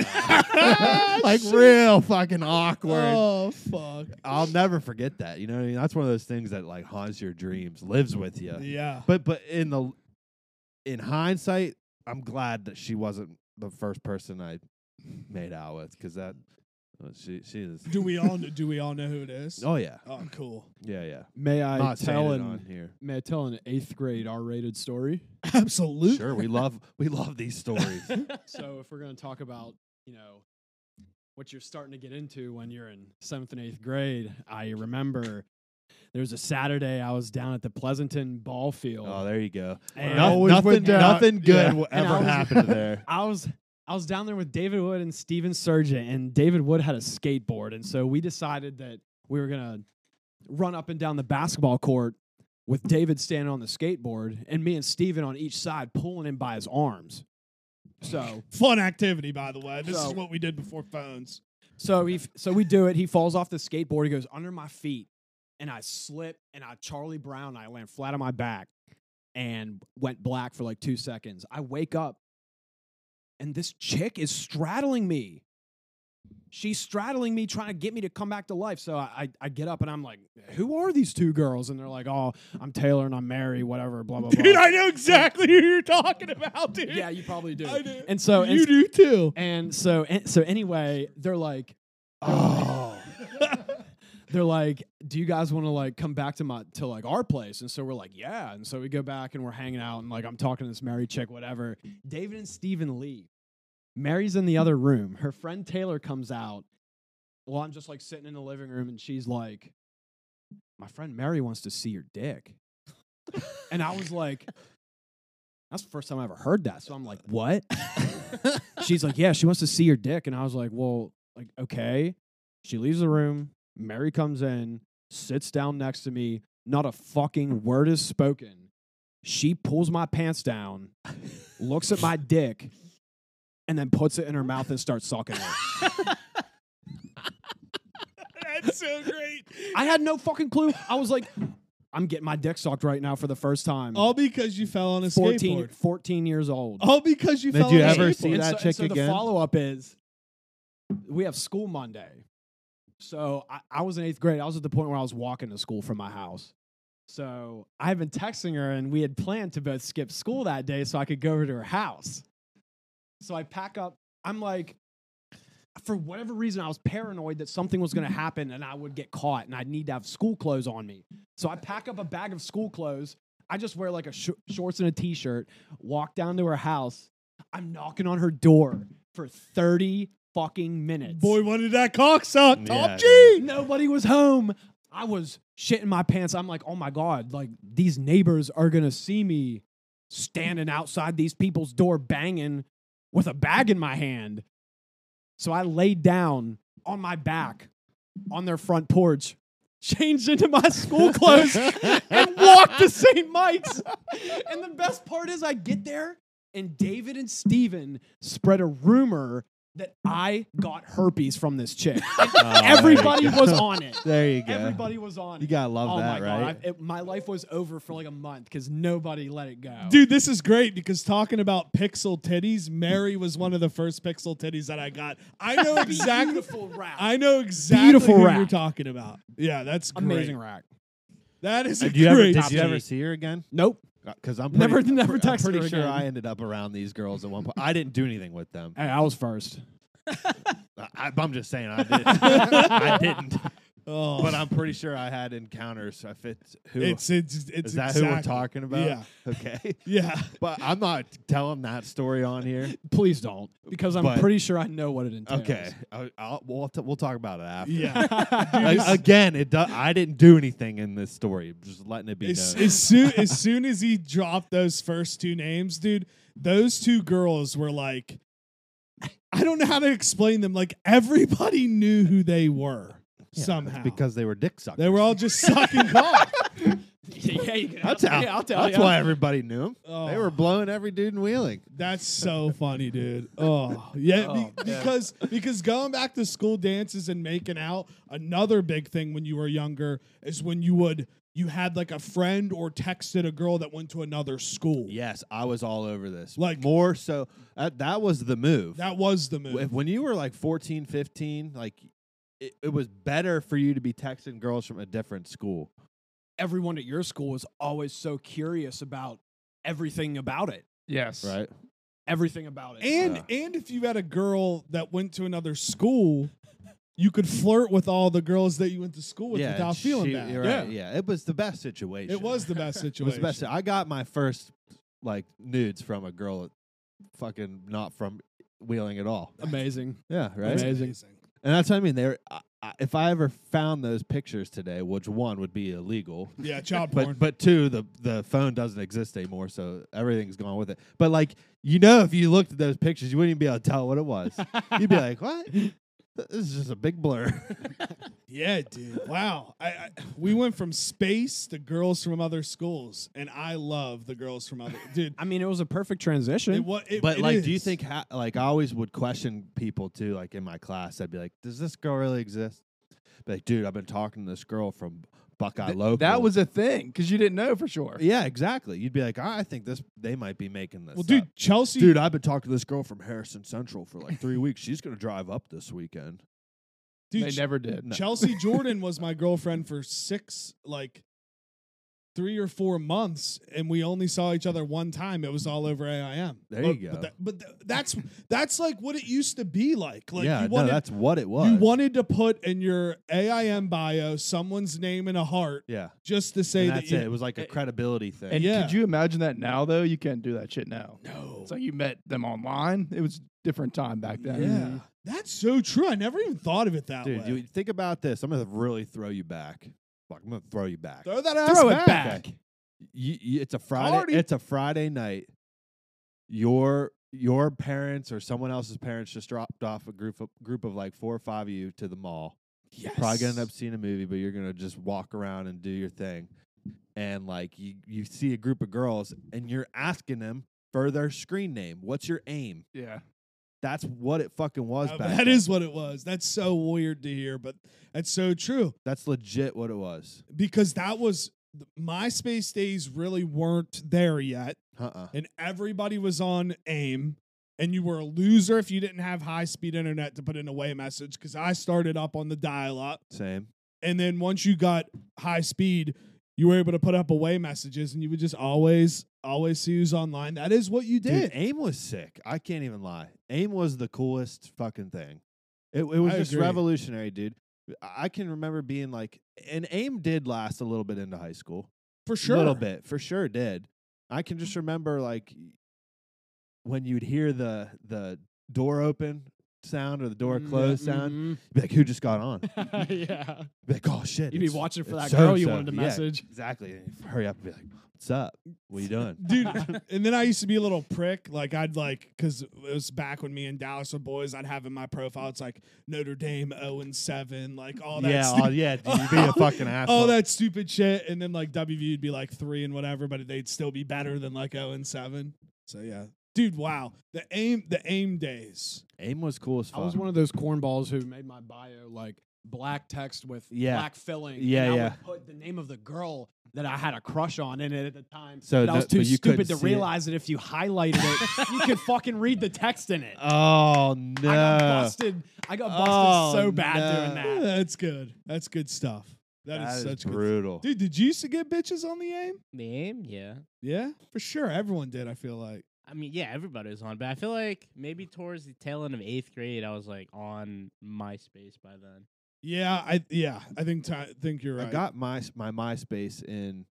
[SPEAKER 1] like real fucking awkward.
[SPEAKER 3] Oh fuck.
[SPEAKER 1] I'll never forget that. You know, what I mean? that's one of those things that like haunts your dreams, lives with you.
[SPEAKER 3] Yeah.
[SPEAKER 1] But but in the in hindsight, I'm glad that she wasn't the first person I made out with because that uh, she she is.
[SPEAKER 3] Do we all do we all know who it is?
[SPEAKER 1] Oh yeah,
[SPEAKER 3] Oh, cool.
[SPEAKER 1] yeah yeah.
[SPEAKER 4] May I
[SPEAKER 1] Not saying
[SPEAKER 4] tell an
[SPEAKER 1] it on here.
[SPEAKER 4] may I tell an eighth grade R rated story?
[SPEAKER 1] [LAUGHS]
[SPEAKER 3] Absolutely.
[SPEAKER 1] Sure, we love we love these stories.
[SPEAKER 4] so if we're gonna talk about, you know, what you're starting to get into when you're in seventh and eighth grade, I remember there was a Saturday I was down at the Pleasanton ball field.
[SPEAKER 1] oh, there you go.
[SPEAKER 4] and
[SPEAKER 1] Noth-
[SPEAKER 2] always
[SPEAKER 1] nothing
[SPEAKER 2] went down-
[SPEAKER 1] nothing good
[SPEAKER 2] yeah.
[SPEAKER 1] will
[SPEAKER 4] And I
[SPEAKER 1] ever
[SPEAKER 4] was- [LAUGHS]
[SPEAKER 1] happen there.
[SPEAKER 4] I was I was down there with David Wood and Steven Surgeon, and David Wood had a skateboard, and so we decided that we were gonna run up and down the basketball court with David standing on the skateboard and me and Steven on each side pulling him by his arms. So
[SPEAKER 3] Fun activity, by the way. This
[SPEAKER 4] So-
[SPEAKER 3] is what we did before phones.
[SPEAKER 4] so he f- so we do it. He falls off the skateboard. He goes under my feet, and I slip and I Charlie Brown. I land flat on my back and went black for like two seconds. I wake up, and this chick is straddling me. She's straddling me, trying to get me to come back to life. So I, I, I get up and I'm like, "Who are these two girls?" And they're like, "Oh, I'm Taylor and I'm Mary, whatever." Blah blah blah.
[SPEAKER 3] [LAUGHS] Dude, I know exactly who you're talking about, dude.
[SPEAKER 4] yeah, you probably do.
[SPEAKER 3] I do.
[SPEAKER 4] And so
[SPEAKER 3] you
[SPEAKER 4] and,
[SPEAKER 3] do too.
[SPEAKER 4] and so and so anyway, they're like,
[SPEAKER 1] Oh,
[SPEAKER 4] they're like, "Do you guys want to like come back to my to like our place?" And so we're like, "Yeah." And so we go back and we're hanging out and like I'm talking to this Mary chick, whatever. David and Steven leave. Mary's in the other room. Her friend Taylor comes out. Well, I'm just like sitting in the living room and she's like, "My friend Mary wants to see your dick," and I was like. That's the first time I ever heard that. So I'm like, what? She's like, yeah, she wants to see your dick. And I was like, well, like, okay. She leaves the room. Mary comes in, sits down next to me. Not a fucking word is spoken. She pulls my pants down, looks at my dick, and then puts it in her mouth and starts sucking it.
[SPEAKER 3] That's so great.
[SPEAKER 4] I had no fucking clue. I was like, I'm getting my dick sucked right now for the first time.
[SPEAKER 3] [LAUGHS] All because you fell Oh, on a
[SPEAKER 4] 14,
[SPEAKER 3] skateboard.
[SPEAKER 4] 14 years old.
[SPEAKER 3] All because you
[SPEAKER 1] Did
[SPEAKER 3] fell
[SPEAKER 1] you
[SPEAKER 3] on a
[SPEAKER 1] ever
[SPEAKER 3] skateboard.
[SPEAKER 1] see
[SPEAKER 4] And
[SPEAKER 1] that
[SPEAKER 4] so, and
[SPEAKER 1] chick
[SPEAKER 4] so
[SPEAKER 1] again?
[SPEAKER 4] The follow up is we have school Monday. So I, I was in eighth grade. I was at the point where I was walking to school from my house. So I had been texting her, and we had planned to both skip school that day so I could go over to her house. So I pack up. I'm like, for whatever reason, I was paranoid that something was going to happen and I would get caught and I'd need to have school clothes on me. So I pack up a bag of school clothes. I just wear like a sh- shorts and a t shirt, walk down to her house. I'm knocking on her door for 30 fucking minutes.
[SPEAKER 3] Boy, what did that cock suck?
[SPEAKER 1] Yeah,
[SPEAKER 3] Top G.
[SPEAKER 4] nobody was home. I was shitting my pants. I'm like, oh my God, like these neighbors are going to see me standing outside these people's door banging with a bag in my hand. So I laid down on my back on their front porch [LAUGHS] changed into my school clothes and walked to St. Mike's. And the best part is, I get there and David and Steven spread a rumor that I got herpes from this chick.
[SPEAKER 1] Oh,
[SPEAKER 4] And
[SPEAKER 1] [LAUGHS]
[SPEAKER 4] Everybody was on it.
[SPEAKER 1] There you go.
[SPEAKER 4] Everybody was on
[SPEAKER 1] you
[SPEAKER 4] it.
[SPEAKER 1] gotta love
[SPEAKER 4] oh my
[SPEAKER 1] that, right?
[SPEAKER 4] god! I, it, my life was over for like a month because nobody let it go.
[SPEAKER 3] Dude, this is great because talking about pixel titties, Mary was one of the first pixel titties that I got. I
[SPEAKER 4] [LAUGHS]
[SPEAKER 3] know exactly.
[SPEAKER 4] beautiful rack.
[SPEAKER 3] I know exactly
[SPEAKER 4] Beautiful
[SPEAKER 3] who you're
[SPEAKER 4] rack.
[SPEAKER 3] talking about. Yeah, that's great.
[SPEAKER 4] Amazing rack.
[SPEAKER 3] That is a
[SPEAKER 1] Did you ever,
[SPEAKER 3] great.
[SPEAKER 1] did you
[SPEAKER 5] Top
[SPEAKER 1] ever
[SPEAKER 5] G.
[SPEAKER 1] see her again?
[SPEAKER 4] Nope.
[SPEAKER 1] Because Uh, I'm
[SPEAKER 4] Never-
[SPEAKER 3] [LAUGHS]
[SPEAKER 1] pretty,
[SPEAKER 4] never
[SPEAKER 1] I'm
[SPEAKER 4] text her
[SPEAKER 1] pretty sure
[SPEAKER 4] again.
[SPEAKER 1] I ended up around these girls at one point. I didn't do anything with them.
[SPEAKER 4] Hey, I was first.
[SPEAKER 1] I, I'm just saying I did.
[SPEAKER 3] [LAUGHS]
[SPEAKER 1] I didn't.
[SPEAKER 3] oh,
[SPEAKER 1] But I'm pretty sure I had encounters. If it's who
[SPEAKER 3] it's it's it's
[SPEAKER 1] is that who we're
[SPEAKER 3] exactly-
[SPEAKER 1] talking about?
[SPEAKER 3] Yeah,
[SPEAKER 1] Okay. [LAUGHS]
[SPEAKER 3] yeah.
[SPEAKER 1] But I'm not telling that story on
[SPEAKER 3] [LAUGHS]
[SPEAKER 1] here.
[SPEAKER 4] Please don't, because I'm
[SPEAKER 1] But-
[SPEAKER 4] pretty sure I know what it entails. [LAUGHS]
[SPEAKER 1] Okay. I, I'll, we'll, t- we'll talk about it after. [LAUGHS]
[SPEAKER 3] Yeah.
[SPEAKER 1] A- again, it. Do- I didn't do anything in this story. Just letting it be
[SPEAKER 3] As,
[SPEAKER 1] known.
[SPEAKER 3] as soon as soon as he dropped those first two names, dude, those two girls were like, I don't know how to explain them. Like everybody knew who they were
[SPEAKER 1] Yeah,
[SPEAKER 3] somehow
[SPEAKER 1] that's because they were dick suckers.
[SPEAKER 3] they were all just sucking
[SPEAKER 1] [LAUGHS]
[SPEAKER 3] cock.
[SPEAKER 4] yeah, you can,
[SPEAKER 3] [LAUGHS]
[SPEAKER 1] That's
[SPEAKER 4] I'll,
[SPEAKER 1] how.
[SPEAKER 4] yeah, I'll tell
[SPEAKER 1] that's
[SPEAKER 4] you.
[SPEAKER 1] why everybody knew them. They
[SPEAKER 3] Oh.
[SPEAKER 1] were blowing every dude in Wheeling. [LAUGHS]
[SPEAKER 3] That's so funny, dude. Oh, yeah, be-
[SPEAKER 4] Oh, man.
[SPEAKER 3] because because going back to school dances and making out, another big thing when you were younger is when you would you had like a friend or texted a girl that went to another school.
[SPEAKER 1] Yes, I was all over this.
[SPEAKER 3] Like-
[SPEAKER 1] more so. That, that was the move.
[SPEAKER 3] That was the move.
[SPEAKER 1] If- when you were like 14, 15, like it, it was better for you to be texting girls from a different school.
[SPEAKER 4] Everyone at your school was always so curious about everything about it.
[SPEAKER 2] Yes.
[SPEAKER 1] Right.
[SPEAKER 4] Everything about it.
[SPEAKER 3] And
[SPEAKER 1] uh,
[SPEAKER 3] and if you had a girl that went to another school, you could flirt with all the girls that you went to school with without
[SPEAKER 1] she-
[SPEAKER 3] feeling bad.
[SPEAKER 1] you're right, yeah. It was the best situation. [LAUGHS]
[SPEAKER 3] It was the best
[SPEAKER 1] It
[SPEAKER 3] situation.
[SPEAKER 1] was the best. I got my first like nudes from a girl that fucking not from Wheeling at all.
[SPEAKER 4] Amazing.
[SPEAKER 1] Yeah, right.
[SPEAKER 3] That's
[SPEAKER 4] Amazing.
[SPEAKER 1] And that's what I mean. They, were- I, I, if I ever found those pictures today, which one would be illegal,
[SPEAKER 3] Yeah, child porn.
[SPEAKER 1] but but two, the the phone doesn't exist anymore, so everything's gone with it. But like you know, if you looked at those pictures, you wouldn't even be able to tell what it was.
[SPEAKER 3] [LAUGHS]
[SPEAKER 1] You'd be like, what? Th- This is just a big blur.
[SPEAKER 3] yeah, dude. Wow. I, I we went from space to girls from other schools, and I love the girls from other
[SPEAKER 1] [LAUGHS]
[SPEAKER 3] dude.
[SPEAKER 4] I mean, it was a perfect transition.
[SPEAKER 3] It, wa- it,
[SPEAKER 1] but
[SPEAKER 3] it
[SPEAKER 1] like, do you
[SPEAKER 3] is.
[SPEAKER 1] think? Ha- like, I always would question people too. Like in my class, I'd be like, does this girl really exist? Be like, dude, I've been talking to this girl from Buckeye Local.
[SPEAKER 2] That was a thing because you didn't know for sure.
[SPEAKER 1] yeah, exactly. You'd be like, I think this. They might be making this.
[SPEAKER 3] Well,
[SPEAKER 1] up."
[SPEAKER 3] dude, Chelsea.
[SPEAKER 1] Dude, I've been talking to this girl from Harrison Central for like
[SPEAKER 3] [LAUGHS]
[SPEAKER 1] three weeks. She's gonna drive up this weekend.
[SPEAKER 3] dude,
[SPEAKER 2] they
[SPEAKER 3] Ch-
[SPEAKER 2] never did.
[SPEAKER 1] No. [LAUGHS]
[SPEAKER 3] Chelsea Jordan was my girlfriend for six, like three or four months, and we only saw each other one time. It was all over AIM.
[SPEAKER 1] There
[SPEAKER 3] but,
[SPEAKER 1] you go.
[SPEAKER 3] But, that, but th- that's that's like what it used to be like. Like
[SPEAKER 1] yeah,
[SPEAKER 3] you wanted,
[SPEAKER 1] no, that's what it was.
[SPEAKER 3] you wanted to put in your AIM bio someone's name and a heart
[SPEAKER 1] yeah,
[SPEAKER 3] just to say
[SPEAKER 1] and
[SPEAKER 3] that
[SPEAKER 1] that's
[SPEAKER 3] you,
[SPEAKER 1] it. It was like a credibility thing.
[SPEAKER 2] And
[SPEAKER 3] Yeah.
[SPEAKER 2] could you imagine that now though? You can't do that shit now.
[SPEAKER 3] no.
[SPEAKER 2] It's like you met them online. It was different time back
[SPEAKER 3] yeah.
[SPEAKER 2] then.
[SPEAKER 3] That's so true. I never even thought of it that
[SPEAKER 1] Dude,
[SPEAKER 3] way.
[SPEAKER 1] you, think about this. I'm gonna really throw you back. Like, I'm gonna throw you back.
[SPEAKER 3] Throw that ass
[SPEAKER 4] Throw it
[SPEAKER 3] back.
[SPEAKER 4] back.
[SPEAKER 1] You- you- it's a Friday.
[SPEAKER 3] already-
[SPEAKER 1] It's a Friday night. Your your parents or someone else's parents just dropped off a group of group of like four or five of you to the mall.
[SPEAKER 3] Yes.
[SPEAKER 1] probably gonna end up seeing a movie, but you're gonna just walk around and do your thing. And like you, you see a group of girls and you're asking them for their screen name. What's your aim?
[SPEAKER 2] Yeah.
[SPEAKER 1] That's what it fucking was
[SPEAKER 3] Uh,
[SPEAKER 1] back
[SPEAKER 3] [LAUGHS] That
[SPEAKER 1] then.
[SPEAKER 3] is what it was. That's so weird to hear, but that's so true.
[SPEAKER 1] that's legit what it was.
[SPEAKER 3] because that was MySpace days really weren't there yet,
[SPEAKER 1] Uh uh
[SPEAKER 3] and everybody was on AIM, and you were a loser if you didn't have high speed internet to put in a way message. Because I started up on the dial up,
[SPEAKER 1] Same.
[SPEAKER 3] and then once you got high speed, you were able to put up away messages, and you would just always, always see who's online. That is what you
[SPEAKER 1] Dude,
[SPEAKER 3] did.
[SPEAKER 1] AIM was sick. I can't even lie. AIM was the coolest fucking thing. It, it was
[SPEAKER 3] I
[SPEAKER 1] just
[SPEAKER 3] agree.
[SPEAKER 1] revolutionary, dude. I I can remember being like, and AIM did last a little bit into high school.
[SPEAKER 3] for sure,
[SPEAKER 1] A little bit, for sure did. I can just remember like when you'd hear the the door open sound or the door
[SPEAKER 4] Mm,
[SPEAKER 1] closed
[SPEAKER 4] yeah,
[SPEAKER 3] Mm-hmm.
[SPEAKER 1] sound.
[SPEAKER 4] mhm.
[SPEAKER 1] Be like, who just got on?
[SPEAKER 4] yeah.
[SPEAKER 1] Be like, oh shit.
[SPEAKER 4] You'd be
[SPEAKER 1] it's-
[SPEAKER 4] watching for that
[SPEAKER 1] it's
[SPEAKER 4] girl you
[SPEAKER 1] so-and-so."
[SPEAKER 4] wanted to
[SPEAKER 1] Yeah,
[SPEAKER 4] message.
[SPEAKER 1] exactly. And you hurry up and be like, what's up? What
[SPEAKER 4] [LAUGHS]
[SPEAKER 1] you doing?
[SPEAKER 3] dude. And then I used to be a little prick. Like I'd like because it was back when me and Dallas were boys. I'd have in my profile it's like Notre Dame zero and seven, like all that.
[SPEAKER 1] yeah,
[SPEAKER 3] stu-
[SPEAKER 1] oh, yeah, dude, you'd be
[SPEAKER 4] [LAUGHS]
[SPEAKER 1] a fucking asshole.
[SPEAKER 3] [LAUGHS] all that stupid shit. And then like WV would be like three and whatever, but they'd still be better than like zero and seven. So yeah, dude. Wow, the aim, the aim days.
[SPEAKER 1] aim was cool as
[SPEAKER 4] I
[SPEAKER 1] fuck.
[SPEAKER 4] was one of those cornballs who made my bio like black text with
[SPEAKER 1] Yeah.
[SPEAKER 4] black filling. and
[SPEAKER 1] Yeah,
[SPEAKER 4] I
[SPEAKER 1] yeah.
[SPEAKER 4] would put the name of the girl that I had a crush on in it at the time.
[SPEAKER 1] So
[SPEAKER 4] but I was
[SPEAKER 1] that- but
[SPEAKER 4] too
[SPEAKER 1] you couldn't
[SPEAKER 4] stupid to
[SPEAKER 1] see it?
[SPEAKER 4] realize that if you highlighted it, you
[SPEAKER 1] [LAUGHS]
[SPEAKER 4] could fucking read the text in it.
[SPEAKER 1] oh
[SPEAKER 4] I got
[SPEAKER 1] no,
[SPEAKER 4] busted. I got busted
[SPEAKER 1] Oh,
[SPEAKER 4] so bad
[SPEAKER 3] Yeah,
[SPEAKER 4] doing that.
[SPEAKER 3] that's good. That's good stuff. that is, such good.
[SPEAKER 1] brutal.
[SPEAKER 3] Dude, did you used to get bitches on the aim?
[SPEAKER 5] Name? Yeah.
[SPEAKER 3] Yeah, for sure. Everyone did. I feel like.
[SPEAKER 5] I mean, yeah, everybody was on, but I feel like maybe towards the tail end of eighth grade, I was like on MySpace by then.
[SPEAKER 3] Yeah, I yeah, I think ti think you're right.
[SPEAKER 1] I got my my MySpace in,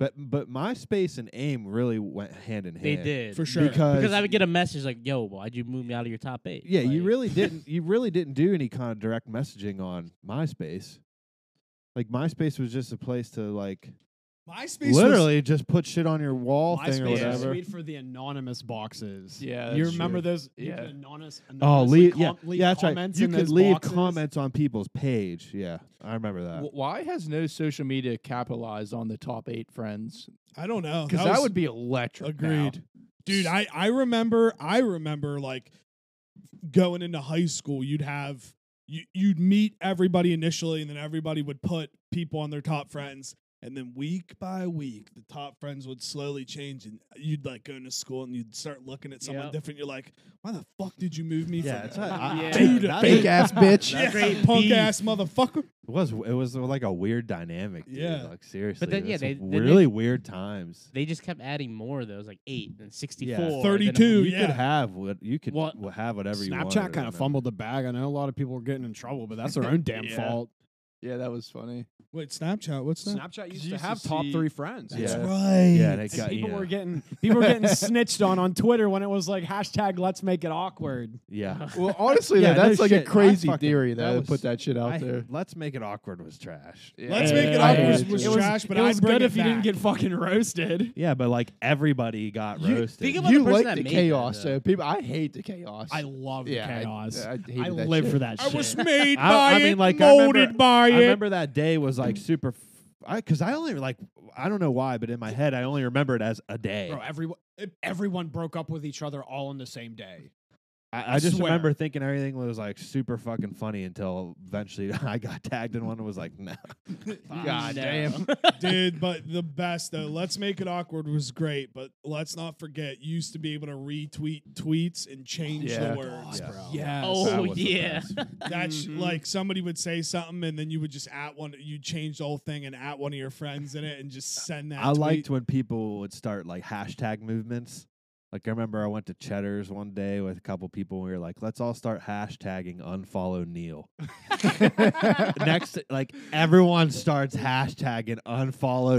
[SPEAKER 1] but but MySpace and AIM really went hand in hand.
[SPEAKER 5] They did
[SPEAKER 3] for sure.
[SPEAKER 1] because,
[SPEAKER 5] because I would get a message like, "Yo, why'd you move me out of your top eight?
[SPEAKER 1] yeah, you
[SPEAKER 5] Like, [LAUGHS]
[SPEAKER 1] really didn't you really didn't do any kind of direct messaging on MySpace. Like MySpace was just a place to like
[SPEAKER 3] MySpace was,
[SPEAKER 1] literally just put shit on your wall thing or
[SPEAKER 4] MySpace was
[SPEAKER 1] whatever.
[SPEAKER 4] sweet for the anonymous boxes.
[SPEAKER 2] Yeah,
[SPEAKER 4] you
[SPEAKER 2] that's
[SPEAKER 4] remember
[SPEAKER 2] true.
[SPEAKER 4] those? you
[SPEAKER 2] Yeah.
[SPEAKER 4] could anonymous.
[SPEAKER 1] Oh,
[SPEAKER 4] anonymously
[SPEAKER 1] leave, yeah,
[SPEAKER 4] com- leave
[SPEAKER 1] yeah, that's right.
[SPEAKER 4] comments
[SPEAKER 1] You
[SPEAKER 4] in
[SPEAKER 1] could
[SPEAKER 4] those
[SPEAKER 1] leave
[SPEAKER 4] boxes.
[SPEAKER 1] comments on people's page. Yeah, I remember that.
[SPEAKER 2] W- Why has no social media capitalized on the top eight friends?
[SPEAKER 3] I don't know.
[SPEAKER 2] Because that,
[SPEAKER 3] Oh, was-
[SPEAKER 2] would be electric. now.
[SPEAKER 3] agreed. Dude, I I remember I remember like going into high school, you'd have you you'd meet everybody initially and then everybody would put people on their top friends and then week by week the top friends would slowly change and you'd like go into school and you'd start looking at someone
[SPEAKER 5] Yep.
[SPEAKER 3] different you're like why the fuck did you move me
[SPEAKER 1] yeah,
[SPEAKER 3] from
[SPEAKER 1] that's right.
[SPEAKER 3] [LAUGHS]
[SPEAKER 1] I-
[SPEAKER 5] Yeah.
[SPEAKER 1] I-
[SPEAKER 3] Dude,
[SPEAKER 1] that
[SPEAKER 2] [LAUGHS] Fake
[SPEAKER 1] is-
[SPEAKER 2] ass bitch.
[SPEAKER 5] That's
[SPEAKER 3] yeah,
[SPEAKER 5] great
[SPEAKER 3] punk
[SPEAKER 5] beef.
[SPEAKER 3] ass motherfucker
[SPEAKER 1] It was it was like a weird dynamic. Dude.
[SPEAKER 3] Yeah.
[SPEAKER 1] like seriously.
[SPEAKER 5] then, yeah,
[SPEAKER 1] that's
[SPEAKER 5] they- then they-
[SPEAKER 1] really weird times.
[SPEAKER 5] They just kept adding more of those, like eight and sixty-four,
[SPEAKER 1] Yeah.
[SPEAKER 5] then-
[SPEAKER 3] 32.
[SPEAKER 1] You
[SPEAKER 3] yeah.
[SPEAKER 1] could have what you could
[SPEAKER 5] What-
[SPEAKER 1] w- have whatever you wanted.
[SPEAKER 4] Snapchat kind
[SPEAKER 1] or
[SPEAKER 4] of fumbled the bag. I know a lot of people were getting in trouble, but that's their [LAUGHS]
[SPEAKER 1] [LAUGHS]
[SPEAKER 4] own damn
[SPEAKER 2] Yeah.
[SPEAKER 4] fault.
[SPEAKER 2] Yeah, that was funny.
[SPEAKER 3] wait snapchat what's that
[SPEAKER 4] Snapchat
[SPEAKER 2] used
[SPEAKER 4] used,
[SPEAKER 2] to
[SPEAKER 4] to have
[SPEAKER 2] see-
[SPEAKER 4] top three friends.
[SPEAKER 1] That's Yeah.
[SPEAKER 3] right
[SPEAKER 1] Yeah, and it
[SPEAKER 4] And
[SPEAKER 1] got
[SPEAKER 4] people
[SPEAKER 1] you know,
[SPEAKER 4] were getting people were getting snitched on on Twitter when it was like hashtag Let's make it awkward.
[SPEAKER 1] yeah.
[SPEAKER 2] Well, honestly,
[SPEAKER 1] Yeah,
[SPEAKER 2] though, that's
[SPEAKER 1] no
[SPEAKER 2] like
[SPEAKER 1] shit.
[SPEAKER 2] a
[SPEAKER 1] I
[SPEAKER 2] crazy
[SPEAKER 1] fucking-
[SPEAKER 2] theory
[SPEAKER 1] that
[SPEAKER 2] though. to
[SPEAKER 1] was-
[SPEAKER 2] put that shit out
[SPEAKER 1] I-
[SPEAKER 2] there.
[SPEAKER 1] let's make it awkward was trash.
[SPEAKER 3] Let's
[SPEAKER 2] Yeah.
[SPEAKER 3] make it
[SPEAKER 2] I
[SPEAKER 3] awkward
[SPEAKER 2] hate
[SPEAKER 3] was-
[SPEAKER 2] it.
[SPEAKER 3] was
[SPEAKER 4] It
[SPEAKER 2] It
[SPEAKER 4] was,
[SPEAKER 3] trash, but
[SPEAKER 4] it
[SPEAKER 3] I'd
[SPEAKER 4] was
[SPEAKER 3] bring
[SPEAKER 4] good
[SPEAKER 3] it
[SPEAKER 4] if you didn't
[SPEAKER 3] back.
[SPEAKER 4] get fucking roasted.
[SPEAKER 1] Yeah, but like everybody got
[SPEAKER 5] You-
[SPEAKER 1] roasted.
[SPEAKER 5] think about-
[SPEAKER 2] You
[SPEAKER 5] the person
[SPEAKER 2] like
[SPEAKER 5] that
[SPEAKER 2] the
[SPEAKER 5] made that,
[SPEAKER 2] chaos,
[SPEAKER 5] though.
[SPEAKER 2] though. People, I hate the chaos.
[SPEAKER 4] I love
[SPEAKER 2] yeah, I-
[SPEAKER 4] the chaos.
[SPEAKER 2] I,
[SPEAKER 4] I,
[SPEAKER 2] hated that
[SPEAKER 4] live
[SPEAKER 2] shit.
[SPEAKER 4] for that
[SPEAKER 3] I
[SPEAKER 4] shit.
[SPEAKER 3] was made by
[SPEAKER 1] I- I mean,
[SPEAKER 3] it,
[SPEAKER 1] like, I
[SPEAKER 3] molded
[SPEAKER 1] remember-
[SPEAKER 3] by
[SPEAKER 1] I
[SPEAKER 3] it.
[SPEAKER 1] remember that day was like super. F- I because I only like I don't know why, but in my head I only remember it as a day.
[SPEAKER 4] Bro, everyone everyone broke up with each other all on the same day.
[SPEAKER 1] I, I just
[SPEAKER 4] swear.
[SPEAKER 1] remember thinking everything was like super fucking funny until eventually [LAUGHS] I got tagged in one and was like, no.
[SPEAKER 2] God
[SPEAKER 5] No.
[SPEAKER 2] damn.
[SPEAKER 3] Dude, but the best though. Let's make it awkward was great, but let's not forget you used to be able to retweet tweets and change
[SPEAKER 2] Yeah.
[SPEAKER 3] the words,
[SPEAKER 1] Yeah.
[SPEAKER 3] bro.
[SPEAKER 4] Yes.
[SPEAKER 5] Oh,
[SPEAKER 1] That was the
[SPEAKER 5] yeah.
[SPEAKER 1] best.
[SPEAKER 3] That's
[SPEAKER 4] Mhm.
[SPEAKER 3] like somebody would say something and then you would just at one you change the whole thing and at one of your friends in it and just send that.
[SPEAKER 1] I
[SPEAKER 3] tweet.
[SPEAKER 1] liked when people would start like hashtag movements. Like I remember I went to Cheddar's one day with a couple people and we were like, let's all start hashtagging unfollow
[SPEAKER 3] [LAUGHS]
[SPEAKER 1] Neil. Next like everyone starts hashtagging unfollow
[SPEAKER 3] those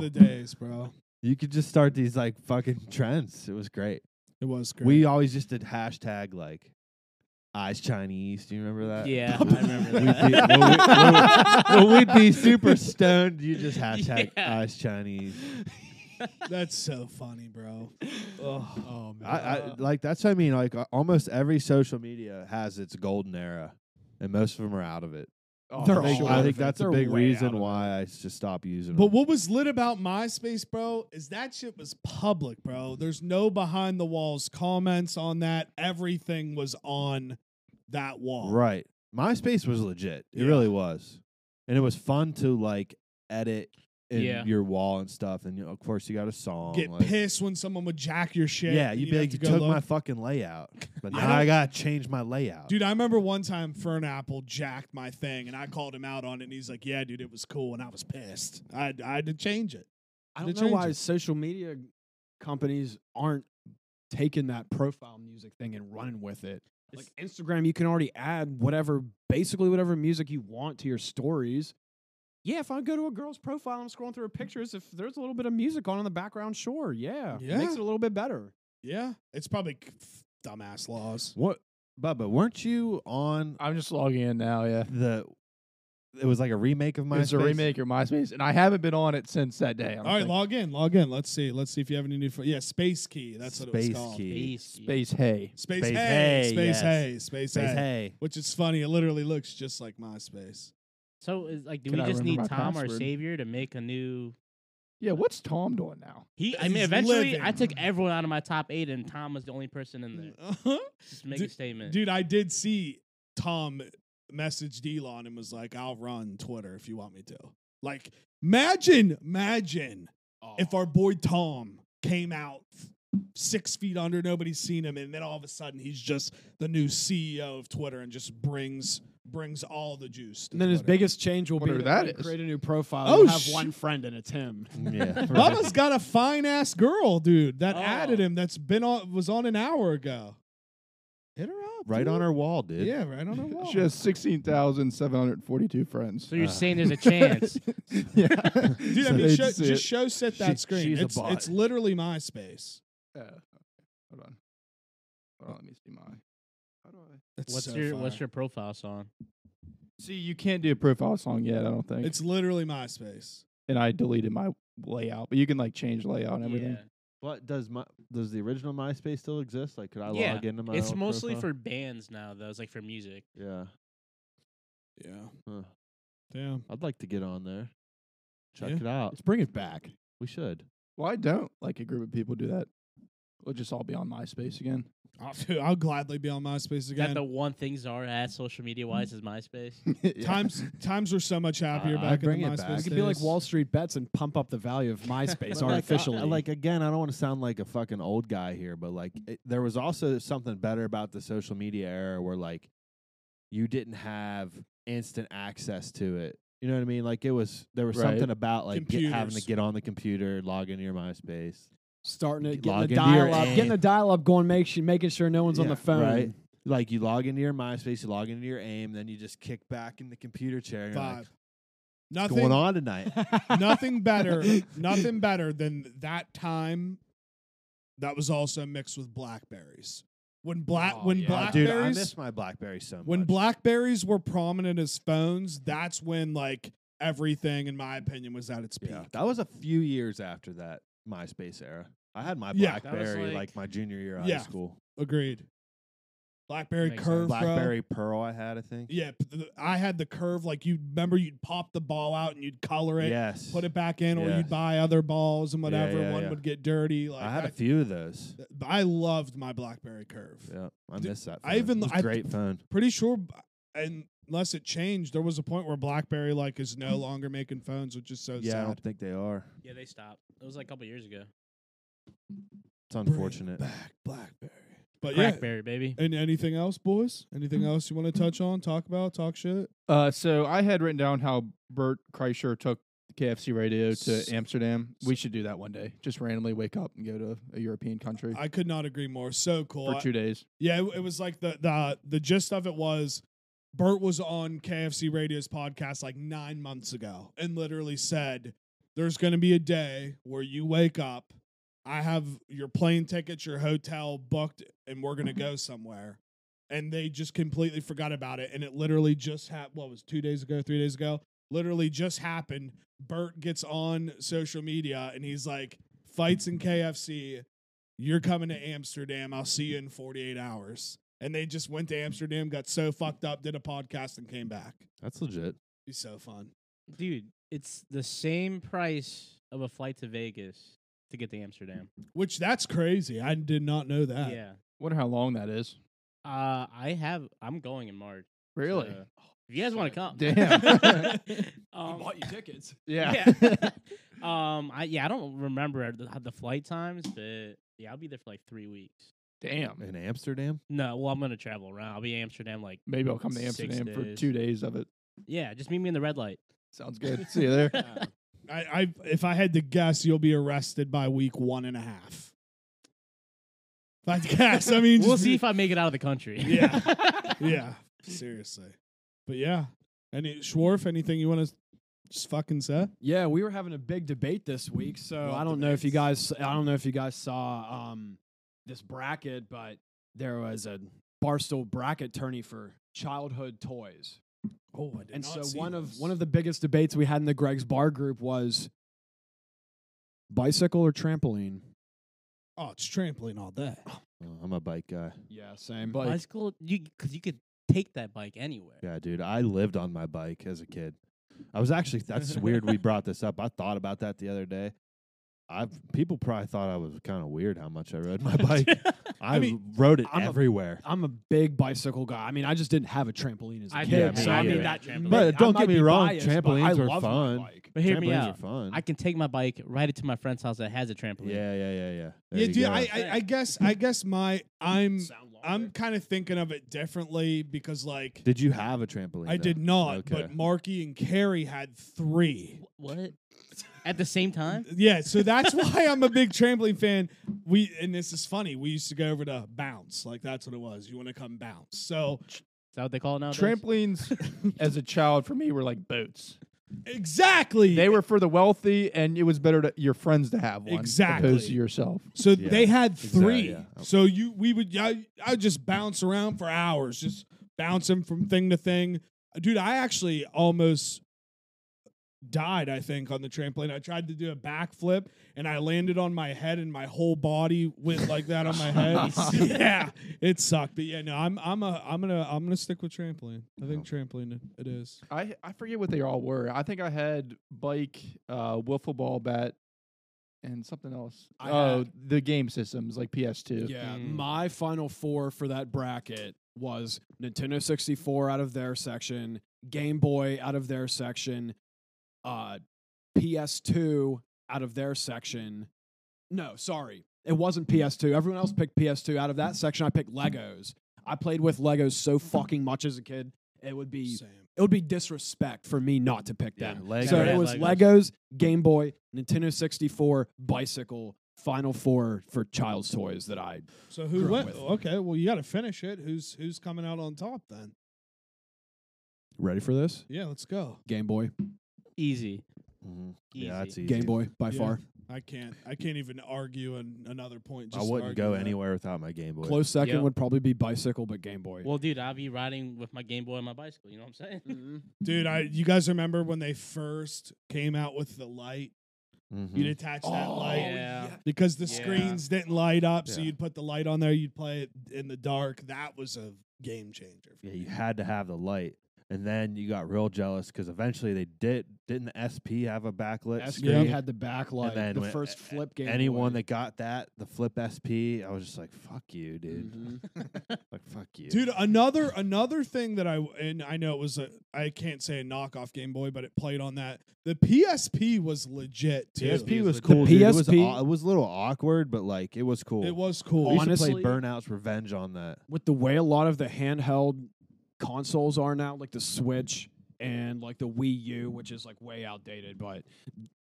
[SPEAKER 1] Neil.
[SPEAKER 3] the days, bro.
[SPEAKER 1] you could just start these like fucking trends. It was great.
[SPEAKER 3] It was great.
[SPEAKER 1] We always just did hashtag like eyes Chinese. Do you remember [LAUGHS] that?
[SPEAKER 5] [LAUGHS] Yeah, I remember
[SPEAKER 1] We'd be,
[SPEAKER 5] that.
[SPEAKER 1] well, we- [LAUGHS] well, we- well, we'd
[SPEAKER 4] [LAUGHS]
[SPEAKER 1] be super stoned. You just hashtag
[SPEAKER 5] Yeah.
[SPEAKER 1] eyes Chinese.
[SPEAKER 3] That's so funny, bro.
[SPEAKER 4] Oh man.
[SPEAKER 1] I, I like that's what I mean. Like a- almost every social media has its golden era, and most of them are out of it.
[SPEAKER 2] Oh,
[SPEAKER 4] They're
[SPEAKER 1] I think,
[SPEAKER 4] all
[SPEAKER 1] I
[SPEAKER 4] out
[SPEAKER 1] think
[SPEAKER 4] of it.
[SPEAKER 1] that's a
[SPEAKER 4] They're
[SPEAKER 1] big
[SPEAKER 4] way out
[SPEAKER 1] reason
[SPEAKER 4] of
[SPEAKER 1] why I s- just stopped using.
[SPEAKER 3] But
[SPEAKER 1] them.
[SPEAKER 3] what was lit about MySpace, bro, is that shit was public, bro. There's no behind the walls comments on that. Everything was on that wall.
[SPEAKER 1] right, MySpace was legit. It
[SPEAKER 3] Yeah.
[SPEAKER 1] really was, and it was fun to like edit. In
[SPEAKER 5] Yeah.
[SPEAKER 1] your wall and stuff, and you know, of course you got a song.
[SPEAKER 3] Get
[SPEAKER 1] like,
[SPEAKER 3] pissed when someone would jack your shit.
[SPEAKER 1] Yeah,
[SPEAKER 3] and
[SPEAKER 1] you'd
[SPEAKER 3] you'd
[SPEAKER 1] be
[SPEAKER 3] have
[SPEAKER 1] like,
[SPEAKER 3] to
[SPEAKER 1] you
[SPEAKER 3] go
[SPEAKER 1] took
[SPEAKER 3] look.
[SPEAKER 1] my fucking
[SPEAKER 3] [LAUGHS]
[SPEAKER 1] layout, but
[SPEAKER 3] I
[SPEAKER 1] now I
[SPEAKER 3] don't-
[SPEAKER 1] gotta change my layout.
[SPEAKER 3] Dude, I remember one time Fernapple jacked my thing, and I called him out on it, and he's like, "Yeah, dude, it was cool," and I was pissed. I, I had to change it.
[SPEAKER 4] I
[SPEAKER 3] to
[SPEAKER 4] don't know why
[SPEAKER 3] change it.
[SPEAKER 4] social media companies aren't taking that profile music thing and running with it. Like Instagram, you can already add whatever, basically whatever music you want to your stories. Yeah, if I go to a girl's profile and I'm scrolling through her pictures, if there's a little bit of music on in the background, sure, yeah, It
[SPEAKER 3] Yeah.
[SPEAKER 4] makes it a little bit better.
[SPEAKER 3] Yeah, it's probably c- f- dumbass laws.
[SPEAKER 1] What Bubba, weren't you on
[SPEAKER 2] [LAUGHS] I'm just logging in now. [LAUGHS] Yeah,
[SPEAKER 1] the? It was like a remake of MySpace.
[SPEAKER 2] it's a remake of MySpace, and I haven't been on it since that day. I don't
[SPEAKER 3] All right,
[SPEAKER 2] think.
[SPEAKER 3] log in, log in. Let's see. Let's see if you have any new. Fo- yeah, Space Key. That's what it
[SPEAKER 1] Space
[SPEAKER 3] was
[SPEAKER 5] Oh,
[SPEAKER 3] called.
[SPEAKER 1] Key.
[SPEAKER 2] Space Hay.
[SPEAKER 3] Space,
[SPEAKER 1] Space
[SPEAKER 3] Hay.
[SPEAKER 1] Hay,
[SPEAKER 3] Space
[SPEAKER 1] yes.
[SPEAKER 3] Hay. Space,
[SPEAKER 1] Space
[SPEAKER 3] Hay. [LAUGHS]
[SPEAKER 1] Hey.
[SPEAKER 3] Which is funny. It literally looks just like MySpace.
[SPEAKER 5] So is like, do
[SPEAKER 2] Can
[SPEAKER 5] we
[SPEAKER 2] I
[SPEAKER 5] just
[SPEAKER 2] remember
[SPEAKER 5] need
[SPEAKER 2] my
[SPEAKER 5] Tom, our
[SPEAKER 2] password?
[SPEAKER 5] savior, to make a new?
[SPEAKER 2] Yeah, what's Tom doing now?
[SPEAKER 5] He, I
[SPEAKER 3] He's
[SPEAKER 5] mean, eventually, I
[SPEAKER 3] living. Mm,
[SPEAKER 5] took everyone out of my top eight, and Tom was the only person in there.
[SPEAKER 1] Mm.
[SPEAKER 5] Just make a
[SPEAKER 3] Dude- [LAUGHS]
[SPEAKER 5] statement.
[SPEAKER 3] Dude, I did see Tom messaged Elon and was like, "I'll run Twitter if you want me to." Like, imagine, imagine if our boy Tom came out six feet under, nobody's seen him, and then all of a sudden he's just the new CEO of Twitter and just brings brings all the juice. To
[SPEAKER 4] And then his
[SPEAKER 3] Twitter.
[SPEAKER 4] biggest change will be
[SPEAKER 2] Wonder
[SPEAKER 4] to
[SPEAKER 2] who that
[SPEAKER 4] like,
[SPEAKER 2] is.
[SPEAKER 4] create a new profile.
[SPEAKER 3] Oh,
[SPEAKER 4] You'll have
[SPEAKER 3] shoot.
[SPEAKER 4] one friend and it's him.
[SPEAKER 1] Yeah.
[SPEAKER 3] Bubba's got a fine ass girl, dude, that
[SPEAKER 5] Oh.
[SPEAKER 3] added him. That's been on was on an hour ago. Hit her up,
[SPEAKER 1] right
[SPEAKER 3] dude.
[SPEAKER 1] on our wall, dude.
[SPEAKER 3] Yeah, right
[SPEAKER 1] [LAUGHS]
[SPEAKER 3] on her wall.
[SPEAKER 2] She has sixteen thousand seven hundred forty-two friends.
[SPEAKER 5] so you're
[SPEAKER 1] Uh.
[SPEAKER 5] saying there's a chance?
[SPEAKER 2] [LAUGHS]
[SPEAKER 3] [LAUGHS]
[SPEAKER 2] yeah,
[SPEAKER 3] Dude, I
[SPEAKER 1] [LAUGHS]
[SPEAKER 2] So
[SPEAKER 3] mean,
[SPEAKER 2] they'd
[SPEAKER 3] show,
[SPEAKER 2] see
[SPEAKER 3] just
[SPEAKER 2] it.
[SPEAKER 3] show set
[SPEAKER 1] She-
[SPEAKER 3] that screen.
[SPEAKER 1] she's a
[SPEAKER 3] it's
[SPEAKER 1] bot.
[SPEAKER 3] it's literally MySpace.
[SPEAKER 2] Uh, okay. Hold on. Hold on, let me see my. How do I?
[SPEAKER 3] That's
[SPEAKER 5] what's
[SPEAKER 3] so
[SPEAKER 5] your
[SPEAKER 3] fire.
[SPEAKER 5] What's your profile song?
[SPEAKER 2] See, you can't do a profile song yet. I don't think.
[SPEAKER 3] It's literally MySpace.
[SPEAKER 2] and I deleted my layout, but you can like change layout and everything.
[SPEAKER 1] But does my does the original MySpace still exist? Like, could I
[SPEAKER 5] Yeah,
[SPEAKER 1] log into my?
[SPEAKER 5] it's
[SPEAKER 1] old
[SPEAKER 5] mostly
[SPEAKER 1] profile?
[SPEAKER 5] for bands now, though. It's like for music.
[SPEAKER 1] Yeah.
[SPEAKER 3] Yeah.
[SPEAKER 1] Huh.
[SPEAKER 3] Damn.
[SPEAKER 1] I'd like to get on there. Check
[SPEAKER 3] Yeah.
[SPEAKER 1] it out.
[SPEAKER 4] Let's bring it back.
[SPEAKER 1] We should.
[SPEAKER 2] Why don't like a group of people do that? We'll just all be on MySpace again.
[SPEAKER 3] I'll, [LAUGHS] dude, I'll gladly be on MySpace
[SPEAKER 5] Is that
[SPEAKER 3] again.
[SPEAKER 1] [LAUGHS]
[SPEAKER 3] Mm.
[SPEAKER 5] the one thing Zara has social media wise is MySpace?
[SPEAKER 3] [LAUGHS] Times times were so much happier
[SPEAKER 1] I-
[SPEAKER 3] back
[SPEAKER 1] I'd bring
[SPEAKER 3] in the
[SPEAKER 1] it back.
[SPEAKER 3] MySpace.
[SPEAKER 4] It could be like
[SPEAKER 3] days.
[SPEAKER 4] Wall Street bets and pump up the value of MySpace
[SPEAKER 1] But, like, I-
[SPEAKER 4] artificially.
[SPEAKER 1] I- Like, again, I don't want to sound like a fucking old guy here, but like it, there was also something better about the social media era where like you didn't have instant access to it. You know what I mean? Like it was there was
[SPEAKER 2] Right.
[SPEAKER 1] something about like get, having to
[SPEAKER 3] Computers.
[SPEAKER 1] get on the computer, log into your MySpace.
[SPEAKER 4] starting it,
[SPEAKER 1] log
[SPEAKER 4] getting the
[SPEAKER 1] into your
[SPEAKER 4] dial up,
[SPEAKER 1] app.
[SPEAKER 4] getting the dial up going, make sure, making sure no one's on
[SPEAKER 1] Yeah,
[SPEAKER 4] the phone.
[SPEAKER 1] right. Like you log into your MySpace, you log into your AIM, then you just kick back in the computer chair. And you're like,
[SPEAKER 3] Five.
[SPEAKER 1] What's
[SPEAKER 3] Nothing
[SPEAKER 1] going
[SPEAKER 4] [LAUGHS]
[SPEAKER 1] on tonight?
[SPEAKER 3] [LAUGHS] nothing better nothing better than that time that was also mixed with blackberries. When black
[SPEAKER 4] Oh,
[SPEAKER 3] when
[SPEAKER 4] yeah.
[SPEAKER 1] Oh,
[SPEAKER 3] blackberries
[SPEAKER 1] dude, I miss my BlackBerry so much.
[SPEAKER 3] when blackberries were prominent as phones that's when like everything in my opinion was at its peak
[SPEAKER 1] Yeah, that was a few years after that MySpace era. I had my
[SPEAKER 3] Yeah.
[SPEAKER 5] That was
[SPEAKER 1] BlackBerry like,
[SPEAKER 5] like-
[SPEAKER 1] my junior year of
[SPEAKER 3] Yeah.
[SPEAKER 1] high school.
[SPEAKER 3] agreed blackberry
[SPEAKER 5] Makes sense.
[SPEAKER 3] curve bro.
[SPEAKER 1] BlackBerry Pearl, I had, I think.
[SPEAKER 3] yeah p- th- i had the curve like you remember you'd pop the ball out and you'd color it
[SPEAKER 1] Yes,
[SPEAKER 3] put it back in or
[SPEAKER 1] Yes.
[SPEAKER 3] you'd buy other balls and whatever
[SPEAKER 1] yeah,
[SPEAKER 3] one
[SPEAKER 1] yeah.
[SPEAKER 3] would get dirty like
[SPEAKER 1] I had a few of those.
[SPEAKER 3] th- I loved my blackberry curve
[SPEAKER 1] Yeah, I
[SPEAKER 3] Dude,
[SPEAKER 1] miss that.
[SPEAKER 3] I
[SPEAKER 1] phone.
[SPEAKER 3] even-
[SPEAKER 1] It was
[SPEAKER 3] I-
[SPEAKER 1] great phone.
[SPEAKER 3] pretty sure b- unless it changed there was a point where blackberry like is no longer making phones which is so
[SPEAKER 1] yeah, I
[SPEAKER 3] sad
[SPEAKER 1] don't think they are.
[SPEAKER 5] Yeah, they stopped. It was like a couple years ago.
[SPEAKER 1] It's
[SPEAKER 3] Bring
[SPEAKER 1] unfortunate.
[SPEAKER 3] back blackberry but Uh, yeah
[SPEAKER 5] Blackberry, baby.
[SPEAKER 3] And anything else, boys? Anything
[SPEAKER 1] Mm.
[SPEAKER 3] else you want to touch on? Talk about? Talk shit?
[SPEAKER 2] Uh, so I had written down how Bert Kreischer took KFC radio
[SPEAKER 3] S-
[SPEAKER 2] to Amsterdam. We should do that one day. Just randomly wake up and go to a European country
[SPEAKER 3] I could not agree more. So cool.
[SPEAKER 2] for two days.
[SPEAKER 3] yeah, it, it was like the the the gist of it was Bert was on KFC Radio's podcast like nine months ago and literally said, "There's going to be a day where you wake up, I have your plane tickets, your hotel booked, and we're going to go somewhere." And they just completely forgot about it, and it literally just happened. What was it, two days ago, three days ago? Literally just happened. Bert gets on social media and he's like, "Fights in KFC." you're coming to Amsterdam. I'll see you in 48 hours. And they just went to Amsterdam, got so fucked up, did a podcast, and came back.
[SPEAKER 1] That's legit.
[SPEAKER 3] Be so fun.
[SPEAKER 5] Dude, it's the same price of a flight to Vegas to get to Amsterdam.
[SPEAKER 3] Which that's crazy. I did not know that.
[SPEAKER 5] yeah.
[SPEAKER 2] Wonder how long that is.
[SPEAKER 5] Uh, I have. I'm going in March.
[SPEAKER 2] Really?
[SPEAKER 5] so if you guys want to come, [LAUGHS]
[SPEAKER 2] Damn. [LAUGHS]
[SPEAKER 5] um,
[SPEAKER 4] you tickets.
[SPEAKER 2] yeah.
[SPEAKER 5] [LAUGHS] um, I yeah, I don't remember the, the flight times, but yeah, I'll be there for like three weeks.
[SPEAKER 2] [LAUGHS] Damn.
[SPEAKER 1] In Amsterdam,
[SPEAKER 5] No, well, I'm gonna travel around. I'll be in Amsterdam. Like,
[SPEAKER 2] Maybe I'll come to
[SPEAKER 5] Six
[SPEAKER 2] Amsterdam for
[SPEAKER 5] days.
[SPEAKER 2] two days of it.
[SPEAKER 5] yeah, just meet me in the red light.
[SPEAKER 2] Sounds
[SPEAKER 5] [LAUGHS]
[SPEAKER 2] good. see you there. [LAUGHS]
[SPEAKER 3] I, I, if I had to guess, you'll be arrested by week one and a half. If I had to guess, I [LAUGHS] mean,
[SPEAKER 5] we'll
[SPEAKER 3] just-
[SPEAKER 5] see if I make it out of the country.
[SPEAKER 3] Yeah.
[SPEAKER 5] [LAUGHS]
[SPEAKER 3] [LAUGHS] yeah, seriously. But yeah. Any Schwarf, anything you want to just fucking say?
[SPEAKER 4] Yeah, we were having a big debate this week, so
[SPEAKER 3] Love
[SPEAKER 4] I don't know if you
[SPEAKER 3] debates.
[SPEAKER 4] guys, I don't know if you guys saw um, this bracket, but there was a Barstool bracket tourney for childhood toys.
[SPEAKER 3] Oh, I did
[SPEAKER 4] And
[SPEAKER 3] not
[SPEAKER 4] so
[SPEAKER 3] see
[SPEAKER 4] one of
[SPEAKER 3] this.
[SPEAKER 4] one of the biggest debates we had in the Greg's Bar group was bicycle or trampoline.
[SPEAKER 3] oh, it's trampoline all day.
[SPEAKER 1] Oh, I'm a bike guy.
[SPEAKER 4] Yeah, same.
[SPEAKER 2] Bike.
[SPEAKER 4] But
[SPEAKER 5] Bicycle, you because you could take that bike anywhere.
[SPEAKER 1] Yeah, dude, I lived on my bike as a kid. I was actually
[SPEAKER 3] [LAUGHS]
[SPEAKER 1] that's weird we brought this up. I thought about that the other day. I've people probably thought I was kind of weird how much I rode [LAUGHS]
[SPEAKER 3] [LAUGHS]
[SPEAKER 1] my bike. I,
[SPEAKER 4] mean,
[SPEAKER 1] rode it
[SPEAKER 4] I'm a-
[SPEAKER 1] everywhere.
[SPEAKER 4] I'm a big bicycle guy. I mean, I just didn't have a trampoline as a
[SPEAKER 5] I
[SPEAKER 4] kid.
[SPEAKER 1] did,
[SPEAKER 4] so
[SPEAKER 1] me
[SPEAKER 4] I
[SPEAKER 1] either.
[SPEAKER 4] mean that
[SPEAKER 5] Trampoline.
[SPEAKER 1] But
[SPEAKER 4] I
[SPEAKER 1] don't
[SPEAKER 4] might
[SPEAKER 1] get me
[SPEAKER 4] be
[SPEAKER 1] wrong,
[SPEAKER 4] biased, but
[SPEAKER 1] trampolines
[SPEAKER 4] I
[SPEAKER 1] were
[SPEAKER 4] love my
[SPEAKER 1] fun.
[SPEAKER 4] bike.
[SPEAKER 5] but hear
[SPEAKER 1] Trampolines
[SPEAKER 5] me
[SPEAKER 1] are
[SPEAKER 5] out.
[SPEAKER 1] fun.
[SPEAKER 5] I can take my bike, ride it to my friend's house that has a trampoline.
[SPEAKER 1] yeah, yeah, yeah, yeah. There
[SPEAKER 3] yeah,
[SPEAKER 1] you
[SPEAKER 3] dude.
[SPEAKER 1] go.
[SPEAKER 3] I, I I guess I guess my I'm
[SPEAKER 4] [LAUGHS] Sound longer.
[SPEAKER 3] I'm kind of thinking of it differently because like
[SPEAKER 1] did you have a trampoline?
[SPEAKER 3] I
[SPEAKER 1] though?
[SPEAKER 3] did not,
[SPEAKER 1] Okay.
[SPEAKER 3] but Marky and Carrie had three.
[SPEAKER 5] Wh- What? At the same time?
[SPEAKER 3] Yeah, so that's [LAUGHS] why I'm a big trampoline fan. We and this is funny. We used to go over to bounce, like that's what it was. You want to come bounce. So
[SPEAKER 5] Is that what they call it now?
[SPEAKER 2] Trampolines as a child for me were like boats.
[SPEAKER 3] exactly,
[SPEAKER 2] They were for the wealthy, and it was better to your friends to have one opposed
[SPEAKER 3] Exactly.
[SPEAKER 2] to yourself.
[SPEAKER 3] So
[SPEAKER 1] Yeah,
[SPEAKER 3] they had
[SPEAKER 1] exactly,
[SPEAKER 3] three.
[SPEAKER 1] yeah.
[SPEAKER 3] So you, we would, I, I would just bounce around for hours, just bouncing from thing to thing. Dude, I actually almost died. I think on the trampoline, I tried to do a backflip and I landed on my head, and my whole body went like that on my head. yeah, it sucked. But yeah, no, I'm, I'm a, I'm gonna, I'm gonna stick with trampoline. I think
[SPEAKER 1] Oh.
[SPEAKER 3] trampoline, it- it is.
[SPEAKER 2] I I forget what they all were. I think I had bike, uh, wiffle ball bat, and something else.
[SPEAKER 4] I
[SPEAKER 2] oh,
[SPEAKER 4] had-
[SPEAKER 2] the game systems like PS2.
[SPEAKER 4] Yeah,
[SPEAKER 5] Mm.
[SPEAKER 4] my final four for that bracket was Nintendo 64 out of their section, Game Boy out of their section, uh, PS2 out of their section. No, sorry, it wasn't PS2. Everyone else picked PS2 out of that section. I picked Legos. I played with Legos so fucking much as a kid. It would be
[SPEAKER 3] Same.
[SPEAKER 4] it would be disrespect for me not to pick
[SPEAKER 1] Yeah,
[SPEAKER 4] them.
[SPEAKER 1] Legos.
[SPEAKER 4] So
[SPEAKER 5] Yeah,
[SPEAKER 4] it was
[SPEAKER 5] Legos.
[SPEAKER 4] Legos. Game Boy, Nintendo 64, bicycle, Final Four for child's toys that I.
[SPEAKER 3] So who
[SPEAKER 4] Grew up
[SPEAKER 3] went?
[SPEAKER 4] with.
[SPEAKER 3] Okay, well you got to finish it. Who's, who's coming out on top then?
[SPEAKER 4] Ready for this?
[SPEAKER 3] Yeah, let's go.
[SPEAKER 4] Game Boy,
[SPEAKER 5] Easy.
[SPEAKER 1] Mhm.
[SPEAKER 5] Easy.
[SPEAKER 1] Yeah, that's easy.
[SPEAKER 4] Game Boy by
[SPEAKER 3] Yeah.
[SPEAKER 4] far.
[SPEAKER 3] I can't. I can't even argue an, another point.
[SPEAKER 1] I
[SPEAKER 3] Just
[SPEAKER 1] wouldn't
[SPEAKER 3] argue
[SPEAKER 1] go
[SPEAKER 3] that.
[SPEAKER 1] anywhere without my Game Boy.
[SPEAKER 4] Close second
[SPEAKER 5] Yep.
[SPEAKER 4] would probably be bicycle, but Game Boy.
[SPEAKER 5] Well, dude, I'll be riding with my Game Boy on my bicycle. You know what I'm saying?
[SPEAKER 3] dude. I you guys remember when they first came out with the light?
[SPEAKER 5] Mm-hmm.
[SPEAKER 1] Mhm.
[SPEAKER 3] You'd attach that light
[SPEAKER 5] Oh, yeah.
[SPEAKER 3] because the
[SPEAKER 5] Yeah.
[SPEAKER 3] screens didn't light up, so
[SPEAKER 1] Yeah.
[SPEAKER 3] you'd put the light on there. You'd play it in the dark. That was a game changer. for
[SPEAKER 1] Yeah,
[SPEAKER 3] me.
[SPEAKER 1] you had to have the light. And then you got real jealous because eventually they did. Didn't the SP have a backlit
[SPEAKER 4] SP
[SPEAKER 1] screen?
[SPEAKER 4] had the backlight.
[SPEAKER 1] then
[SPEAKER 4] The
[SPEAKER 1] when-
[SPEAKER 4] first
[SPEAKER 1] a-
[SPEAKER 4] flip Game
[SPEAKER 1] Anyone
[SPEAKER 4] Boy.
[SPEAKER 1] that got that, the flip SP, I was just like, "Fuck you, dude!
[SPEAKER 5] Mm-hmm.
[SPEAKER 1] [LAUGHS] Like, fuck you,
[SPEAKER 3] Dude, another another thing that I and I know it was a I can't say a knockoff Game Boy, but it played on that. The PSP was legit too.
[SPEAKER 1] PSP
[SPEAKER 5] was
[SPEAKER 1] was
[SPEAKER 5] the
[SPEAKER 1] cool. dude. It was,
[SPEAKER 4] PSP
[SPEAKER 1] aw- it was a little awkward, but like, it was cool.
[SPEAKER 3] it was cool.
[SPEAKER 1] We used to play
[SPEAKER 4] Honestly-
[SPEAKER 1] Burnout's Revenge on that.
[SPEAKER 4] with the way a lot of the handheld consoles are now, like the Switch and like the Wii U, which is like way outdated, but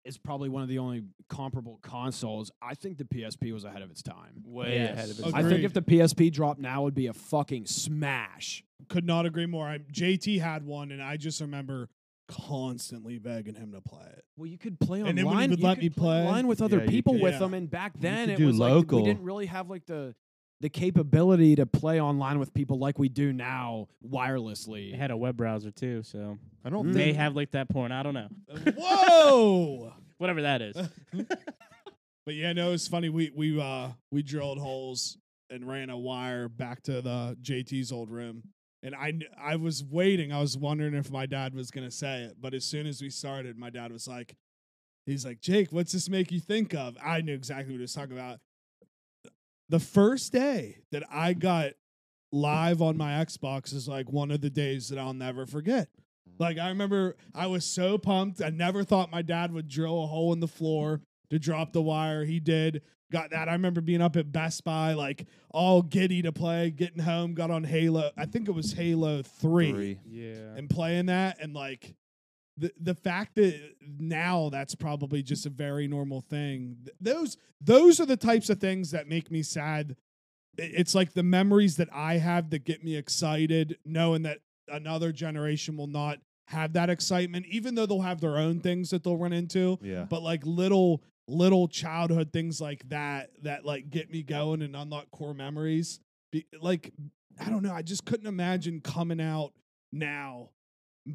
[SPEAKER 4] it's probably one of the only comparable consoles. I think the PSP was ahead of its time.
[SPEAKER 2] Way
[SPEAKER 5] Yes.
[SPEAKER 2] ahead of its
[SPEAKER 3] Okay.
[SPEAKER 4] I
[SPEAKER 2] time.
[SPEAKER 4] think
[SPEAKER 3] Agreed.
[SPEAKER 4] if the PSP dropped now, it would be a fucking smash.
[SPEAKER 3] could not agree more. I, JT had one, and I just remember constantly begging him to play it.
[SPEAKER 4] Well, you could play online.
[SPEAKER 3] And then when he would
[SPEAKER 4] you
[SPEAKER 3] let
[SPEAKER 4] could
[SPEAKER 3] me play-
[SPEAKER 4] online with other
[SPEAKER 1] Yeah, you
[SPEAKER 4] people
[SPEAKER 1] could-
[SPEAKER 4] with
[SPEAKER 3] Yeah.
[SPEAKER 4] them, and back then
[SPEAKER 1] could
[SPEAKER 4] it
[SPEAKER 1] do
[SPEAKER 4] was
[SPEAKER 1] local.
[SPEAKER 4] like we didn't really have like the the capability to play online with people like we do now wirelessly.
[SPEAKER 5] It had a web browser too, so
[SPEAKER 1] I don't
[SPEAKER 4] Mm.
[SPEAKER 5] may
[SPEAKER 1] think.
[SPEAKER 5] have like that porn. I don't know.
[SPEAKER 3] Whoa!
[SPEAKER 5] Whatever that is.
[SPEAKER 3] But yeah, no, it's funny. We we uh we drilled holes and ran a wire back to the JT's old room, and I kn- I was waiting. I was wondering if my dad was gonna say it, but as soon as we started, my dad was like, he's like, Jake, what's this make you think of? I knew exactly what he was talking about. The first day that I got live on my Xbox is like one of the days that I'll never forget. Like I remember I was so pumped. I never thought my dad would drill a hole in the floor to drop the wire. He did. Got that. I remember being up at Best Buy, like all giddy to play, getting home, got on Halo. I think it was Halo 3,
[SPEAKER 1] three.
[SPEAKER 5] Yeah.
[SPEAKER 3] and playing that. And like the, the fact that now that's probably just a very normal thing. Th- Those, those are the types of things that make me sad. I- It's like the memories that I have that get me excited, knowing that another generation will not have that excitement, even though they'll have their own things that they'll run into
[SPEAKER 1] Yeah,
[SPEAKER 3] but like little little childhood things like that that like get me going and unlock core memories Be, like I don't know. I just couldn't imagine coming out now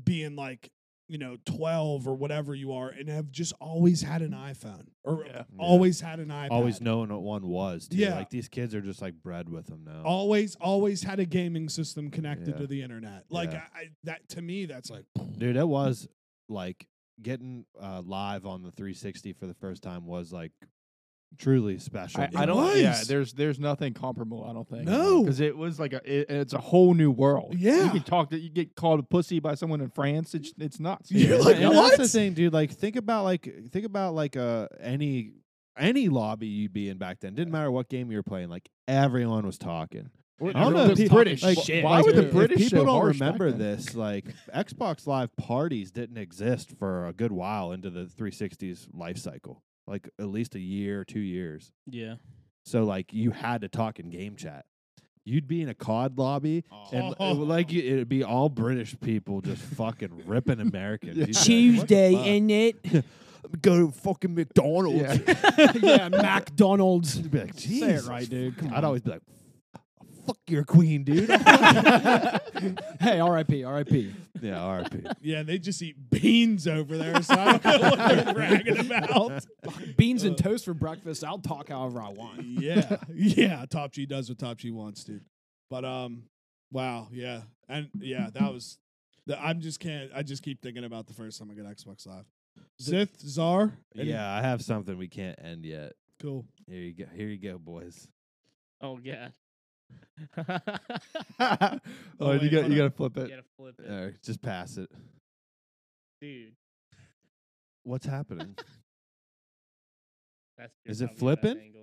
[SPEAKER 3] being like, you know, 12 or whatever you are and have just always had an iPhone or
[SPEAKER 2] Yeah.
[SPEAKER 3] always had an iPad.
[SPEAKER 1] Always knowing what one was. Too.
[SPEAKER 3] Yeah.
[SPEAKER 1] Like these kids are just like bred with them now.
[SPEAKER 3] always always had a gaming system connected
[SPEAKER 1] Yeah.
[SPEAKER 3] to the internet. Like
[SPEAKER 1] Yeah.
[SPEAKER 3] I, I, that to me that's like
[SPEAKER 1] Dude, that was like getting uh, live on the 360 for the first time was like truly special.
[SPEAKER 2] I,
[SPEAKER 1] dude. [LAUGHS]
[SPEAKER 2] I don't. Yeah,
[SPEAKER 3] was.
[SPEAKER 2] there's there's nothing comparable. I don't think.
[SPEAKER 3] No.
[SPEAKER 2] because it was like a it, it's a whole new world. you
[SPEAKER 3] Yeah.
[SPEAKER 2] can talk to you get called a pussy by someone in France. It's it's nuts.
[SPEAKER 3] You're
[SPEAKER 1] Yeah,
[SPEAKER 3] like,
[SPEAKER 1] and that's the
[SPEAKER 3] "What?"
[SPEAKER 1] thing, dude. Like, think about like think about like uh any any lobby you'd be in back then. Didn't matter what game you were playing. Like everyone was talking. I don't know if
[SPEAKER 2] the
[SPEAKER 1] people-
[SPEAKER 2] British.
[SPEAKER 1] like,
[SPEAKER 2] shit.
[SPEAKER 1] like,
[SPEAKER 2] Why would the
[SPEAKER 1] if
[SPEAKER 2] British
[SPEAKER 1] people
[SPEAKER 2] so
[SPEAKER 1] don't
[SPEAKER 2] harsh back
[SPEAKER 1] remember
[SPEAKER 2] then?
[SPEAKER 1] this? Like Xbox Live parties didn't exist for a good while into the 360's life cycle. Like at least a year, two years.
[SPEAKER 5] Yeah.
[SPEAKER 1] So like you had to talk in game chat. You'd be in a COD lobby, and
[SPEAKER 2] Oh.
[SPEAKER 1] it would, like you- it'd be all British people just fucking ripping Americans. You'd be
[SPEAKER 2] [LAUGHS]
[SPEAKER 1] like, "What the
[SPEAKER 5] in it.
[SPEAKER 1] fuck? go to fucking McDonald's.
[SPEAKER 2] Yeah.
[SPEAKER 4] yeah, [LAUGHS] McDonald's.
[SPEAKER 1] [LAUGHS] You'd be like,
[SPEAKER 4] Say it
[SPEAKER 1] "Jesus
[SPEAKER 4] right, dude. Come
[SPEAKER 1] I'd
[SPEAKER 4] on.
[SPEAKER 1] always be like, "Fuck your queen, [LAUGHS] dude."
[SPEAKER 4] hey, R.I.P. R.I.P.
[SPEAKER 1] yeah, RP.
[SPEAKER 3] yeah, they just eat beans over there, so I don't know what
[SPEAKER 1] [LAUGHS]
[SPEAKER 3] they're bragging about.
[SPEAKER 4] Beans and toast for breakfast. I'll talk however I want.
[SPEAKER 3] yeah, [LAUGHS] yeah. Top G does what Top G wants, dude. But um, wow, yeah, and yeah, that was. The, I'm just can't. I just keep thinking about the first time I got Xbox Live. Zith Czar. Any-
[SPEAKER 1] Yeah, I have something we can't end yet.
[SPEAKER 3] cool.
[SPEAKER 1] Here you go. Here you go, [LAUGHS] boys.
[SPEAKER 5] Oh [LAUGHS] yeah.
[SPEAKER 2] oh,
[SPEAKER 3] Oh,
[SPEAKER 2] you
[SPEAKER 3] wait,
[SPEAKER 2] got
[SPEAKER 3] hold
[SPEAKER 2] you
[SPEAKER 3] on.
[SPEAKER 2] got to flip it.
[SPEAKER 5] Gotta flip it,
[SPEAKER 1] All right, just pass it.
[SPEAKER 5] dude.
[SPEAKER 1] What's
[SPEAKER 5] [LAUGHS]
[SPEAKER 1] happening?
[SPEAKER 5] That's
[SPEAKER 1] Is it flipping?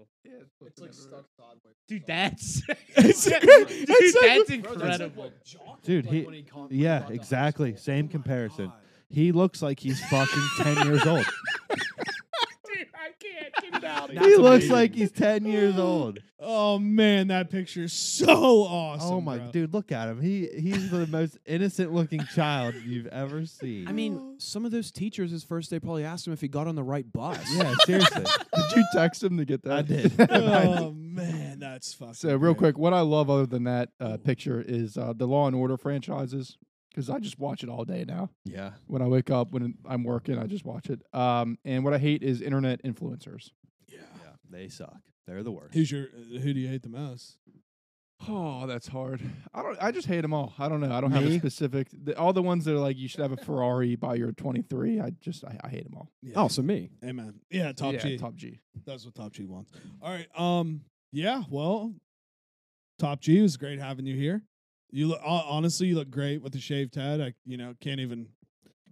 [SPEAKER 2] it's like stuck sideways.
[SPEAKER 5] Dude, [LAUGHS] that's
[SPEAKER 3] It's great.
[SPEAKER 5] dude, [LAUGHS]
[SPEAKER 3] It's like-
[SPEAKER 5] that's incredible.
[SPEAKER 1] Dude, he- yeah, exactly.
[SPEAKER 5] Oh
[SPEAKER 1] Same comparison. He looks like he's fucking ten years old.
[SPEAKER 5] [LAUGHS] Dude, I can't get it out.
[SPEAKER 1] he
[SPEAKER 4] That's
[SPEAKER 1] looks
[SPEAKER 4] amazing.
[SPEAKER 1] like he's ten
[SPEAKER 5] [LAUGHS]
[SPEAKER 1] years old.
[SPEAKER 3] Oh man, that picture's so awesome.
[SPEAKER 1] oh my [LAUGHS]
[SPEAKER 3] bro.
[SPEAKER 1] dude, look at him. He he's the most innocent looking child you've ever seen.
[SPEAKER 4] I mean, some of those teachers, his first day probably asked him if he got on the right bus.
[SPEAKER 1] yeah,
[SPEAKER 5] [LAUGHS]
[SPEAKER 1] seriously.
[SPEAKER 2] Did you text him to get that?
[SPEAKER 1] I did.
[SPEAKER 3] [LAUGHS] Oh man, that's fucking.
[SPEAKER 2] So real
[SPEAKER 3] great.
[SPEAKER 2] quick, what I love other than that uh, picture is uh, the Law and Order franchises because I just watch it all day now.
[SPEAKER 1] yeah.
[SPEAKER 2] When I wake up, when I'm working, I just watch it. Um, and what I hate is internet influencers.
[SPEAKER 1] Yeah. They suck. They're the worst.
[SPEAKER 3] Who's your? Who do you hate the most?
[SPEAKER 2] Oh, that's hard. I don't. I just hate them all. I don't know. I don't have a
[SPEAKER 1] Me?
[SPEAKER 2] specific. The, all the ones that are like you should have a Ferrari by your 23. I just I, I hate them all.
[SPEAKER 3] Yeah.
[SPEAKER 4] Oh, so me.
[SPEAKER 3] amen. Yeah, top
[SPEAKER 2] yeah,
[SPEAKER 3] G.
[SPEAKER 2] Top G.
[SPEAKER 3] That's what Top G wants. All right. Um. Yeah. Well, Top G it was great having you here. You look hon- honestly, you look great with the shaved head. I, you know, can't even,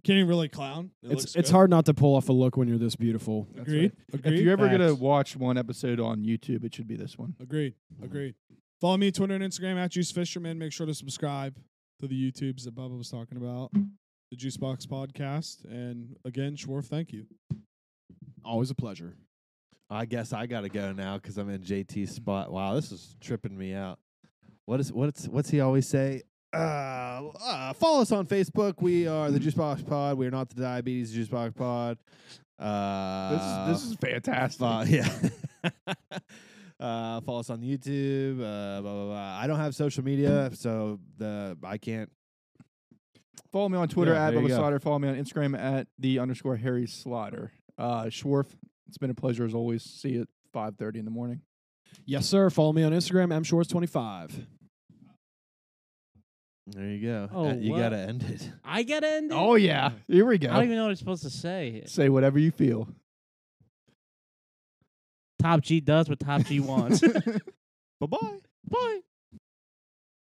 [SPEAKER 3] can't even really clown. It
[SPEAKER 4] It's
[SPEAKER 3] looks
[SPEAKER 4] it's
[SPEAKER 3] good.
[SPEAKER 4] hard not to pull off a look when you're this beautiful.
[SPEAKER 2] That's
[SPEAKER 3] Agreed.
[SPEAKER 2] If
[SPEAKER 3] Agreed.
[SPEAKER 2] you're ever gonna
[SPEAKER 1] Facts.
[SPEAKER 2] watch one episode on YouTube, it should be this one.
[SPEAKER 3] Agreed. Agreed. Follow me on Twitter and Instagram at Juice Fisherman. Make sure to subscribe to the YouTubes that Bubba was talking about, the Juice Box Podcast, and again, Schwarf, thank you.
[SPEAKER 4] Always a pleasure.
[SPEAKER 1] I guess I gotta go now because I'm in JT's
[SPEAKER 2] Mm-hmm.
[SPEAKER 1] spot. Wow, this is tripping me out. What is what's what's he always say? Uh, uh, follow us on Facebook. We are the Juice Box Pod. We are not the Diabetes Juice Box Pod. Uh,
[SPEAKER 2] this is this is fantastic.
[SPEAKER 1] Fo- [LAUGHS] yeah. uh, follow us on YouTube. Uh, blah, blah, blah. I don't have social media, so the I can't.
[SPEAKER 2] Follow me on Twitter
[SPEAKER 1] Yeah,
[SPEAKER 2] at
[SPEAKER 1] there you
[SPEAKER 2] Bubba
[SPEAKER 1] go.
[SPEAKER 2] Slaughter. Follow me on Instagram at the underscore Harry Slaughter. Uh, Schwarf, it's been a pleasure as always. See you at 5.30 in the morning.
[SPEAKER 4] Yes, sir. Follow me on Instagram, mshorts25.
[SPEAKER 1] There you go.
[SPEAKER 5] Oh,
[SPEAKER 1] Uh, you
[SPEAKER 5] what?
[SPEAKER 1] gotta end it.
[SPEAKER 5] I gotta end it.
[SPEAKER 2] Oh, yeah. Here we
[SPEAKER 5] I don't
[SPEAKER 2] go.
[SPEAKER 5] even know what I'm supposed to say.
[SPEAKER 2] Say whatever you feel. [LAUGHS]
[SPEAKER 5] Top G [LAUGHS] does what Top G wants.
[SPEAKER 1] Bye bye.
[SPEAKER 5] Bye.